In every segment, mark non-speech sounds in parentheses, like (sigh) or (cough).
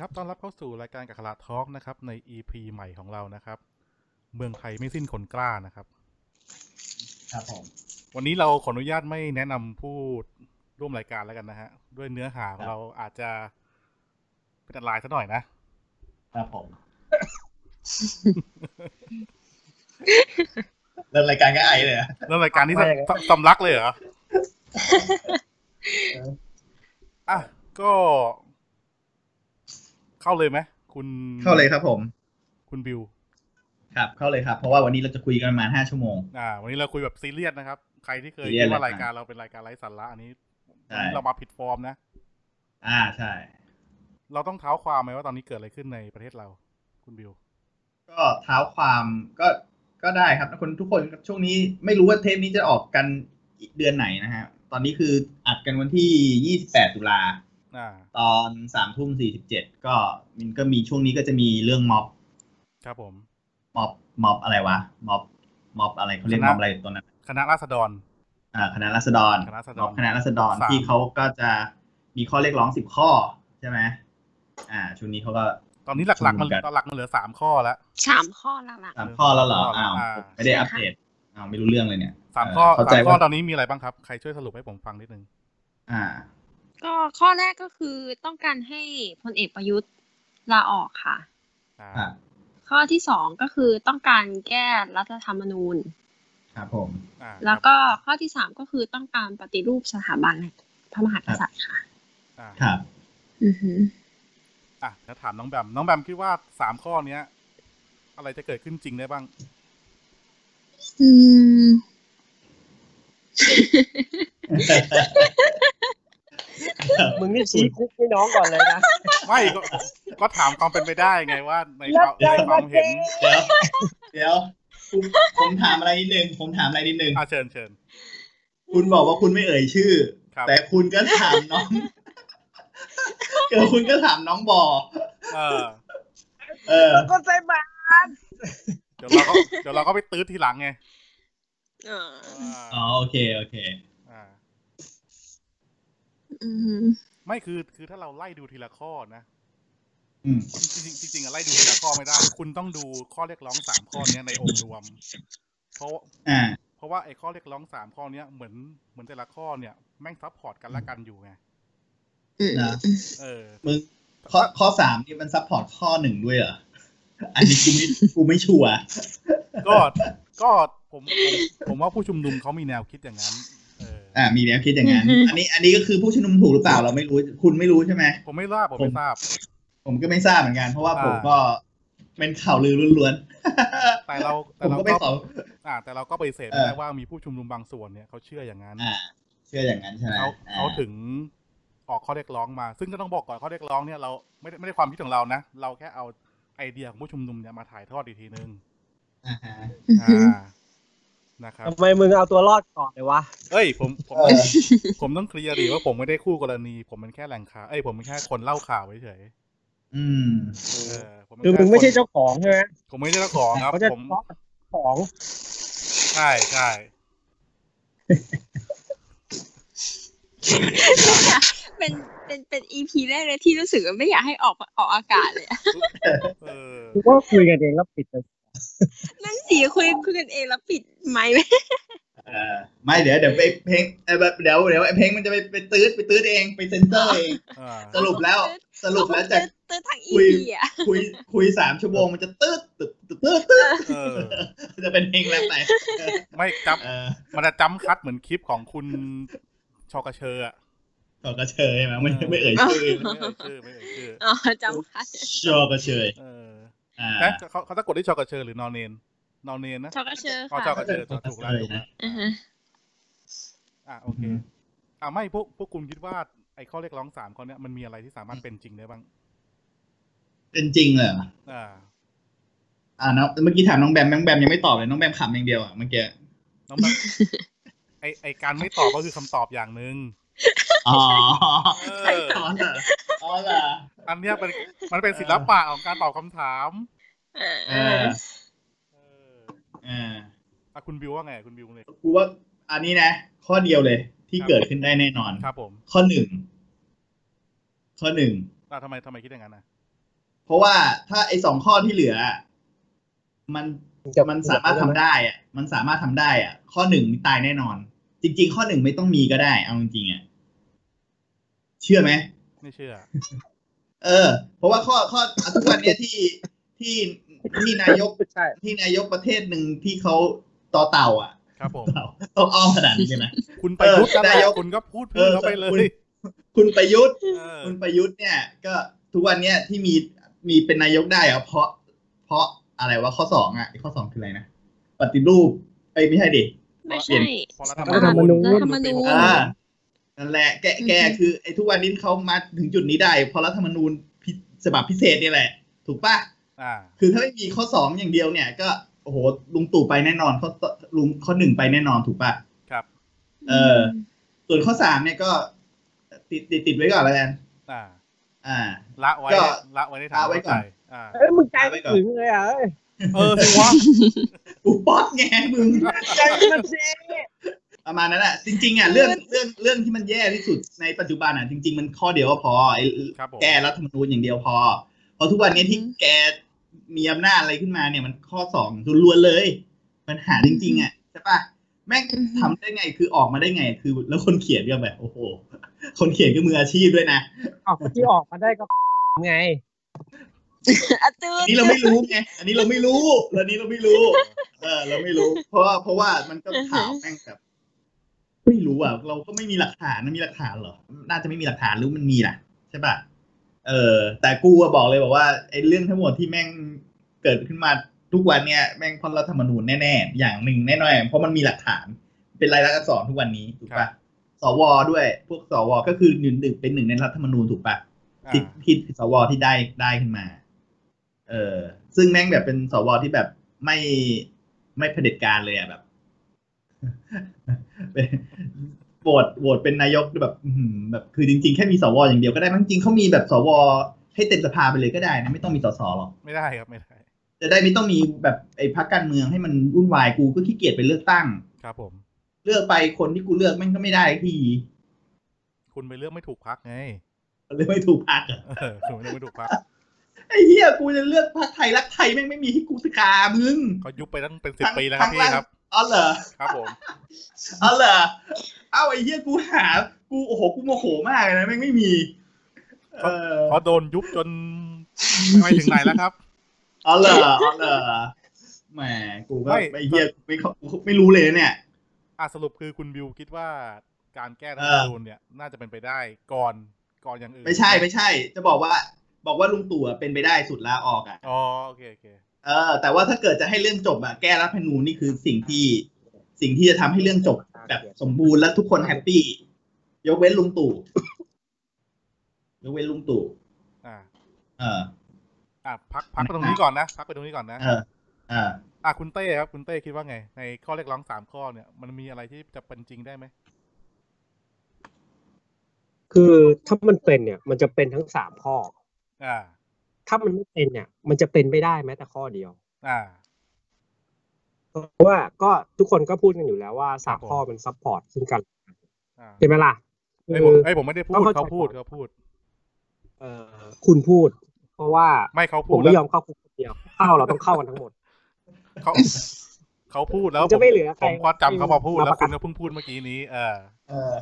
ครับต้อนรับเข้าสู่รายการกับขลาดทอล์กนะครับ ใน EP ใหม่ของเรานะครับ เมืองไทยไม่สิ้นคนกล้านะครับ ครับผม วันนี้เราขออนุญาตไม่แนะนำผู้ร่วมรายการแล้วกันนะฮะ ด้วยเนื้อหาของเราอาจจะเป็นอันตรายซะหน่อยนะ ครับผม เริ่มรายการก็ไอเลยอะ เริ่มรายการนี้ส ไม่ สสำลักเลยเหร (laughs) อ อ่ะ ก็ เข้าเลยไหมคุณ เข้าเลยครับผม คุณบิว ครับ เข้าเลยครับ เพราะว่าวันนี้เราจะคุยกันประมาณห้าชั่วโมง อ่า วันนี้เราคุยแบบซีเรียสนะครับ ใครที่เคย ซีเรีย คิ ส ดว่า เลย รายการเราเป็นรายการไร้สาระอันนี้ ใช่ เรามาผิดฟอร์มนะ อ่าใช่ เราต้องเท้าความไหมว่าตอนนี้เกิดอะไรขึ้นในประเทศเรา คุณบิว ก็เท้าความก็ก็ได้ครับคนทุกคนช่วงนี้ไม่รู้ว่าเทปนี้จะออกกันเดือนไหนนะฮะ ตอนนี้คืออัดกันวันที่ 28 ตุลา อ่า ตอนสามทุ่มสี่สิบเจ็ดก็มันก็มีช่วงนี้ก็จะมีเรื่องม็อบ ครับผม ม็อบม็อบอะไรวะม็อบม็อบอะไรเขาเรียกม็อบอะไรตัวนั้น คณะราษฎร อ่าคณะรัษฎร คณะราษฎร ของคณะรัษฎร สาม ที่เขาก็จะมีข้อเรียกร้องสิบข้อใช่ไหมอ่าช่วงนี้เขาก็ ตอนนี้หลักๆมัน ชุมนุมกัน ตอนหลักมันเหลือสามข้อแล้ว สามข้อหลัก สามข้อแล้วเหรอ ข้อแล้ว อ้าว อ่า ไม่ได้อัปเดตอ้าวไม่รู้เรื่องเลยเนี่ย สามข้อ เข้า สา ใจ มข้อ ว่า ตอนนี้มีอะไรบ้างครับ ใครช่วยสรุปให้ผมฟังนิดนึง อ่า ๆก็ข้อแรกก็คือต้องการให้พลเอกประยุทธ์ลาออกค่ะ อ่า ครับ ข้อที่สองก็คือต้องการแก้รัฐธรรมนูญ ครับผม อ่า แล้วก็ข้อที่สามก็คือต้องการปฏิรูปสถาบันพระมหากษัตริย์ค่ะ อ่า ครับ (laughs) อือหือ อ่ะแล้วถามน้องแบม น้องแบมคิดว่าสามข้อเนี้ย อะไรจะเกิดขึ้นจริงได้บ้าง อืม มึงนี่ชี้คุกให้น้องก่อนเลยนะ ไม่ก็ก็ถามความเป็นไปได้ไงว่าในความ แล้ว ในความเห็น เดี๋ยวเดี๋ยวคุณผมถามอะไรนิดนึงผมถามอะไรนิดนึง อ่าเชิญเชิญ คุณบอกว่าคุณไม่เอ่ยชื่อ ครับ แต่คุณก็ถามน้อง (laughs) เกิดคุณก็ถามน้องบอ เออ เออ แล้วก็ใส่บาตร เดี๋ยวเราก็เดี๋ยวเราก็ไปตื้อทีหลังไง เออ อ๋อ อ่า โอเคโอเค อ่า อืม ไม่คือคือถ้าเราไล่ดูทีละข้อนะ อืม จริงๆจริงๆอะไล่ดูทีละข้อไม่ได้ คุณต้องดูข้อเรียกร้องสามข้อเนี้ยในองค์รวม เพราะ อ่า เพราะว่าไอ้ข้อเรียกร้องสามข้อเนี้ยเหมือนเหมือนแต่ละข้อเนี่ยแม่งซับพอร์ตกันและกันอยู่ไง อืม นะ เออ มึงข้อข้อสามนี่มันซัพพอร์ตข้อหนึ่งด้วยเหรอ อันนี้กูไม่กูไม่ชัวร์ ก็ก็ผมผมผมว่าผู้ชุมนุมเขามีแนวคิดอย่างนั้น เออ อ่ามีแนวคิดอย่างนั้น อันนี้อันนี้ก็คือผู้ชุมนุมถูกหรือเปล่าเราไม่รู้ คุณไม่รู้ใช่ไหม ผมไม่ทราบผมไม่ทราบ ผมก็ไม่ทราบเหมือนกัน เพราะว่า อ่า ผมก็เป็นข่าวลือล้วน แต่เรา ๆ ผ แต่ ม เรา ก็ไม่ ก็ ขอ อ่า แต่เราก็ไปฏิเสธไม่ เออ ได้ว่ามีผู้ชุมนุมบางส่วนเนี่ยเขาเชื่ออย่างนั้น อ่า เชื่ออย่างนั้นใช่ไหม เขา อ่ เขาถึงออกข้อเรียกร้องมา ซึ่งก็ต้องบอกก่อนข้อเรียกร้องเนี่ยเราไม่ได้ไม่ได้ความคิดของเรานะเราแค่เอาไอเดียของผู้ชุมนุมเนี่ยมาถ่ายทอดอีกทีนึง อ่าฮะ อือหือ อ่านะครับ (laughs) ทำไมมึงเอาตัวรอดก่อนเลยวะ เอ้ยผมผม เออ (laughs) ผมต้องเคลียร์ดิว่าผมไม่ได้คู่กรณี ผมเป็นแค่แหล่งข่าวเอ้ยผมเป็นแค่คนเล่าข่าวเฉย อืม ๆเออผม คือ เป็นแ มึงไม่ใช่ คน เจ้าของใช่ไหม ผมไม่ได้เจ้าของครับ เขาจะ ผม ฟ้องของ ใช่ใช่ เป็นเป็นเป็นอีพีแรกเลยที่รู้สึกว่าไม่อยากให้ออกออกอากาศเลยอะ เออ คือก็คุยกันเองแล้วปิดเลย นั่นสิคุยคุยกันเองแล้วปิดไมค์ไหม เออไม่เดี๋ยวเดี๋ยวไปเพลงเออเดี๋ยวเดี๋ยวไอ้เพลงมันจะไปไปตืดไปตืดเองไปเซนเซอร์เอง (laughs) เออ สรุปแล้ว สรุปแล้วจาก เตือนทางอี คุย พีอ่ะ คุยคุยสามชั่วโมงมันจะตืดตึดตึดตืดตึด เออ จะเป็นเพลงแล้วไป ไม่จับ เออ มันจะจำคัดเหมือนคลิปของคุณชอกระเชออะ ชอกระเชยใช่ไหมไม่ไม่เอ่ยชื่อ ไม่เอ่ยชื่อไม่เอ่ยชื่อ อ๋อจำค่ะ ชอกระเชย เออ อ่า แต่เขาเขาจะกดที่ชอกระเชอหรือนอนเนนนอนเนนนะ ชอกระเชอ อ๋อ ค่ะ ชอกระเชอถูกแล้วถูกแล้ว อือฮะ อ่ะโอเค อ่ะไม่พวกพวกคุณคิดว่าไอ้ข้อเรียกร้องสามข้อเนี้ยมันมีอะไรที่สามารถเป็นจริงได้บ้าง เป็นจริงเหรอ อ่า อ่าน้องเมื่อกี้ถามน้องแบมน้องแบมยังไม่ตอบเลยน้องแบมขำอย่างเดียวอ่ะเมื่อกี้ น้องแบบ ไอไอการไม่ตอบก็คือคำตอบอย่างหนึ่ง อ๋อ เออ อ๋อเหรออ๋อเหรอ อันเนี้ยเป็นมันเป็นศิลปะของการตอบคำถาม เออ เออ เออ อ่ะคุณบิวว่าไงคุณบิวเลย กูว่าอันนี้นะ ข้อเดียวเลยที่เกิดขึ้นได้แน่นอน ครับผม ข้อหนึ่งข้อหนึ่ง อ่ะทำไมทำไมคิดอย่างนั้นนะ เพราะว่าถ้าไอ้สองข้อที่เหลือ มันมันสามารถทำได้อะมันสามารถทำได้อะข้อหนึ่งตายแน่นอน จริง ๆ ข้อหนึ่งไม่ต้องมีก็ได้ เอาจริงๆอะเชื่อไหม ไม่เชื่อ เออ เพราะว่าข้อข้ออ่ะทุกวันเนี้ยที่ที่ที่นายก ใช่ ที่นายกประเทศหนึ่งที่เขาต่อเต่า อ่ะ ครับผม เต่าต้องอ้อมขนาดนี้ใช่ไหม คุณไประยุทธ์นั่นแหละ นายก คุณก็พูดเพื่อเขาไปเล เออคุ ย ณ คุณประยุทธ์ เออ คุณประยุทธ์เนี่ย ก็ทุกวันเนี้ยที่มีมีเป็นนายกได้อะเพราะ เพราะอะไรวะข้อสองอ่ะไอ้ข้อสองคืออะไรนะปฏิรูปเอ้ยไม่ใช่ดิ ไม่ เปลี่ ใช่ ยน พอรัฐ รัฐธรรมนูญ รัฐธรรม อื นู ม ญ อ่านั่นแหละแกแก อือฮึ คือไอ้ทุกวันนี้เขามาถึงจุดนี้ได้เพราะรัฐธรรมนูญพิฉบับพิเศษนี่แหละ ถูกปะ อ่า คือถ้าไม่มีข้อสองอย่างเดียวเนี่ย ก็โอ้โหลุงตู่ไปแน่นอนข้อลุงข้อหนึ่งไปแน่นอนถูกปะ ครับ เออ ส่วนข้อสามเนี่ยก็ ติดติดติดไว้ก่อนแล้วกัน อ่า อ่า ละไว้ ก็ ละไว้ในทาง ละไว้ก่อน เข้าใจอ่า เอ้ยมึงใจไม่ถึงเลยอ่ะเอ้ย เออสิวะ กูป๊อตแงมึง ใจมันเซ ประมาณนั้นแหละจริงๆอ่ะเรื่องเรื่องเรื่องที่มันแย่ที่สุดในปัจจุบันอ่ะจริง ๆ มันข้อเดียวก็พอไอ้ ครับผม แก้รัฐธรรมนูญอย่างเดียวพอเพราะทุกวันนี้ที่ อืม แกมีอำนาจอะไรขึ้นมาเนี่ยมันข้อสองล้วนๆเลยปัญหาจริง ๆ อ่ะใช่ปะแม่งทำได้ไงคือออกมาได้ไง คือ แล้วคนเขียนก็แบบ โอ้โห คนเขียนก็มืออาชีพด้วยนะ ออกที่ออกมาได้ก็ (laughs) ไง อ่ะตื่ อั น นนี้เราไม่รู้ไงอันนี้เราไม่รู้อันนี้เราไม่รู้ เออ เราไม่รู้ เพราะว่าเพราะว่ามันก็ข่าวแม่งแบบไม่รู้อ่ะ เราก็ไม่มีหลักฐานมันมีหลักฐานเหรอ น่าจะไม่มีหลักฐานหรือมันมีล่ะ ใช่ป่ะเออ แต่กูอะบอกเลยบอกว่าไอ้เรื่องทั้งหมดที่แม่งเกิดขึ้นมาทุกวันเนี่ยแม่งเพราะรัฐธรรมนูญแน่ๆอย่างหนึ่งแน่นอนเพราะมันมีหลักฐาน เป็นรายลักษณ์อักษรทุกวันนี้ถูก ครั ป่ะ บ สวด้วย พวกสวก็คือหนึ่งเป็นหนึ่งในรัฐธรรมนูญถูกป่ะ อ่า ที่ที่สวที่ได้ได้ขึ้นมา เออ ซึ่งแม่งแบบเป็นสวที่แบบไม่ไม่เผด็จการเลยอ่ะแบบ (laughs) เป็นโหวตโหวตเป็นนายกแบบอื้อหือแบบ คือจริงๆ แค่มีสวอย่างเดียวก็ได้มั้งจริงๆเขามีแบบสวให้เต็มสภาไปเลยก็ได้นะไม่ต้องมีสสหรอก ไม่ได้ครับไม่ได้ จะได้ไม่ต้องมีแบบไอ้พรรคการเมืองให้มันวุ่นวายกูก็ขี้เกียจไปเลือกตั้ง ครับผม เลือกไปคนที่กูเลือกแม่งก็ไม่ได้ที คุณไปเลือกไม่ถูกพักไง เลือกไม่ถูกพรรคอะ เออคุณไปเลือกไม่ถูกพัก ไอ้เหี้ยกูจะเลือกพรรคไทยรักไทยแม่งไม่มีให้กูสักกามึง เขายุบไปตั้งเป็นสิบ ทั้ง ปีแล้วครับ ทั้ง พี่ ล่าง ครับ อ๋อเหรอ ครับผม อ๋อเหรอเอาไอ้เหี้ยกูหา กูโอ้โหกูโมโหมากเลยนะแม่งไม่มีเออ เพราะโดนยุบจนไปถึงไหนแล้วครับ อ๋อเหรออ๋อเหรอแหมกูก็ ไม่ ไอ้เหี้ยกูไม่เข้ากูไม่รู้เลยเนี่ย อ่ะสรุปคือคุณบิวคิดว่าการแก้รัฐธรรมนูญเนี่ยน่าจะเป็นไปได้ก่อนก่อนอย่างอื่น ไม่ใช่ไม่ใช่ จะบอกว่า บอกว่าลุงตู่อะเป็นไปได้สุดลาออกอ่ะ อ๋อโอเคโอเค เออแต่ว่าถ้าเกิดจะให้เรื่องจบอ่ะแก้รัฐธรรมนูญนี่คือสิ่งที่สิ่งที่จะทำให้เรื่องจบแบบสมบูรณ์และทุกคนแฮปปี้ยกเว้นลุงตู่ยกเว้นลุงตู่ อ่า เออ อ่ะพักพักไปตรงนี้ก่อนนะพักไปตรงนี้ก่อนนะ เออเออ อ่ะคุณเต้ครับคุณเต้คิดว่าไง ในข้อเรียกร้องสามข้อเนี่ยมันมีอะไรที่จะเป็นจริงได้ไหม คือถ้ามันเป็นเนี่ย มันจะเป็นทั้งสามข้อ อ่า ถ้ามันไม่เป็นเนี่ย มันจะเป็นไม่ได้แม้แต่ข้อเดียว อ่า เพราะว่าก็ทุกคนก็พูดกันอยู่แล้วว่าสาม ครับผม ข้อมันซัพพอร์ตซึ่งกัน อ่า ใช่ไหมล่ะ ไอยผม คือ ไอยผมไม่ได้พูด ต้องเข้าใจ เขาพูดเขาพูด เอ่อคุณพูด เพราะว่า ไม่เขา ผ พู ม ด ไม่ แล้ว ยอมเข้าคุกคนเดียวเข้าเราต้องเข้ากันทั้งหมด เขาเขาพูดแล้ว จะไม่เหลือใคร ผมก็จำเขาพอพูด มา แล้วประกาศ คุณก็เพิ่งพูดเมื่อกี้นี้เออ เออ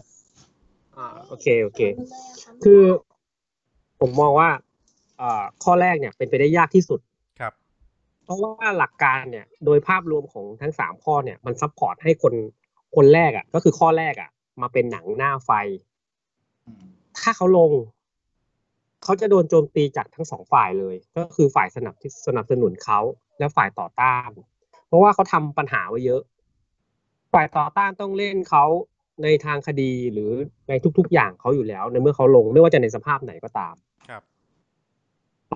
อ่าโอเคโอเค คือผมมองว่าเอ่อข้อแรกเนี่ยเป็นไปได้ยากที่สุด ครับ เพราะว่าหลักการเนี่ยโดยภาพรวมของทั้งสามข้อเนี่ยมันซัพพอร์ตให้คนคนแรกอ่ะก็คือข้อแรกอ่ะ มาเป็นหนังหน้าไฟ ถ้าเขาลง เขาจะโดนโจมตีจากทั้งสองฝ่ายเลย ก็คือฝ่ายสนับสนับสนุนเขาและฝ่ายต่อต้าน เพราะว่าเขาทำปัญหาไว้เยอะ ฝ่ายต่อต้านต้องเล่นเขาในทางคดีหรือในทุก ๆ อย่างเขาอยู่แล้ว ในเมื่อเขาลงไม่ว่าจะในสภาพไหนก็ตาม ครับ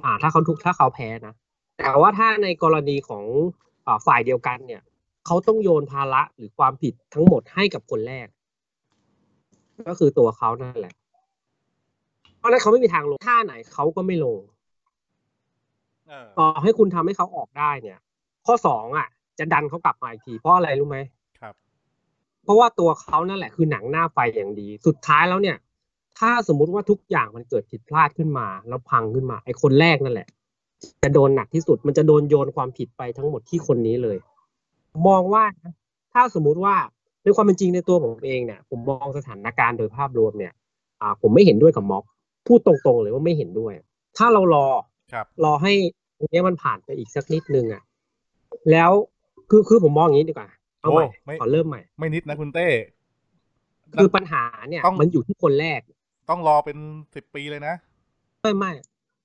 อ่าถ้าเขาถูกถ้าเขาแพ้นะ แต่ว่าถ้าในกรณีของอ่าฝ่ายเดียวกันเนี่ย เขาต้องโยนภาระหรือความผิดทั้งหมดให้กับคนแรก ก็คือตัวเขานั่นแหละ เพราะฉะนั้นเขาไม่มีทางลงท่าไหนเขาก็ไม่ลง เออ ต่อให้คุณทำให้เขาออกได้เนี่ย ข้อสองอ่ะ จะดันเขากลับมาอีกทีเพราะอะไรรู้ไหม ครับ เพราะว่าตัวเขานั่นแหละคือหนังหน้าไฟอย่างดี สุดท้ายแล้วเนี่ย ถ้าสมมุติว่าทุกอย่างมันเกิดผิดพลาดขึ้นมา แล้วพังขึ้นมา ไอ้คนแรกนั่นแหละ จะโดนหนักที่สุด มันจะโดนโยนความผิดไปทั้งหมดที่คนนี้เลย มองว่านะถ้าสมมุติว่าในความเป็นจริงในตัวผมเองเนี่ย ผมมองสถานการณ์โดยภาพรวมเนี่ย อ่า ผมไม่เห็นด้วยกับม็อบพูดตรงๆเลยว่าไม่เห็นด้วย ถ้าเรารอ ครับ รอให้ตรงเนี้ยมันผ่านไปอีกสักนิดนึงอ่ะ แล้วคือคือผมมองอย่างนี้ดีกว่า เอาใหม่ โอ้ไม่ ขอเริ่มใหม่ ไม่นิดนะคุณเต้ คือปัญหาเนี่ย ต้อง มันอยู่ที่คนแรก ต้องรอเป็นสิบปีเลยนะ ไม่ไม่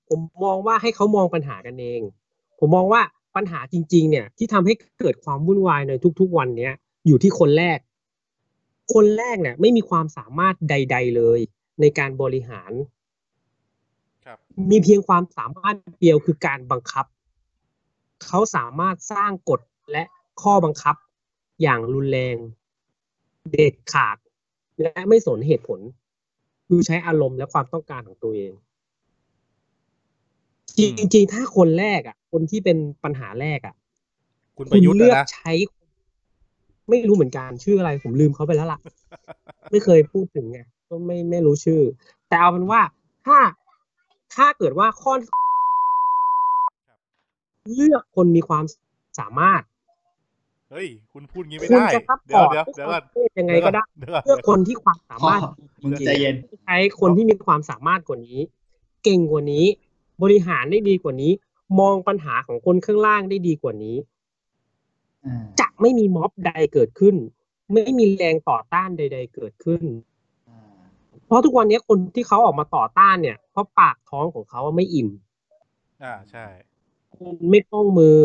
ผมมองว่าให้เขามองปัญหากันเอง ผมมองว่าปัญหาจริง ๆ เนี่ย ที่ทำให้เกิดความวุ่นวายในทุก ๆ วันเนี้ยอยู่ที่คนแรก คนแรกเนี่ยไม่มีความสามารถใด ๆ เลย ในการบริหาร ครับ มีเพียงความสามารถเดียวคือการบังคับ เขาสามารถสร้างกฎและข้อบังคับ อย่างรุนแรง เด็ดขาด และไม่สนเหตุผล คือใช้อารมณ์และความต้องการของตัวเอง จ อืม ริงๆ ถ้าคนแรกอ่ะ คนที่เป็นปัญหาแรกอ่ะ คุณประยุทธ์ เลือก นะ ใช้ ไม่รู้เหมือนกันชื่ออะไร ผมลืมเขาไปแล้วล่ะ ไม่เคยพูดถึงไงก็ไม่ไม่รู้ชื่อ แต่เอาเป็นว่าถ้าถ้าเกิดว่าข้อเลือกคนมีความสามารถ เฮ้ย คุณพูดงี้ไม่ คุณ ได้ จะซัพ เดี๋ พ ยว อร์ต เดี๋ยวเดี๋ยวให้คน ก่อน เพศยังไงก็ได้ เดี๋ยวก่อน เลือกคนที่ความสามารถ พ่อมึงใจเย็น ใช้คนที่มีความสามารถกว่านี้ เก่งกว่านี้ บริหารได้ดีกว่านี้ มองปัญหาของคนข้างล่างได้ดีกว่านี้ อ่า จะไม่มีม็อบใดเกิดขึ้น ไม่มีแรงต่อต้านใด ๆ เกิดขึ้น อ่า เพราะทุกวันนี้คนที่เขาออกมาต่อต้านเนี่ยเพราะปากท้องของเขาไม่อิ่ม อ่าใช่ ไม่ต้องมือ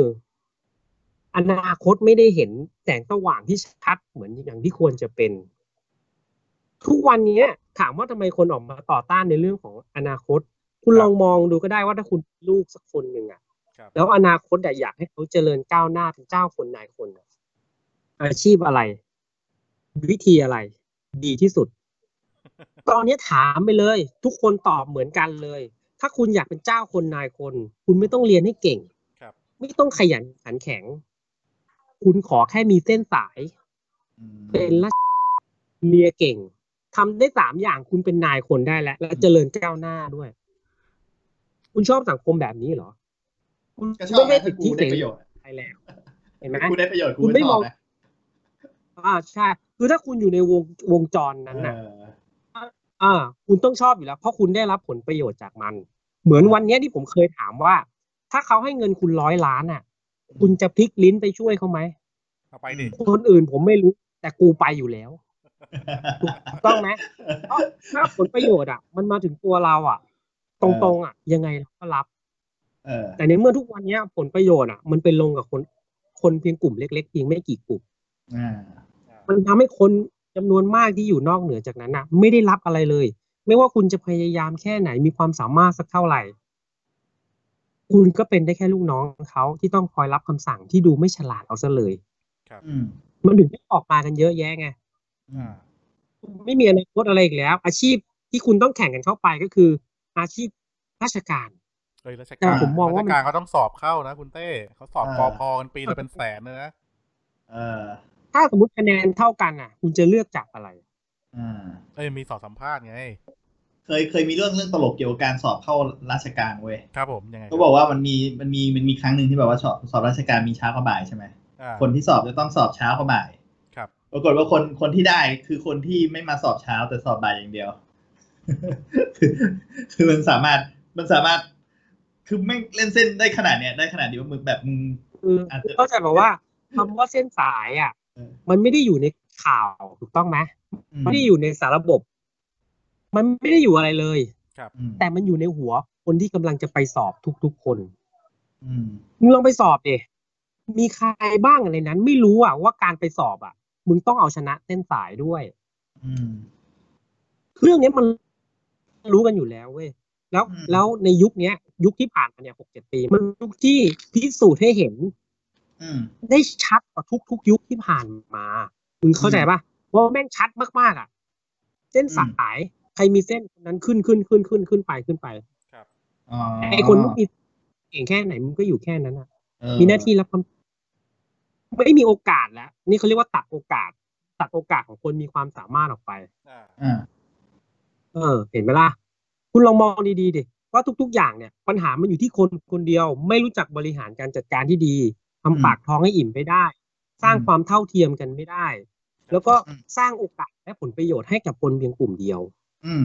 อนาคตไม่ได้เห็นแสงสว่างที่ชัดเหมือนอย่างที่ควรจะเป็น ทุกวันนี้ถามว่าทำไมคนออกมาต่อต้านในเรื่องของอนาคต คุคณรับ ลองมองดูก็ได้ว่าถ้าคุณมีลูกสักคนหนึ่งอะ ครับ แล้วอนาคตอะอยากให้เขาเจริญก้าวหน้าเป็นเจ้าคนนายคนอะอาชีพอะไร วิธีอะไร ดีที่สุด ตอนนี้ถามไปเลย ทุกคนตอบเหมือนกันเลย ถ้าคุณอยากเป็นเจ้าคนนายคน คุณไม่ต้องเรียนให้เก่ง ครับ ไม่ต้องขยันขันแข็ง คุณขอแค่มีเส้นสาย อืม เป็นราชเมียเก่งทำได้สามอย่างคุณเป็นนายคนได้แล้ว และเจริญก้าวหน้าด้วย คุณชอบสังคมแบบนี้เหรอ คุณ ก็ชอบ ไม่ นะ ได้สิ ถ้า ท กู ธิเส ได้ รี ประโยชน์ อะไรแล้วเห็นไหม กูได้ประโยชน์กู คุณไม่ ไม่ชอบ มอง นะ อ่าใช่คือถ้าคุณอยู่ในวงวงจรนั้นน่ะ เออ อ่า คุณต้องชอบอยู่แล้ว เพราะคุณได้รับผลประโยชน์จากมัน เหมือคนรับ วันเนี้ยที่ผมเคยถามว่า ถ้าเขาให้เงินคุณร้อยล้านอ่ะ คุณจะพลิกลิ้นไปช่วยเขาไหม เอาไปดิ คนอื่นผมไม่รู้ แต่กูไปอยู่แล้ว ถูกต้องไหม เพราะถ้าผลประโยชน์อ่ะ มันมาถึงตัวเราอ่ะ ตรงๆอ่ะ ยังไงเราก็รับ เออ แต่ในเมื่อทุกวันเนี้ย ผลประโยชน์อ่ะ มันเป็นลงกับคนคนเพียงกลุ่มเล็กๆเพียงไม่กี่กลุ่ม อ่า มันทำให้คนจำนวนมากที่อยู่นอกเหนือจากนั้นนะไม่ได้รับอะไรเลย ไม่ว่าคุณจะพยายามแค่ไหนมีความสามารถสักเท่าไหร่ คุณก็เป็นได้แค่ลูกน้องเขาที่ต้องคอยรับคำสั่งที่ดูไม่ฉลาดเอาซะเลย อืม มันถึงได้ออกมากันเยอะแยะไง อ่า คุณไม่มีอนาคตอะไรอีกแล้ว อาชีพที่คุณต้องแข่งกันเข้าไปก็คือ อาชีพราชการ เฮ้ยราช แต่ การ ผมมองว่ามัรานชการเขาต้องสอบเข้านะ คุณเต้เขาสอบ เออ ปอพอกันปีละเป็นแสนเลยนะ เออ ถ้าสมมติคะแนนเท่ากันอ่ะ คุณจะเลือกจากอะไร อ่า เอ้ยมีสอบสัมภาษณ์ไง เคยเคยมีเรื่องเรื่องตลกเกี่ยวกับการสอบเข้าราชการเว้ย ครับผมยังไงครั ก็บอกว่ามันมีมันมีมันมีครั้งหนึ่งที่แบบว่าสอบสอบราชการมีเช้ากับบ่ายใช่ไหม อ่า คนที่สอบจะต้องสอบเช้ากับบ่าย ครับ ปรากฏว่าคนคนที่ได้คือคนที่ไม่มาสอบเช้าแต่สอบบ่ายอย่างเดียว (laughs) คือคือมันสามารถมันสามารถ คือแม่งเล่นเส้นได้ขนาดเนี้ยได้ขนาดนี้ว่ามึงแบบมึง คือ อาจจะ เข้าใจแบบว่าคำว่าเส้นสายอ่ะ เออ มันไม่ได้อยู่ในข่าวถูกต้องไหม ม ไม่ได้อยู่ในสารระบบ มันไม่ได้อยู่อะไรเลย อืม แต่มันอยู่ในหัวคนที่กำลังจะไปสอบทุกๆคน อืม มึงลองไปสอบดิมีใครบ้างในนั้น ไม่รู้อ่ะว่าการไปสอบอ่ะ มึงต้องเอาชนะเส้นสายด้วย อืม เรื่องนี้มันรู้กันอยู่แล้วเว้ย แล้ว อืม แล้วในยุคเนี้ย ยุคที่ผ่านมาเนี่ยหกเจ็ดปี มันยุคที่พิสูจน์ให้เห็น อืม ได้ชัดกว่าทุกทุกยุคที่ผ่านมา มึงเข้าใจปะว่าแม่งชัดมากๆอ่ะ เส้นสาย ใครมีเส้นคนนั้นขึ้นขึ้นขึ้นขึ้นขึ้นไปขึ้นไป อ๋อ ไอคนไม่มีเก่งแค่ไหนมึงก็อยู่แค่นั้นอ่ะ เออ มีหน้าที่รับคำไม่มีโอกาสแล้ว นี่เขาเรียกว่าตัดโอกาส ตัดโอกาสของคนมีความสามารถออกไป อ่า อ่า เออ เห็นไหมล่ะ คุณลองมองดีๆดิ ว่าทุก ๆ อย่างเนี่ยปัญหามันอยู่ที่คนคนเดียว ไม่รู้จักบริหารการจัดการที่ดีทำปากท้องให้อิ่มไม่ได้ สร้าง อืม ความเท่าเทียมกันไม่ได้ แล้วก็ อืม สร้างโอกาสและผลประโยชน์ให้กับคนเพียงกลุ่มเดียว อืม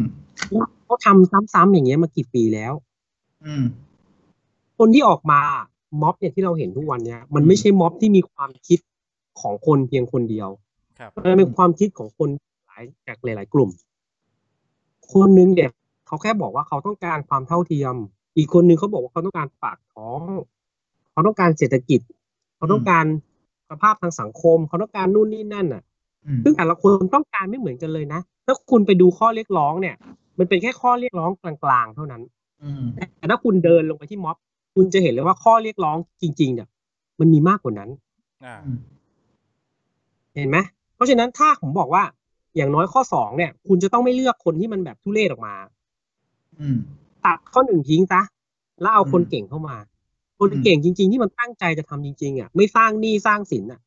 เขาทำซ้ำๆอย่างเงี้ยมากี่ปีแล้ว อืม คนที่ออกมาม็อบเนี่ยที่เราเห็นทุกวันเนี่ยมันไม่ใช่ม็อบที่มีความคิดของคนเพียงคนเดียว ครับ มันเป็นความคิดของคนหลายจากหลาย ๆ กลุ่ม คนหนึงเนี่ยเขาแค่บอกว่าเขาต้องการความเท่าเทียม อีกคนหนึงเขาบอกว่าเขาต้องการปากท้อง เขาต้องการเศรษฐกิจ เขาต้องการสภาพทางสังคม เขาต้องการนู่นนี่นั่นอ่ะ อืม ซึ่งแต่ละคนต้องการไม่เหมือนกันเลยนะ ถ้าคุณไปดูข้อเรียกร้องเนี่ย มันเป็นแค่ข้อเรียกร้องกลางๆ เท่านั้น อืม แต่ถ้าคุณเดินลงไปที่ม็อบ คุณจะเห็นเลยว่าข้อเรียกร้องจริง ๆ เนี่ย มันมีมากกว่านั้น อ่า อืม เห็นไหมเพราะฉะนั้นถ้าผมบอกว่า อย่างน้อยข้อสองเนี่ย คุณจะต้องไม่เลือกคนที่มันแบบทุเรศออกมา อืม ตัดข้อหนึ่งทิ้งซะแล้วเอาคน อืม เก่งเข้ามา คน อืม เก่งจริง ๆ ที่มันตั้งใจจะทำจริง ๆ อ่ะ ไม่สร้างหนี้สร้างสินอ่ะ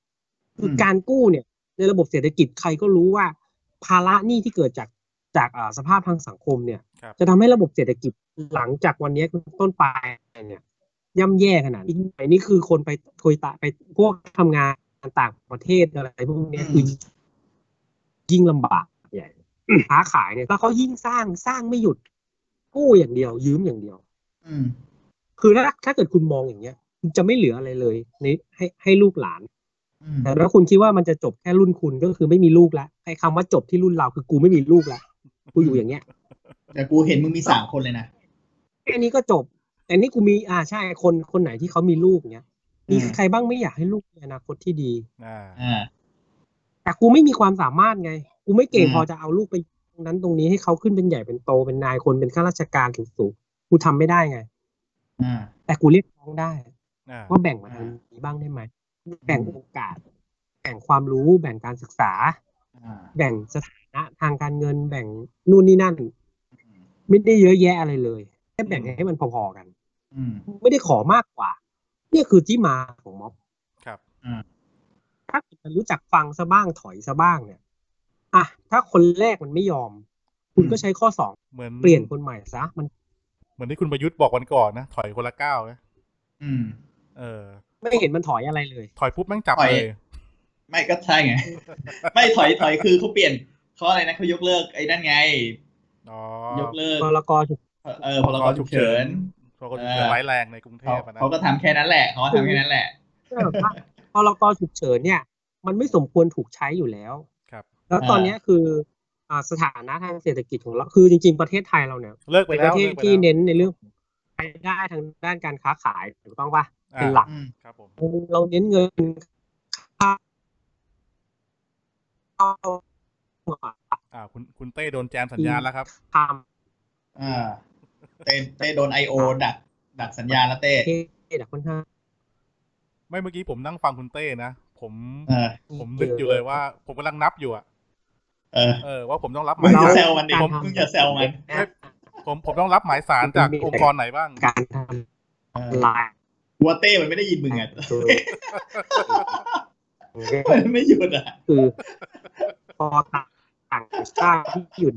คืออ ม การกู้เนี่ย ในระบบเศรษฐกิจใครก็รู้ว่า ภาระหนี้ที่เกิดจากจากอ่าสภาพทางสังคมเนี่ย ครับ จะทำให้ระบบเศรษฐกิจหลังจากวันนี้เป็นต้นไปเนี่ยย่ำแย่ขนาดนี้ไอ้นี่คือคนไปคุยตะไปพวกทำงานต่างประเทศอะไรพวกเนี้ย อืม คือยิ่งลำบากใหญ่ค้าขายเนี่ยแล้วเขายิ่งสร้างสร้างไม่หยุด กู้อย่างเดียว ยืมอย่างเดียว อืม คือถ้าถ้าเกิดคุณมองอย่างเงี้ยคุณจะไม่เหลืออะไรเลยในให้ให้ลูกหลาน อืม แต่ถ้าคุณคิดว่ามันจะจบแค่รุ่นคุณก็คือไม่มีลูกแล้วไอ้คำว่าจบที่รุ่นเราคือกูไม่มีลูกแล้วกูอยู่อย่างเงี้ย แต่กูเห็นมึงมีสามคนเลยนะ แค่นี้ก็จบ แต่นี่กูมีอ่าใช่คนคนไหนที่เขามีลูกเนี้ย อืม มีใครบ้างไม่อยากให้ลูกมีอนาคตที่ดี อ่า อ่า แต่กูไม่มีความสามารถไง กูไม่เก่ง อืม พอจะเอาลูกไปตรงนั้นตรงนี้ให้เขาขึ้นเป็นใหญ่เป็นโตเป็นนายคนเป็นข้าราชการสูงสูงๆกูทำไม่ได้ไง อ่า แต่กูเรียกร้องได้ อ่า ว่าแบ่งมาทางนี้บ้างได้ไหมแบ่งโอกาส แบ่งความรู้แบ่งการศึกษา อ่า แบ่งสถานะทางการเงินแบ่งนู่นนี่นั่น ไม่ได้เยอะแยะอะไรเลยแค่แบ่ง อืม ให้มันพอๆกัน อืม ไม่ได้ขอมากกว่า เนี่ยคือที่มาของม็อบ ครับ ถ้าคุณรู้จักฟังซะบ้างถอยซะบ้างเนี่ย อ่ะ ถ้าคนแรกมันไม่ยอม คุณก็ใช้ข้อสอง เหมือน เปลี่ยนคนใหม่ซะ มัน เหมือนที่คุณประยุทธ์บอกวันก่อนนะถอยคนละก้าวนะ อืม เออ ไม่เห็นมันถอยอะไรเลย ถอยปุ๊บแม่งจับ ถอย เลย ไม่ก็ใช่ไง ไม่ถอยถอยคือเขาเปลี่ยนเขาอะไรนะเขายกเลิกไอ้นั่นไง อ๋อย กเลิก พลกรฉุก เออพลกรฉุกเฉิน พลกรฉุกเฉิน เออ ร้ายแรงในกรุงเท เขา พอะนะ เขาก็ทำแค่นั้นแหละเขาก็ทำแค่นั้นแหละ เฉิน (laughs) พลกรฉุกเฉินเนี่ย มันไม่สมควรถูกใช้อยู่แล้ว ครับ แล้วตอนเนี้ยคืออ่าสถานะทางเศรษฐกิจของเรา คือจริงๆประเทศไทยเราเนี่ย เลิกไป เป็น แล้ ป ว ระเทศ ลิกไป ที่ แล้ว เน้นในเรื่องรายได้ทางด้านการค้าขายถูกต้องปะ อ่า เป็นหลัก อืม ครับผม เราเน้นเงินค่า อ่าคุณคุณเต้โดนแจมสัญญาณแล้วครับ ทำ อ่า เต้เต้โดนไอโอดัก ดักสัญญาณแล้วเต้ เทศอะค่อนข้าง ไม่เมื่อกี้ผมนั่งฟังคุณเต้นะผม เออ ผมนึกอยู่เลยว่า ผมกำลังนับอยู่อะ เออ เออว่าผมต้องรับห มึ มาย งจะ สาร แซวมันดิ ผม มึงจะแซวมัน นะ ผมผมต้องรับหมายสารจากองค์กรไหนบ้าง การท เออ ำลาย กลัวเต้มันไม่ได้ยินมึงอ่ะ ตัว มันไม่หยุดอ่ะ (laughs) คือพอต่างชาติที่หยุด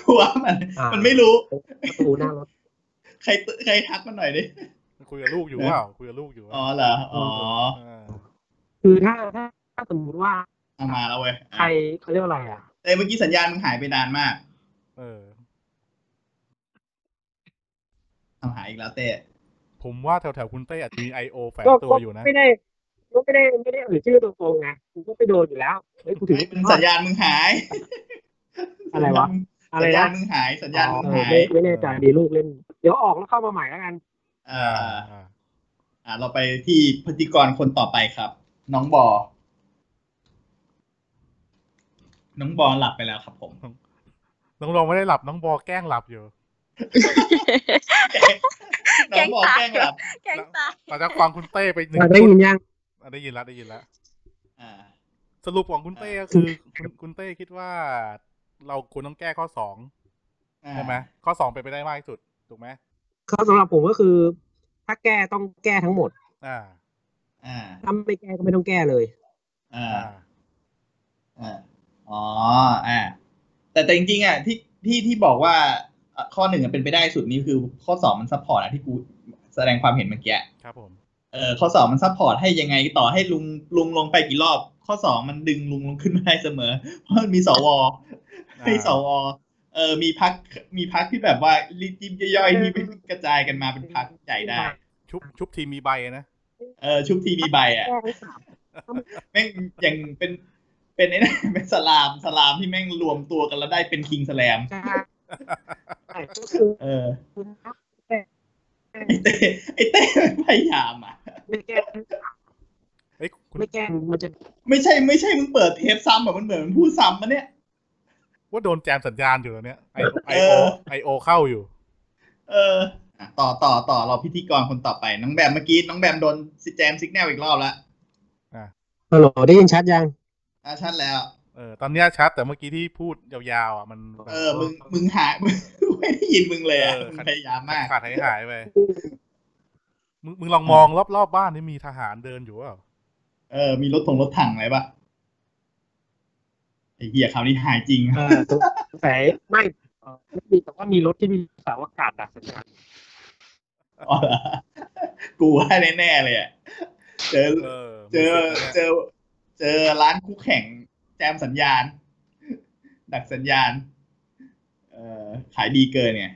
กลัวมัน อ่ามั มันไม่รู้ ประตูหน้ารถ ใครตึใครทักมันหน่อยดิ คุยกับลูกอยู่เปล่าคุยกับลูกอยู่เป อ๋อ ล่า เหรอ อ๋อ เออ คือถ้าถ้าถ้าสมมติว่า เอามาแล้วเว้ย ใครเขาเรียกว่าอะไรอ่ะ แต่เมื่อกี้สัญญาณมึงหายไปนานมาก เออ เอาหายอีกแล้วเต้ ผมว่าแถวแถวๆคุณเต้อาจจะมีไอโอแฝง ก็ ตัว ก็ อยู่นะ ไม่ได้ก็ไม่ได้ไม่ได้เอ่ยชื่อตรงๆไงกูก็ไปโดนอยู่แล้วเฮ้ยกูถือว่า มันสัญญาณมึงหาย อะไรวะ อะไร สัญญาณนะมึงหาย สัญญาณมึง อ๋อ หาย ไม่ไม่แน่ใจมีลูกเล่น เดี๋ยวออกแล้วเข้ามาใหม่แล้วกัน เอ่อ อ่า อ่าเราไปที่พิธีกรคนต่อไปครับ น้องบอ น้องบอหลับไปแล้วครับผม (laughs) น้องรองไม่ได้หลับน้องบอแกล้งหลับอยู่ น้องบอแกล้งหลับ แกงตาย หลังจากฟังคุณเต้ไปหนึ่ง ได้ ชุ ยิ ด นยัง อ่ะได้ยินแล้วได้ยินแล้ว อ่า สรุปของคุณเต้ก็คือคุณคุณเต้คิดว่า เราควรต้องแก้ข้อสอง อ่า ใช่ไหมข้อสองเป็นไปได้มากที่สุดถูกไหม ก็สำหรับผมก็คือ ถ้าแก้ต้องแก้ทั้งหมด อ่า อ่า ถ้าไม่แก้ก็ไม่ต้องแก้เลย อ่า อ่า อ่าอ๋อ อ่า แต่แต่จริงๆอ่ะที่ที่ที่บอกว่า อ่ะข้อหนึ่งอะเป็นไปได้สุดนี้คือข้อสองมันซัพพอร์ตอะที่กูแสดงความเห็นเมื่อกี้ ครับผม เออข้อสองมันซัพพอร์ตให้ยังไงต่อให้ลุงลุงลงไปกี่รอบ ข้อสองมันดึงลุงลงขึ้นมาได้เสมอ เพราะมันมีสว อ่า มีสวเออมีพักมีพักที่แบบว่ารีจิบย่อยๆที่ไม่กระจายกันมาเป็นพักใหญ่ได้ ชุบชุบทีมมีใบนะ เออชุบทีมีใบอ่ะ แก้ทั้งสาม แม่งยังเป็นเป็นไอ้นั่นเป็น (laughs) สลามสลามที่แม่งรวมตัวกันแล้วได้เป็นคิงสแลม ชาติใช่ก็คือ เออ นับ ไอเต้ไอเต้พยายามอ่ะ ไม่แก้ทั้งสาม เอ้ยคุณ ไม่แก้มันจะ ไม่ใช่ไม่ใช่มึงเปิดเทปซ้ำแบบมันเหมือนมันพูดซ้ำมาเนี่ย ว่าโดนแจมสัญญาณอยู่ตอนเนี้ยไอไอ เอ โอ อ ไอโอเข้าอยู่ เอออ่ะต่อต่อต่อเราพิธีกรคนต่อไป น้องแบมเมื่อกี้น้องแบมโดนสิแจมสิกแนลอีกรอบละ ฮัลโหลได้ยินชัดยัง อ่ะชัดแล้ว เออตอนเนี้ยชัดแต่เมื่อกี้ที่พูดยาวๆอ่ะมัน เออ มึงมึงหาย (laughs) ไม่ได้ยินมึงเลยอ่ะ เออ มึง ขัด พยายามมาก ขาดหายหายไปมึงมึงลองมองรอบรอบๆบ้านนี่มีทหารเดินอยู่เปล่า เออ มีรถถงรถถังอะไรปะไอ้เหี้ยคราวนี้หายจริง เออแสงไม่เอ่อไม่มีแต่ว่ามีรถที่มีสาวอากาศดักสัญญาณ อ๋อเหรอ (laughs) กูว่าแน่ๆเลยอ่ะเจอ เออ เจอเจอ เจอร้านคู่แข่งแจมสัญญาณ ดักสัญญาณ เออขายดีเกินไง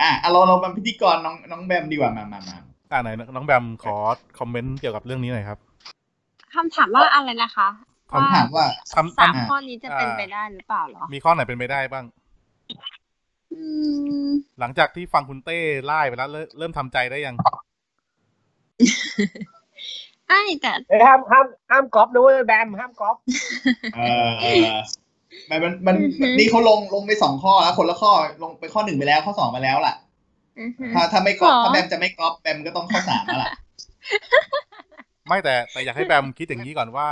อ่ะอ่ะเราเราเป็นพิธีกรน้องน้องแบมดีกว่ามามามา อ่าไหนน้องแบมขอคอมเมนต์เกี่ยวกับเรื่องนี้หน่อยครับ คำถามว่าอะไรนะคะ คำถามว่า คำ สาม คำ ข้อนี้จะเป็น อ่า ไปได้หรือเปล่าเหรอ มีข้อไหนเป็นไปได้บ้าง อืม หลังจากที่ฟังคุณเต้ไล่ไปแล้วเริ่มเริ่มทำใจได้ยัง ไอ้แต่ ห้ามห้ามห้ามกอล์ฟนะเว้ยแบมห้ามกอล์ฟ เออเออมันมันมันนี่เขาลงลงไปสองข้อแล้วคนละข้อลงไปข้อหนึ่งไปแล้วข้อสองไปแล้วล่ะ อือฮึ ถ้าถ้าไม่กรอบ หรอ ถ้าแบมจะไม่กรอบแบมก็ต้องข้อสามแล้วล่ะ ไม่แต่แต่อยากให้แบมคิดอย่างนี้ก่อนว่า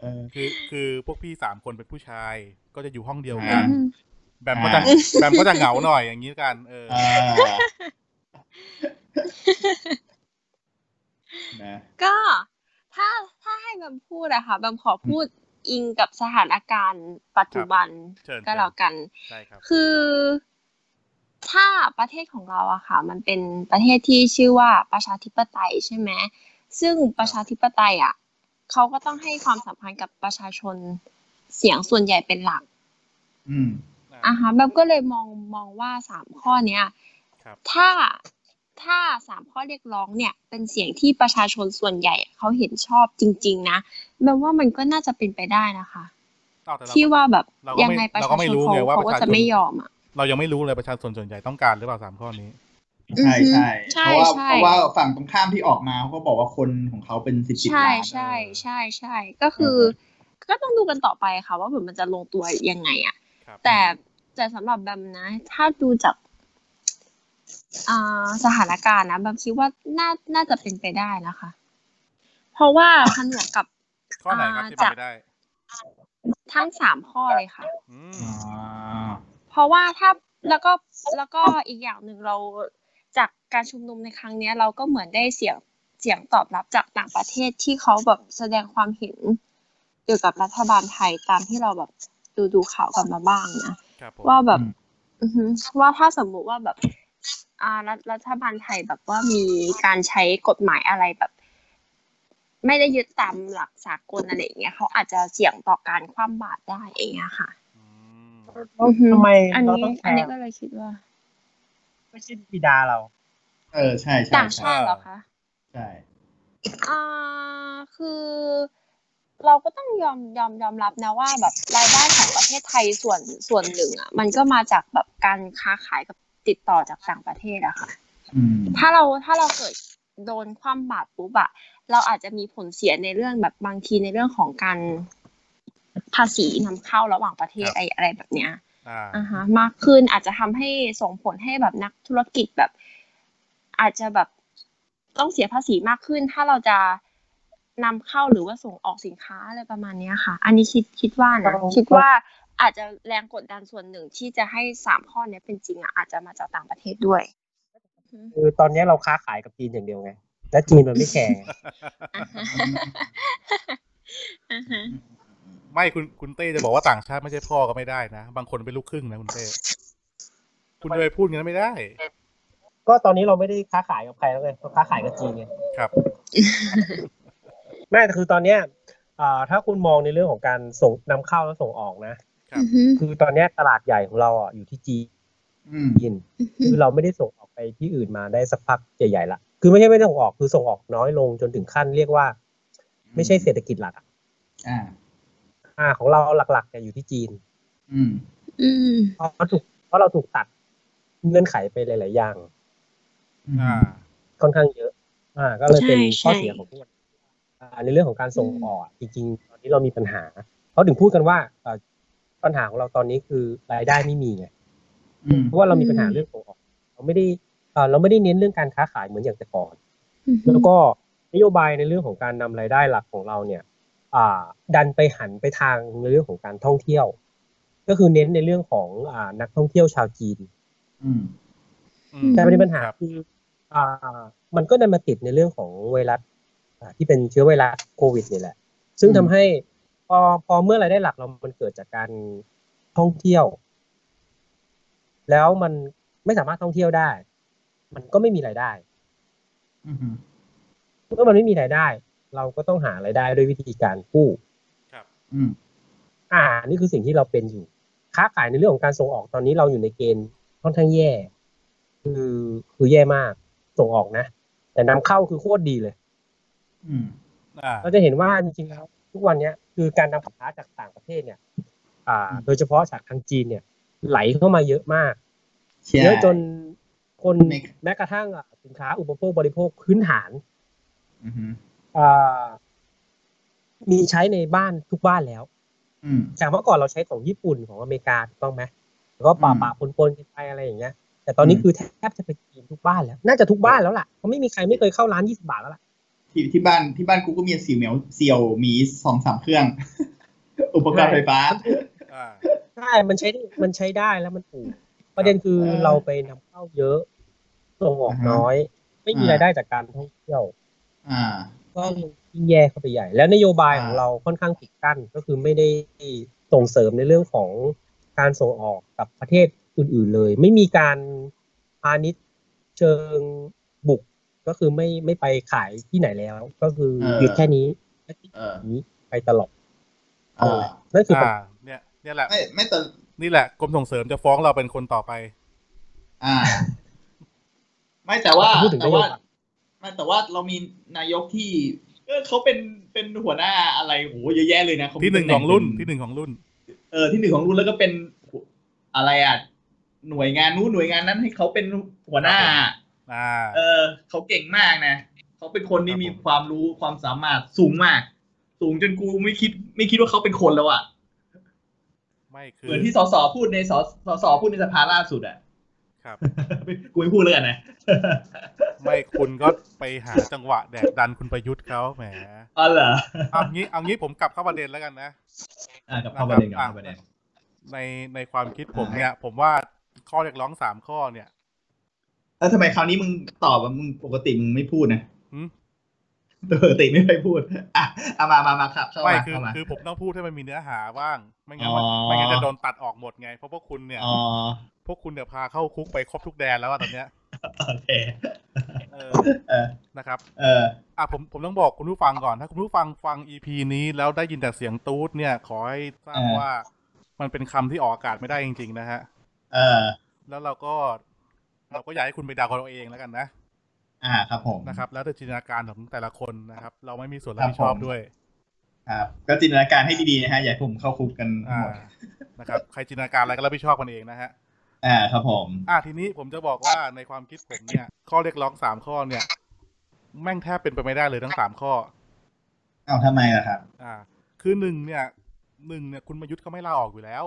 เออ คือคือพวกพี่สามคนเป็นผู้ชาย ก็จะอยู่ห้องเดียวกั อ่า น แบมก็จะแบมก็จะเหงาหน่อยอย่างนี้กันเออ เอ (laughs) อนะ ก็ถ้าถ้าให้แบมพูดอะค่ะแบมขอพูดอิงกับสถานการณ์ปัจจุบัน เชิญ ก็แล้วกัน ใช่ครับ คือถ้าประเทศของเราอะค่ะ มันเป็นประเทศที่ชื่อว่าประชาธิปไตยใช่ไหมซึ่งประชาธิปไตยอะเขาก็ต้องให้ความสำคัญกับประชาชนเสียงส่วนใหญ่เป็นหลัก อืม อ่ะฮะแบบก็เลยมองมองว่าสามข้อเนี้ย ครับ ถ้าถ้าสามข้อเรียกร้องเนี่ย เป็นเสียงที่ประชาชนส่วนใหญ่เขาเห็นชอบจริง ๆ นะแบบว่ามันก็น่าจะเป็นไปได้นะคะ เอาแต่เรา ที่ว่าแบบ เราก็ไม่ ยังไงประ เรา ชา ก็ ช ไม่ น รู้ เขา ไงว่า เขา ประ ก็ ชาชน จะไม่ยอมอ่ะ เรายังไม่รู้เลยประชาชนส่วนใหญ่ต้องการหรือเปล่าสามข้อนี้ ใช่ใช่ ใช่ เพราะว่า ใช่ เพราะว่าฝั่งตรงข้ามที่ออกมาเขาก็บอกว่าคนของเขาเป็นสิบสิบ ใช่ ล้าน ใช่ เออ ใช่ใช่ก็คืออก็ต้องดูกันต่อไปค่ะ ว่าแบบมันจะลงตัวยังไงอ่ะ ครับ แต่แต่สำหรับแบมนะ ถ้าดูจากอ่าสถานการณ์นะแบมคิดว่าน่าน่าจะเป็นไปได้นะคะ เพราะว่าผนวกกับ ข้อไหนครับ อ่า ที่เป็น จะ ไปได้ ทั้งสามข้อเลยค่ะ อืม อ๋อ เพราะว่าถ้าแล้วก็แล้วก็อีกอย่างหนึ่งเราจากการชุมนุมในครั้งเนี้ย เราก็เหมือนได้เสียงเสียงตอบรับจากต่างประเทศที่เขาแบบแสดงความเห็นเกี่ยวกับรัฐบาลไทยตามที่เราแบบดูดูข่าวกันมาบ้างนะ ครับผม ว่าแบบอือฮึว่าถ้าสมมุติว่าแบบอ่ารัฐรัฐบาลไทยแบบว่ามีการใช้กฎหมายอะไรแบบ ไม่ได้ยึดตามหลักสากลอะไรอย่างเงี้ยเขาอาจจะเสี่ยงต่อการคว่ำบาตรได้อย่างเงี้ยค่ะ อืม ทำไม อัน เรา นี้ ต้องแค อันนี้ ร์ ก็เลยคิดว่า ไม่ใช่บิดาเรา เออใช่ใช่ ต่าง ใช่ ชาติเหรอคะ ใช่ อ่าคือ เราก็ต้องยอมยอมยอมรับนะว่าแบบรายได้ของประเทศไทยส่วนส่วนหนึ่งอ่ะมันก็มาจากแบบการค้าขายกับติดต่อจากต่างประเทศอะค่ะ อืม ถ้าเราถ้าเราเกิดโดนคว่ำบาตรปุ๊บอะเราอาจจะมีผลเสียในเรื่องแบบบางทีในเรื่องของการภาษีนำเข้าระหว่างประเทศอะไรอะไรแบบเนี้ย อ่า อ่าฮะมากขึ้นอาจจะทำให้ส่งผลให้แบบนักธุรกิจแบบ อาจจะแบบต้องเสียภาษีมากขึ้น ถ้าเราจะนำเข้าหรือว่าส่งออกสินค้าอะไรประมาณเนี้ยค่ะ อันนี้คิดคิดว่านะ ครับ คิดว่าอาจจะแรงกดดันส่วนหนึ่งที่จะให้สามข้อเนี้ยเป็นจริงอ่ะอาจจะมาจากต่างประเทศด้วย คือตอนเนี้ยเราค้าขายกับจีนอย่างเดียวไง และจีนมันไม่แคร์ไง อ่าฮะอ่าฮะ ไม่คุณคุณเต้จะบอกว่าต่างชาติไม่ใช่พ่อก็ไม่ได้นะ บางคนเป็นลูกครึ่งนะคุณเต้ คุณจะไปพูดงั้นไม่ได้ ก็ตอนนี้เราไม่ได้ค้าขายกับใครแล้วไงเราค้าขายกับจีนไง ครับ ไม่แต่คือตอนเนี้ยเอ่อถ้าคุณมองในเรื่องของการส่งนำเข้าและส่งออกนะ ครับ อือฮึ คือตอนเนี้ยตลาดใหญ่ของเราอ่ะอยู่ที่จี อืมอืนอฮึ คือเราไม่ได้ส่งออกไปที่อื่นมาได้สักพักใหญ่ๆละ คือไม่ใช่ไม่ได้ส่งออก คือส่งออกน้อยลงจนถึงขั้นเรียกว่า ไม่ใช่เศรษฐกิจหลักอะ อ่า อ่า ของเราหลักๆเนี่ยอยู่ที่จีน อืม อืม เพราะถูกเพราะเราถูกตัดเงื่อนไขไปหลาย ๆ อย่าง อ่า ค่อนข้างเยอะ อ่า ก็เลยเป็น ใช่ ข้อ ใช่ เสียของทุกวันอ่า ในเรื่องของการส่งออกอะจริง ๆ ตอนนี้เรามีปัญหาเขาถึงพูดกันว่าเอ่อปัญหาของเราตอนนี้คือรายได้ไม่มีไง อืม เพราะว่าเรามีปัญหา อืม เรื่องส่งออก เราไม่ได้เอ่อเราไม่ได้เน้นเรื่องการค้าขายเหมือนอย่างแต่ก่อน อือฮึ แล้วก็นโยบายในเรื่องของการนำรายได้หลักของเราเนี่ย อ่า ดันไปหันไปทางในเรื่องของการท่องเที่ยว ก็คือเน้นในเรื่องของอ่านักท่องเที่ยวชาวจีน อืม อื ม แต่ประเด็นปัญหา ครับ คืออ่า มันก็ดันมาติดในเรื่องของไวรัสอ่าที่เป็นเชื้อไวรัสโควิดนี่แหละ ซึ่ง อืม ทำให้พอพอเมื่อรายได้หลักเรามันเกิดจากการท่องเที่ยว แล้วมันไม่สามารถท่องเที่ยวได้ มันก็ไม่มีรายได้ อืม เมื่อมันไม่มีรายได้ เราก็ต้องหารายได้ด้วยวิธีการกู้ ครับ อืม อ่า นี่คือสิ่งที่เราเป็นอยู่ ค้าขายในเรื่องของการส่งออกตอนนี้เราอยู่ในเกณฑ์ค่อนข้างแย่ คือคือแย่มาก ส่งออกนะ แต่นำเข้าคือโคตรดีเลย อืม อ่า เราจะเห็นว่าจริงๆแล้วทุกวันเนี้ยคือการนำสินค้าจากต่างประเทศเนี่ย อ่า อืม โดยเฉพาะจากทางจีนเนี่ย ไหลเข้ามาเยอะมาก ใช่ เยอะจนคน ไม่ แม้กระทั่งอ่ะสินค้าอุปโภคบริโภคพื้นฐาน อืมอืม อ่า มีใช้ในบ้านทุกบ้านแล้ว อืม จากเมื่อก่อนเราใช้ของญี่ปุ่นของอเมริกาถูกต้องไหมแล้วก็ปะ อืม ปะปนปนๆกันไปอะไรอย่างเงี้ย แต่ตอนนี้ อืม คือแทบจะเป็นจีนทุกบ้านแล้ว น่าจะทุกบ้านแล้วล่ะเพราะไม่มีใครไม่เคยเข้าร้านยี่สิบาทแล้วล่ะ ที่ที่บ้านที่บ้านกูก็มีเสี่ยวเหมียวเสี่ยวหมีสองสามเครื่อง (laughs) อุปกรณ์ไฟฟ้า อ่า ใช่ มันใช้ได้มันใช้ได้แล้วมันถูก ประเด็นคือ เออ เราไปนำเข้าเยอะ ส่งออกน้อย ไม่มี อ่า รายได้จากการท่องเที่ยว อ่า ก็ยิ่งแย่เข้าไปใหญ่ แล้วนโยบายของ อ่า เราค่อนข้างปิดกั้น ก็คือไม่ได้ส่งเสริมในเรื่องของการส่งออกกับประเทศอื่น ๆเลย ไม่มีการพาณิชย์เชิงบุก ก็คือไม่ไม่ไปขายที่ไหนแล้ว ก็คือหยุดแค่นี้และที่ เออ นี้ไปตลอด เออ นั่นคือปัญ อ่า หา เนี่ยเนี่ยแหละ ไม่ไม่แต่ นี่แหละกรมส่งเสริมจะฟ้องเราเป็นคนต่อไป อ่า ไม่แต่ (laughs) ว่า พูดถึงน แต่ โย ว่า บาย ไม่แต่ว่าเรามีนายกที่เออเขาเป็นเป็นหัวหน้าอะไรโหเยอะแยะเลยนะเขามี ที่หนึ่ง ตำแ ของรุ่น เป็ ที่หนึ่งของรุ่น เออที่หนึ่งของรุ่นแล้วก็เป็นอะไรอ่ะหน่วยงานนู้นหน่วยงานนั้นให้เขาเป็นหัวหน้า อ่า เออเขาเก่งมากนะเขาเป็นคนที่ ครับผม มีความรู้ความสามารถสูงมาก สูงจนกูไม่คิด ไม่คิดว่าเขาเป็นคนแล้วอ่ะ ไม่คือ เหมือนที่สสพูดในสสสพูดในสภาล่าสุดอ่ะ (laughs) ครับ กูไม่พูดเลยนะ ไม่คุณก็ไปหาจังหวะแดกดันคุณประยุทธ์เขาแหม อ๋อเหรอ เอางี้เอางี้ผมกลับเข้าประเด็นแล้วกันนะ อ่ะกลับเข้าประเด็นกลับเข้าประเด็น ในในความคิดผมเนี่ย ผมว่าข้อเรียกร้องสามข้อเนี่ย แล้วทำไมคราวนี้มึงตอบว่ามึงปกติมึงไม่พูดนะ หึ ปกติไม่เคยพูดอ่ะเอามามามาครับเข้า ไม่ มา คือ เข้ามา คือผมต้องพูดให้มันมีเนื้อหาบ้าง ไม่งั้นมัน อ๋อ ไม่งั้นจะโดนตัดออกหมดไง เพราะพวกคุณเนี่ย อ๋อ พวกคุณเนี่ยพาเข้าคุกไปครบทุกแดนแล้วอะตอนเนี้ย โอเค เออ เออ นะครับ เออ อ่ะผมผมต้องบอกคุณผู้ฟังก่อน ถ้าคุณผู้ฟังฟัง EP นี้แล้วได้ยินแต่เสียงตูดเนี่ย ขอให้ทราบ เออ ว่ามันเป็นคำที่ออกอากาศไม่ได้จริง ๆ นะฮะ เออ แล้วเราก็เราก็อยากให้คุณไปเดากันเอาเองแล้วกันนะ อ่า ครับผม นะครับ แล้วแต่จินตนาการของแต่ละคนนะครับ เราไม่มีส่วนรับ ครับ ผิดชอบ ผม ด้วย ครับ ก็จินตนาการให้ดีๆนะฮะ อย่าให้ผมเข้าคุกกัน อ่า หมด นะครับ ใครจินตนาการอะไรก็รับผิดชอบกันเองนะฮะ อ่า ครับผม อ่ะทีนี้ผมจะบอกว่าในความคิดผมเนี่ย ข้อเรียกร้องสามข้อเนี่ย แม่งแทบเป็นไปไม่ได้เลยทั้งสามข้อ เอ้าทำไมล่ะครับ อ่า คือหนึ่งเนี่ยหนึ่งเนี่ยคุณประยุทธ์เขาไม่ลาออกอยู่แล้ว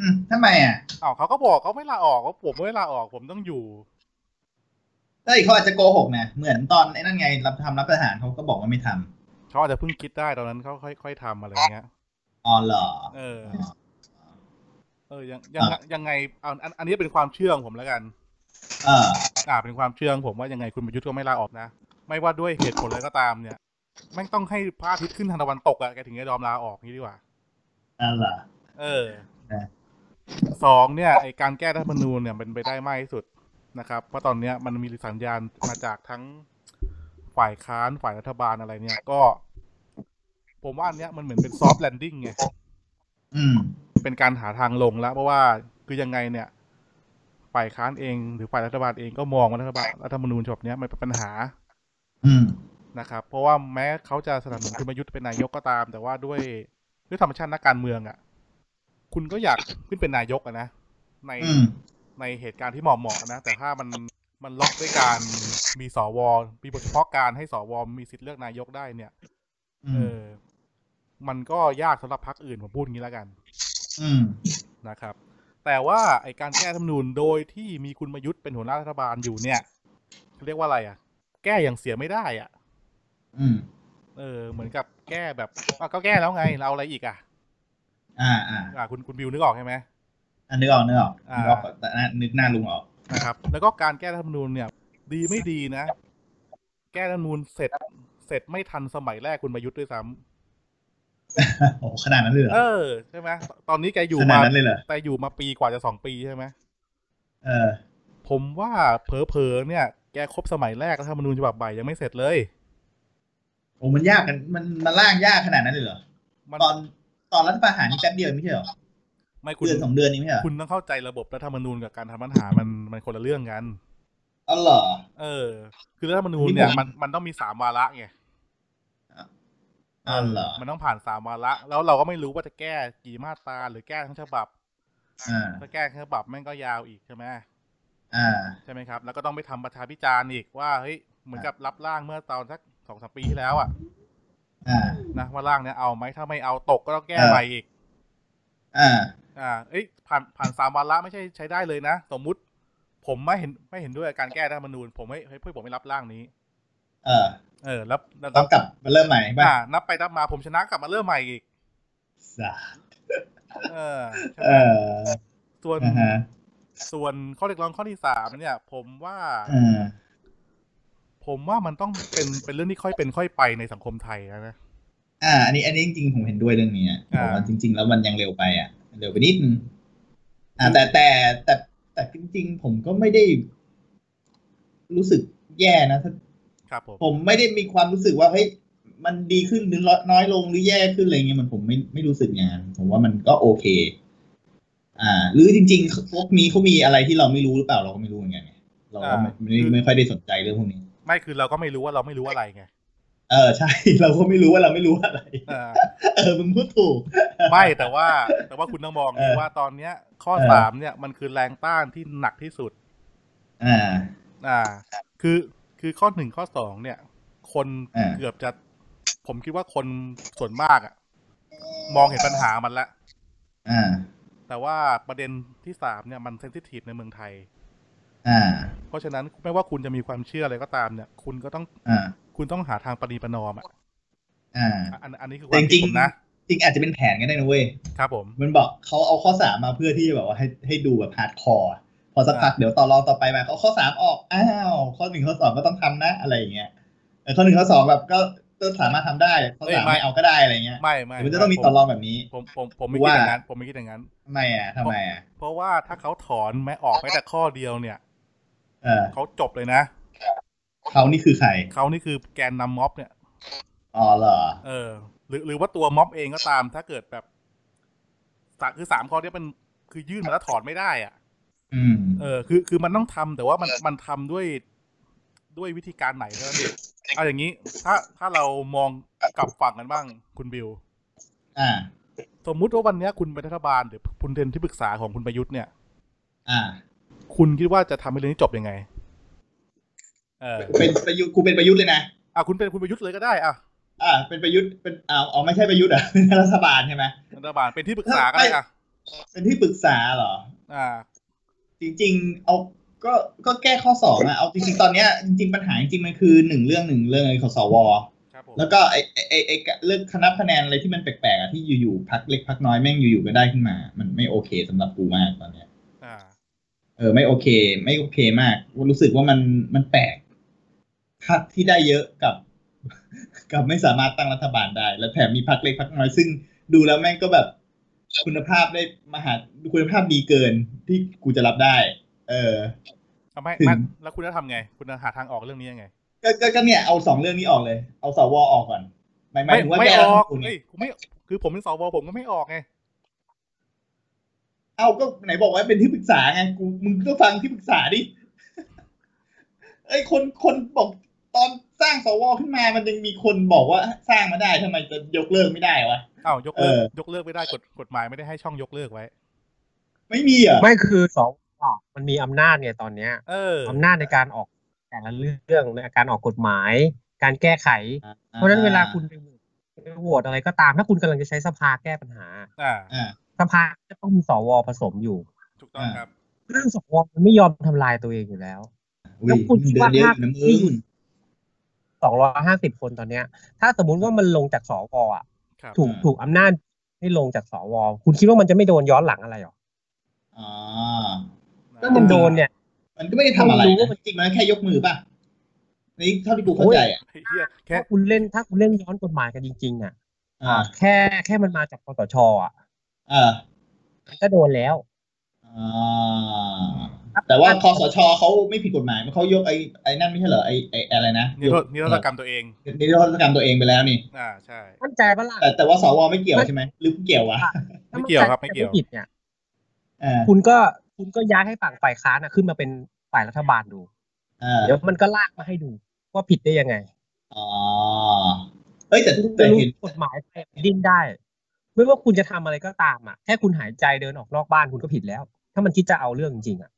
อืมทำไมอ่ะ อ้าวเขาก็บอกเขาไม่ลาออกว่าผมไม่ลาออกผมต้องอยู่ เอ้ยเขาอาจจะโกหกนะ เหมือนตอนไอ้นั่นไงรับทำรับทหารเขาก็บอกว่าไม่ท เขาอาจจะเพิ่งคิดได้ตอนนั้นเขาค่อยค่อยทำอะไรเงี้ย ำอ๋อเหรอ เออ อ๋อ เออยังยังยังไงเอาอันอันนี้เป็นความเชื่อของผมแล้วกัน เออ อ่าเป็นความเชื่อของผมว่ายังไงคุณประยุทธ์ก็ไม่ลาออกนะ ไม่ว่าด้วยเหตุผลอะไรก็ตามเนี่ยแม่งต้องให้พระอาทิตย์ขึ้นทางตะวันตกอะแกถึงจะยอมลาออกนี่ดีกว่า อ๋อเหรอ เออ นะ สองเนี่ยไอการแก้รัฐธรรมนูญเนี่ยเป็นไปได้มากที่สุดนะครับ เพราะตอนเนี้ยมันมีสัญญาณมาจากทั้งฝ่ายค้านฝ่ายรัฐบาลอะไรเนี่ยก็ ผมว่าอันเนี้ยมันเหมือนเป็นซอฟต์แลนดิ้งไง อืม เป็นการหาทางลงแล้ว เพราะว่าคือยังไงเนี่ย ฝ่ายค้านเองหรือฝ่ายรัฐบาลเองก็มองว่ารัฐบาลรัฐธรรมนูญฉบับเนี้ยมันเป็นปัญหา อืม นะครับ เพราะว่าแม้เขาจะสนับสนุนคุณประยุทธ์เป็นนายกก็ตาม แต่ว่าด้วยด้วยธรรมชาตินักการเมืองอะ่ะ คุณก็อยากขึ้นเป็นนายกอะนะใน อืม ในเหตุการณ์ที่เหมาะเหมาะๆนะ แต่ถ้ามันมันล็อกด้วยการมีสวมีบทเฉพาะการให้สวมีสิทธิ์เลือกนายกได้เนี่ย อื เอ ม อ มันก็ยากสำหรับพรรคอื่นผมพูดอย่างนี้แล้วกัน อืม นะครับ แต่ว่าไอการแก้รัฐธรรมนูญโดยที่มีคุณประยุทธ์เป็นหัวหน้ารัฐบาลอยู่เนี่ยเขาเรียกว่าอะไรอ่ะ แก้อย่างเสียไม่ได้อ่ะ อืม เออ เหมือนกับแก้แบบอ่ะก็แก้แล้วไงเราเอาอะไรอีกอ่ะ อ่าอ่า อ่ะคุณคุณบิวนึกออกใช่ไหม อันนึกออกนึกออก อ่า นึกออกแต่หน้านึกหน้าลุงออก (laughs) นะครับแล้วก็การแก้รัฐธรรมนูญเนี่ย ดีไม่ดีนะ แก้รัฐธรรมนูญเสร็จ เสร็จไม่ทันสมัยแรกคุณประยุทธ์ด้วยซ้ โอ้โหขนาดนั้นเลยเหร ำ อ เออใช่ไหมตอนนี้แกอยู่ ขมานาดนั้นเลยเหรอ แต่อยู่มาปีกว่าจะสองปีใช่ไหม เออ ผมว่าเผลอๆเนี่ย แกครบสมัยแรกรัฐธรรมนูญฉบับใหม่ยังไม่เสร็จเลย โอ้มันยากกันมันมันล่างยากขนาดนั้นเลยเหรอ มัน ตอนตอนรัฐประหารนี่แป๊บเดียวไม่ใช่เหรอ ไม่คุณ เดือนสองเดือนนี้ไม่ใช่เหรอ คุณต้องเข้าใจระบบรัฐธรรมนูญกับการทำปัญหามันมันคนละเรื่องกัน เอาเหรอ เออ คือรัฐธรรมนูญเนี่ยมันมันต้องมีสามวาระไง เอาเหรอ มันต้องผ่านสามวาระ แล้วเราก็ไม่รู้ว่าจะแก้กี่มาตราหรือแก้ทั้งฉบับ อ่า ถ้าแก้แค่ฉบับแม่งก็ยาวอีกใช่ไหม อ่า ใช่ไหมครับ แล้วก็ต้องไปทำประชาพิจารณ์อีกว่าเฮ้ยเหมือนกับรับร่างเมื่อตอนสักสองสามปีที่แล้วอ่ะ อ่า นะว่าร่างเนี้ยเอาไหมถ้าไม่เอาตกก็ต้องแก้ใหม่อีก อ่า อ่าเอ้ยผ่านผ่านสามวาระไม่ใช่ใช้ได้เลยนะ สมมุติ ผมไม่เห็นไม่เห็นด้วยกับการแก้รัฐธรรมนูญผมไม่ให้เพื่อผมไม่รับร่างนี้ เออ เออแล้วแล้ว ต้องกลับมาเริ่มใหม่ป่ะ อ่านับไปนับมาผมชนะกลับมาเริ่มใหม่อีก สา เออใช่ เอ ไหม อ ส่วน อ่าฮะ ส่วนข้อเรียกร้องข้อที่สามเนี่ย ผมว่า อ่า ผมว่ามันต้องเป็นเป็นเรื่องที่ค่อยเป็นค่อยไปในสังคมไทยนะนะ อ่า อันนี้ อันนี้จริงๆผมเห็นด้วยเรื่องนี้อะ อ่า ผมว่าจริง ๆ แล้วมันยังเร็วไปอ่ะ เร็วไปนิดนึงอ่า แต่แต่แต่แต่จริง ๆ ผมก็ไม่ได้ รู้สึกแย่นะถ้า ครับผม ผมไม่ได้มีความรู้สึกว่าเฮ้ยมันดีขึ้นหรือน้อยลงหรือแย่ขึ้นอะไรเงี้ยมันผมไม่ไม่รู้สึกอย่างาน ผมว่ามันก็โอเค อ่า หรือจริงๆพวกนี้เขามีอะไรที่เราไม่รู้หรือเปล่าเราก็ไม่รู้เหมือนกันไงเราก็ไม่ไม่ไม่ค่อยได้สนใจเรื่องพวกนี้ ไม่คือเราก็ไม่รู้ว่าเราไม่รู้อะไรไง เออใช่ (laughs) เราก็ไม่รู้ว่าเราไม่รู้อะไร เออ เออมึงพูดถูก ไม่แต่ว่า แต่ว่าคุณต้องมอง เออ ว่าตอนเนี้ย ข้อ เออ สามเนี่ยมันคือแรงต้านที่หนักที่สุด อ่า อ่า คือคือข้อหนึ่งข้อสองเนี่ย คน เออ เกือบจะ ผมคิดว่าคนส่วนมากอะมองเห็นปัญหามันละ อ่า แต่ว่าประเด็นที่สามเนี่ยมันเซนซิทีฟในเมืองไทย อ่า เพราะฉะนั้นไม่ว่าคุณจะมีความเชื่ออะไรก็ตามเนี่ย คุณก็ต้อง อ่า คุณต้องหาทางปณีประนอมอะ อ่า อ่ะอันอันนี้คือค แต่ วาม จ คิ ริ ด ง ผมนะ ๆจริงอาจจะเป็นแผนก็ได้นะเว้ย ครับผม มันบอกเขาเอาข้อสามมาเพื่อที่จะแบบว่าให้ให้ดูแบบฮาร์ดคอร์พอสักพัก อ่า เดี๋ยวต่อรองต่อไปมาเอาข้อสามออกอ้าว ข้อหนึ่งข้อสองก็ต้องทำนะอะไรอย่างเงี้ยเออข้อหนึ่งข้อสองแบบก็ก็สามารถทำได้ข้อสามไม่เอาก็ได้อะไรเงี้ย ไม่ไม่ เดี๋ยวมันจะต้องมีต่อรองแบบนี้ ผมผมผมไม่คิด ว่า อย่างนั้นผมไม่คิดอย่างนั้น ทำไมอ่ะทำไมอ่ะ เพราะว่าถ้าเขาถอนแม้ออกแม้แต่ข้อเดียวเนี่ย เออ เขาจบเลยนะ เขานี่คือใคร เขานี่คือแกนนำม็อบเนี่ย อ๋อเหรอ เออ หรือหรือว่าตัวม็อบเองก็ตาม ถ้าเกิดแบบสะคือสามข้อเนี้ยมันคือยื่นมาแล้วถอนไม่ได้อะ อืม เออคือคือมันต้องทำแต่ว่ามันมันทำด้วยด้วยวิธีการไหนเท่านั้นเองเอาอย่างนี้ ถ้าถ้าเรามองกลับฝั่งกันบ้างคุณบิว อ่า สมมุติว่าวันเนี้ยคุณเป็นรัฐบาลหรือคุณเป็นที่ปรึกษาของคุณประยุทธ์เนี่ย อ่า คุณคิดว่าจะทำให้เรื่องนี้จบยังไง เออ เป็นประยุทธ์กูเป็นประยุทธ์เลยนะ อ่ะคุณเป็นคุณประยุทธ์เลยก็ได้อ่ะ อ่า เป็นประยุทธ์เป็นอ้าวอ๋อไม่ใช่ประยุทธ์เหรอ่ะ (laughs) เป็นรัฐบาลใช่ไหม รัฐบาลเป็นที่ปรึกษาก็ได้อ่ะ เป็นที่ปรึกษาเหรอ อ่า จริงๆ เอา ก็ ก็แก้ข้อสองอะเอาจริงๆ ตอนเนี้ยจริงๆ ปัญหาจริงๆ มันคือหนึ่งเรื่องหนึ่งเรื่องเลยของสว ครับผม แล้วก็ไอ้ไอ้ไอ้ไอ้เรื่องคณะคะแนนอะไรที่มันแปลกๆอะที่อยู่ๆ พักเล็กพักน้อยแม่งอยู่ๆ ก็ได้ขึ้นมา มันไม่โอเคสำหรับกูมากตอนเนี้ย อ่า เออ ไม่โอเค ไม่โอเคมาก รู้สึกว่ามัน มันแปลก พักที่ได้เยอะกับ (laughs) กับไม่สามารถตั้งรัฐบาลได้ และแถมมีพักเล็กพักน้อยซึ่งดูแล้วแม่งก็แบบ คุณภาพได้มหาคุณภาพดีเกินที่กูจะรับได้ เออ ทำไม ถึง มันแล้วคุณจะทำไง คุณจะหาทางออกเรื่องนี้ยังไง ก็ก็ก็เนี่ยเอาสองเรื่องนี้ออกเลย เอาสวออกก่อนหมายหมาย ไม่ ถึงว่า ไม่ แก้ อ รัฐธร อ ร ก มนูญไง เฮ้ยผมไม่คือผมเป็นสวผมก็ไม่ออกไง เอ้าก็ไหนบอกว่าเป็นที่ปรึกษาไงกูมึงก็ฟังที่ปรึกษาดิ (laughs) เอ้ยคนคนบอกตอนสร้างสวขึ้นมามันยังมีคนบอกว่าสร้างมาได้ทำไมจะยกเลิกไม่ได้วะ อ้าวยกเลิก เออ ยกเลิกไม่ได้กฎกฎหมายไม่ได้ให้ช่องยกเลิกไว้ ไม่มีเหรอ่ะ ไม่คือสองอ่ะมันมีอำนาจไงตอนเนี้ย เออ อำนาจในการออกแต่ละเรื่องในการออกกฎหมาย การแก้ไข เพราะฉะนั้นเวลาคุณไปโหวตไปโหวตอะไรก็ตาม ถ้าคุณกำลังจะใช้สภาแก้ปัญหา อ่า อ่า สภาจะต้องมีสวผสมอยู่ ถูกต้องครับ เรื่องสวมันไม่ยอมทำลายตัวเองอยู่แล้ว อุ้ย แล้วคุณ มึ คิ ง ด เดิเยอะว่านภา อ พ ยู่นะมึ ที่ ง อยู่สองร้อยห้าสิบคนตอนเนี้ย ถ้าสมมุติว่ามันลงจากสวอ่ะ ครับ ถูกถูกอำนาจให้ลงจากสวคุณคิดว่ามันจะไม่โดนย้อนหลังอะไรหรอ อ๋อ นะ ก็ ถ้ามันโดนเนี่ย มันก็ไม่ได้ทำอะไร ไม่รู้ นะ ว่ามัน จริงๆมันแค่ยกมือป่ะนี่เท่าที่กูเข้าใจอ่ะ ไอ้เหี้ยแค่ ถ้าคุณเล่นถ้าคุณเล่นย้อนกฎหมายกันจริงๆอ่ะ อ่า แค่แค่มันมาจากคอสชอ่ะ อ่า มันก็โดนแล้ว อ่าแต่ว่าคอสชเขาไม่ผิดกฎหมายมันเขายกไอ้ไอ้นั่นไม่ใช่เหรอไอ้ไอ้อะไรนะ นิรโทษนิรโทษกรรมตัวเอง เออนิรโทษกรรมตัวเองไปแล้วนี่ อ่าใช่ มั่นใจปะล่ะ แต่แต่ว่าสวไม่เกี่ยวใช่ไหมหรือเกี่ยววะ ค่ะ ไม่เกี่ยวครับไม่เกี่ยว ถ้านใจผิดเนี่ย อ่า คุณก็คุณก็ย้ายให้ฝั่งฝ่ายค้านอะขึ้นมาเป็นฝ่ายรัฐบาลดู อ่า เดี๋ยวมันก็ลากมาให้ดู ว่าผิดได้ยังไง อ๋อเอ้ยแต่ คุณ แต่ จะรู้ เห็น กฎหมายไปดิ้นได้ ไม่ว่าคุณจะทำอะไรก็ตามอ่ะแค่คุณหายใจเดินออกนอกบ้านคุณก็ผิดแล้ว ถ้ามันคิดจะเอาเรื่องจริงๆอ่ะ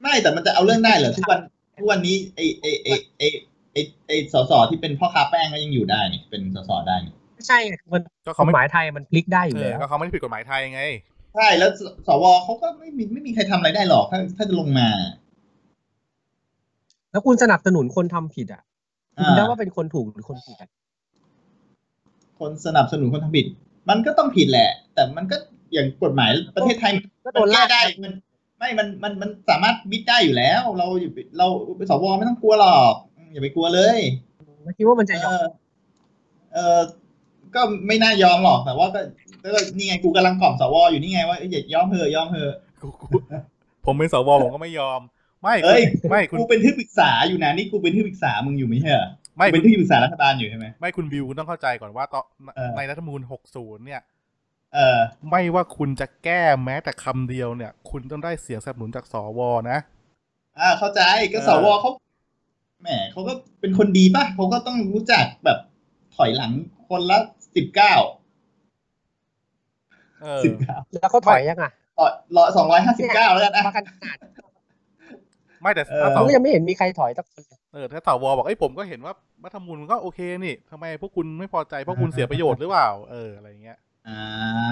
ไม่แต่มันจะเอาเรื่องได้เหรอทุกวันทุกวันนี้ไอ้ไอ้ไอ้ไอ้ไอ้ไอ้สสที่เป็นพ่อค้าแป้งก็ยังอยู่ได้นี่เป็นสสได้นี่ ไม่ใช่ไงมัน ก็ ก เขา ฎ ไม่ หมายไทยมันพลิกได้อยู่ เออ แล้ว ก็เขาไม่ได้ผิดกฎหมายไทยไง ใช่แล้วสสวเขาก็ไม่มีไม่มีใครทำอะไรได้หรอกถ้าถ้าจะลงมา แล้วคุณสนับสนุนคนทำผิดอ่ะคุณได้ อ่า ว่าเป็นคนถูกหรือคนผิดอ่ะ คนสนับสนุนคนทำผิด มันก็ต้องผิดแหละ แต่มันก็อย่างกฎหมายประเทศไทย ก็โด มัน น ลา แก้ ก ได้มัมานไม่มันมันมันสามารถบิดได้อยู่แล้ว เราอยู่เราสวไม่ต้องกลัวหรอกอย่าไปกลัวเลย ไม่คิดว่ามันจะย เอ อม อเออก็ไม่น่ายอมหรอกแต่ว่าก็ก็นี่ไงกูกำลังกล่อมสวอยู่นี่ไงว่าเอ้ยอย่ายอมเถอะยอมเถอะ กูกูผมเป็นสวผมก็ไม่ยอม ไม่ เอ้ย คุณไม่คุณ กูเป็นที่ปรึกษาอยู่นะนี่กูเป็นที่ปรึกษามึงอยู่ไม่ใช่เหรอ ไม่ เป็ คุ น ณ ที่ปรึกษารัฐบาลอยู่ใช่ไหม ไม่คุณบิวคุณต้องเข้าใจก่อนว่าตอน เออ ในรัฐธรรมนูญ60 เนี่ย เออ ไม่ว่าคุณจะแก้แม้แต่คำเดียวเนี่ย คุณต้องได้เสียงสนับสนุนจากสวนะ อ่าเข้าใจก็สว เออ เขาแหมเขาก็เป็นคนดีป่ะเขาก็ต้องรู้จักแบบถอยหลังคนละสิบเก้า เออ สิบเก้า แล้วเขาถอยยังอ่ะ ต่อรอสองร้อยห้าสิบเก้าแล้วกัน มา อ่ะ กันขนาด ไม่แต่ เออ ถ้าส ผม ว ก็ยังไม่เห็นมีใครถอยสักคนเลย เออถ้าสวบอกไอ้ยผมก็เห็นว่ารัฐธรรมนูญมันก็โอเคนี่ทำไมพวกคุณไม่พอใจเพราะคุณเสียประโยชน์หรือเปล่าเอออะไรอย่างเงี้ย อ่า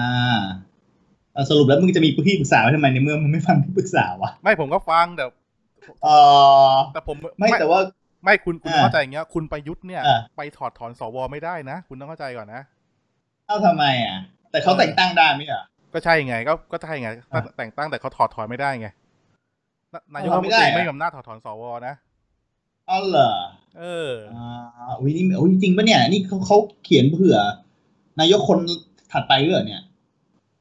เอาสรุปแล้วมึงจะมีที่ปรึกษาไว้ทำไมในเมื่อมึงไม่ฟังที่ปรึกษาวะ ไม่ผมก็ฟังแต่ เออ แต่ผม ไม่แต่ว่า ไม่คุณคุณต้อง อ่า เข้าใจอย่างเงี้ย คุณประยุทธ์เนี่ย อ่า ไปถอดถอนสวไม่ได้นะ คุณต้องเข้าใจก่อนนะ เอ้าทำไมอ่ะ แต่เขาแต่งตั้งได้ไหมอ่ะ ก็ใช่ไง ก็ก็ใช่ไง อ่า แต่งตั้งแต่เขาถอดถอนไม่ได้ไงนนายก ถ รั อ ฐมดไม่ น ได้ ตรี อะ ไม่มีอำนาจถอดถอนสวนะ อ๋อเหรอ เออ อ่าอุ้ยนี่อุ้ยจริงปะเนี่ย นี่เขาเขาเขียนเผื่อ นายกคนถัดไปด้วยเหรอเนี่ย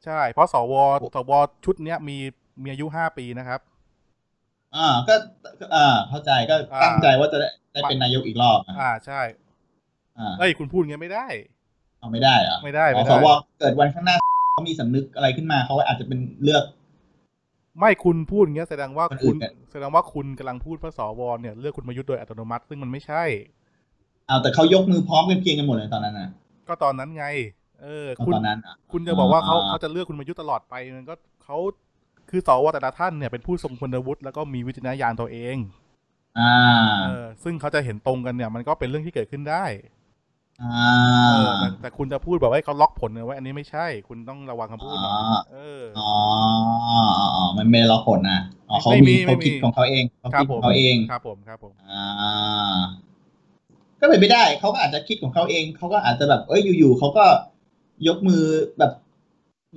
ใช่ เพราะสวสวชุดเนี้ยมีมีอายุห้าปีนะครับ อ่าก็ก็อ่าเข้าใจก็ อ่า ตั้งใจว่าจะได้ได้เป็นนายกอีกรอบอ่ะ อ่าใช่ อ่า เอ้ยคุณพูดงี้ไม่ได้ เอาไม่ได้เหรอ ไม่ได้ อ๋อ ไม่ได้ สวเกิดวันข้างหน้าเขามีสำนึกอะไรขึ้นมาเขาอาจจะเป็นเลือก ไม่คุณพูดอย่างเงี้ยแสดงว่า คนอื่ คุณ นเนี่ย แสดงว่าคุณกำลังพูดเพราะสวเนี่ยเลือกคุณประยุทธ์โดยอัตโนมัติ ซึ่งมันไม่ใช่ เอาแต่เขายกมือพร้อมกันเพียงกันหมดเลยตอนนั้นนะ ก็ตอนนั้นไง เออ คุณ ตอนนั้นอ่ะ คุณจะบอกว่าเขา อ่า เขาจะเลือกคุณประยุทธ์ตลอดไปมันก็เขาคือสวแต่ละท่านเนี่ยเป็นผู้ทรงคุณวุฒิแล้วก็มีวิจารณญาณตัวเอง อ่า เออ ซึ่งเขาจะเห็นตรงกันเนี่ย มันก็เป็นเรื่องที่เกิดขึ้นได้ อ่ เอา อแต่แต่คุณจะพูดแบบว่าเอ้ยเขาล็อกผลเอาไว้อันนี้ไม่ใช่ คุณต้องระวังคำพูดหน่อยเออ อ๋ออ๋ออ๋อมันไม่รอผลนะอ๋อเขา ไม่มี มีเขา ไม่มี คิดของเขาเองเขา ครั คิ บ ด ผ ขอ ม งเขาเอง ครับผมครับผม อ่า ก็เป็นไปได้เขาก็อาจจะคิดของเขาเองเขาก็อาจจะแบบ เอ้ยอยู่ๆเขาก็ยกมือแบบ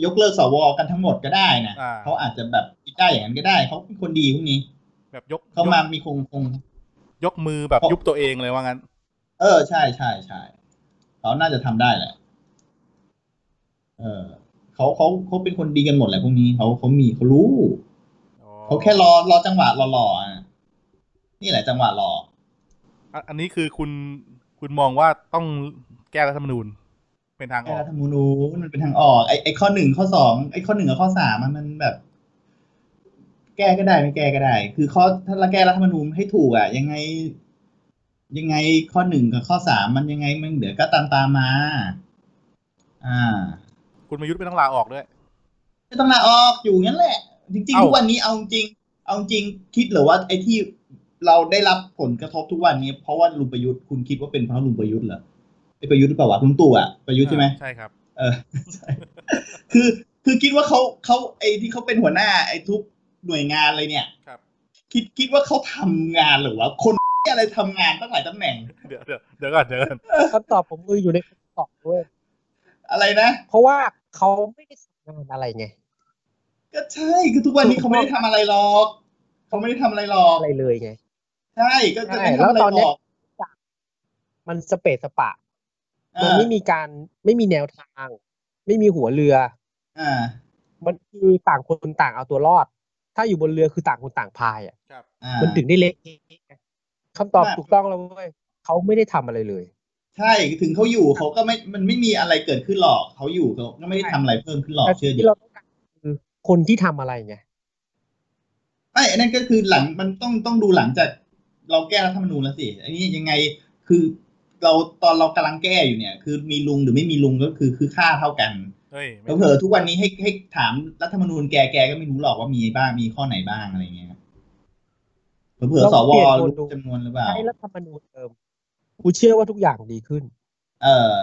ยกเลิกสวกันทั้งหมดก็ได้นะ อ่า เขาอาจจะแบบคิดได้อย่างนั้นก็ได้เขาเป็นคนดีพวกนี้ แบบยก เขา ย มาก มีคงคง ยกมือแบบ เขายุ ยุบตัวเองเลยว่างั้น เออใช่ใช่ใช่เขาน่าจะทำได้แหละ เออ เขาเขาเขาเป็นคนดีกันหมดแหละพวกนี้เขาเขามีเขารู้ อ๋อ เขาแค่รอรอจังหวะหล่อๆอ่ะนี่แหละจังหวะหล่อ อ่ะอันนี้คือคุณคุณมองว่าต้องแก้รัฐธรรมนูญ เป็นทางอ แก้ อก รัฐธรรมนูญมันเป็นทางออกไอไอข้อหนึ่งข้อสองไอข้อหนึ่งกับข้อสามอะมันแบบ แก้ก็ได้ไม่แก้ก็ได้ คือข้อถ้าเราแก้รัฐธรรมนูญให้ถูกอ่ะ ยังไง ยังไงข้อหนึ่งกับข้อสามมันยังไงมันเดี๋ยวก็ตามตามๆมา อ่า คุณประยุทธ์ไม่ต้องลาออกด้วย ไม่ต้องลาออกอยู่งั้นแหละ จริง เอ้า ๆทุกวันนี้เอาจริง เอาจริงคิดเหรือว่าไอ้ที่เราได้รับผลกระทบทุกวันนี้ เพราะว่าลุงประยุทธ์คุณคิดว่าเป็นเพราะลุงประยุทธ์เหรอไอ้ประยุทธ์หรือเปล่าวะลุงตู่อะประยุทธ์ใช่ไหม อ่าใช่ครับ เออ (laughs) ใช่คือคือคิดว่าเขาเขาไอ้ที่เขาเป็นหัวหน้า ไอ้ทุกหน่วยงานเลยเนี่ย ครับ คิดคิดว่าเขาทำงานเหรือวะคนอะไรทำงานตั้งหลายตำแหน่ง เดี๋ยวเดี๋ยวเดี๋ยวก่อนเดี๋ยวก่อน คำตอบผมคืออยู่ในคำตอบด้วย อะไรนะ เพราะว่าเขาไม่ได้ทำงานอะไรไง ก็ใช่คือทุกวันนี้เขาไม่ได้ทำอะไรหรอกเขาไม่ได้ทำอะไรหรอก อะไรเลยไง ใช่ก็จะไม่ทำอะไรใช่แล้วตอน ห เนี้ ร ย อก มันสเปซสปะ เอ มัน อ ไม่มีการไม่มีแนวทาง ไม่มีหัวเรือ อ่า มันคือต่างคนต่างเอาตัวรอด ถ้าอยู่บนเรือคือต่างคนต่างพายอ่ะ ครับ อ่า มันถึงได้เละเทะไงคำตอบ มาก ถูกต้องแล้วเว้ยเขาไม่ได้ทำอะไรเลย ใช่ถึงเขาอยู่เขาก็ไม่มันไม่มีอะไรเกิดขึ้นหรอกเขาอยู่เขาก็ไม่ได้ทำอะไรเพิ่มขึ้นหรอก แต่สิ่ เชื่อดิงที่เราต้องการคือคนที่ทำอะไรไง ไอ้อันนั้นก็คือหลังมันต้องต้องดูหลังจากเราแก้รัฐธรรมนูญแล้วสิอันนี้ยังไงคือเราตอนเรากำลังแก้อยู่เนี่ย คือมีลุงหรือไม่มีลุงก็คือคือค่าเท่ากัน เฮ้ยไม่ แล้วเผลอๆทุกวันนี้ให้ให้ถามรัฐธรรมนูญแกแกก็ไม่รู้หรอกว่ามีบ้างมีข้อไหนบ้างอะไรเงี้ยเผลอๆส ลอง ว เปลี่ยนคนดู รู้จำนวนหรือเปล่า ใช้รัฐธรรมนูญเดิมกูเชื่อว่าทุกอย่างดีขึ้น เออ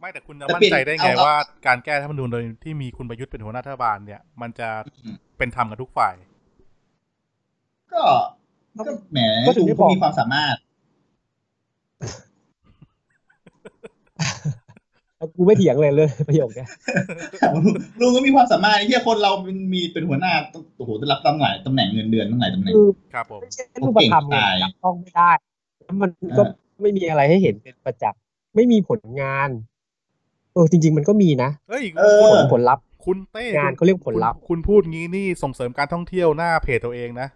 ไม่แต่คุณจะ แต่ มั่น เปลี่ยน ใจได้ไง เอาเอา ว่าการแก้รัฐธรรมนูญโดยที่มีคุณประยุทธ์เป็นหัวหน้ารัฐบาลเนี่ย มันจะเป็นธรรมกับทุกฝ่าย (laughs) ก็ก็แหม ก็ถึ ลุ ง ง ได้บ เขา อก มีความสามารถ แล้วกูไม่เถียงเลยเลย (laughs) ประโยคเนี้ย (laughs) ลุงก็มีความสามารถไอ้เฮียคนเรามันมีเป็นหัวหน้าต้องโอ้โหได้รับตำแหน่งตำแหน่งเงินเดือนตั้งหลายตำแหน่ง คือ ครับผม ไม่ใช่รูปธรรมไง เก่งตาย จับต้องไม่ได้แล้วมันก็ เออ ไม่มีอะไรให้เห็นเป็นประจักษ์ไม่มีผลงานเออจริง ๆ มันก็มีนะ เฮ้ย เออ ผลผลลัพธ์ คุณเต้ งาน คุณ เขาเรียกผลลัพธ์ คุณคุณพูดงี้นี่ส่งเสริมการท่องเที่ยวหน้าเพจตัวเองนะ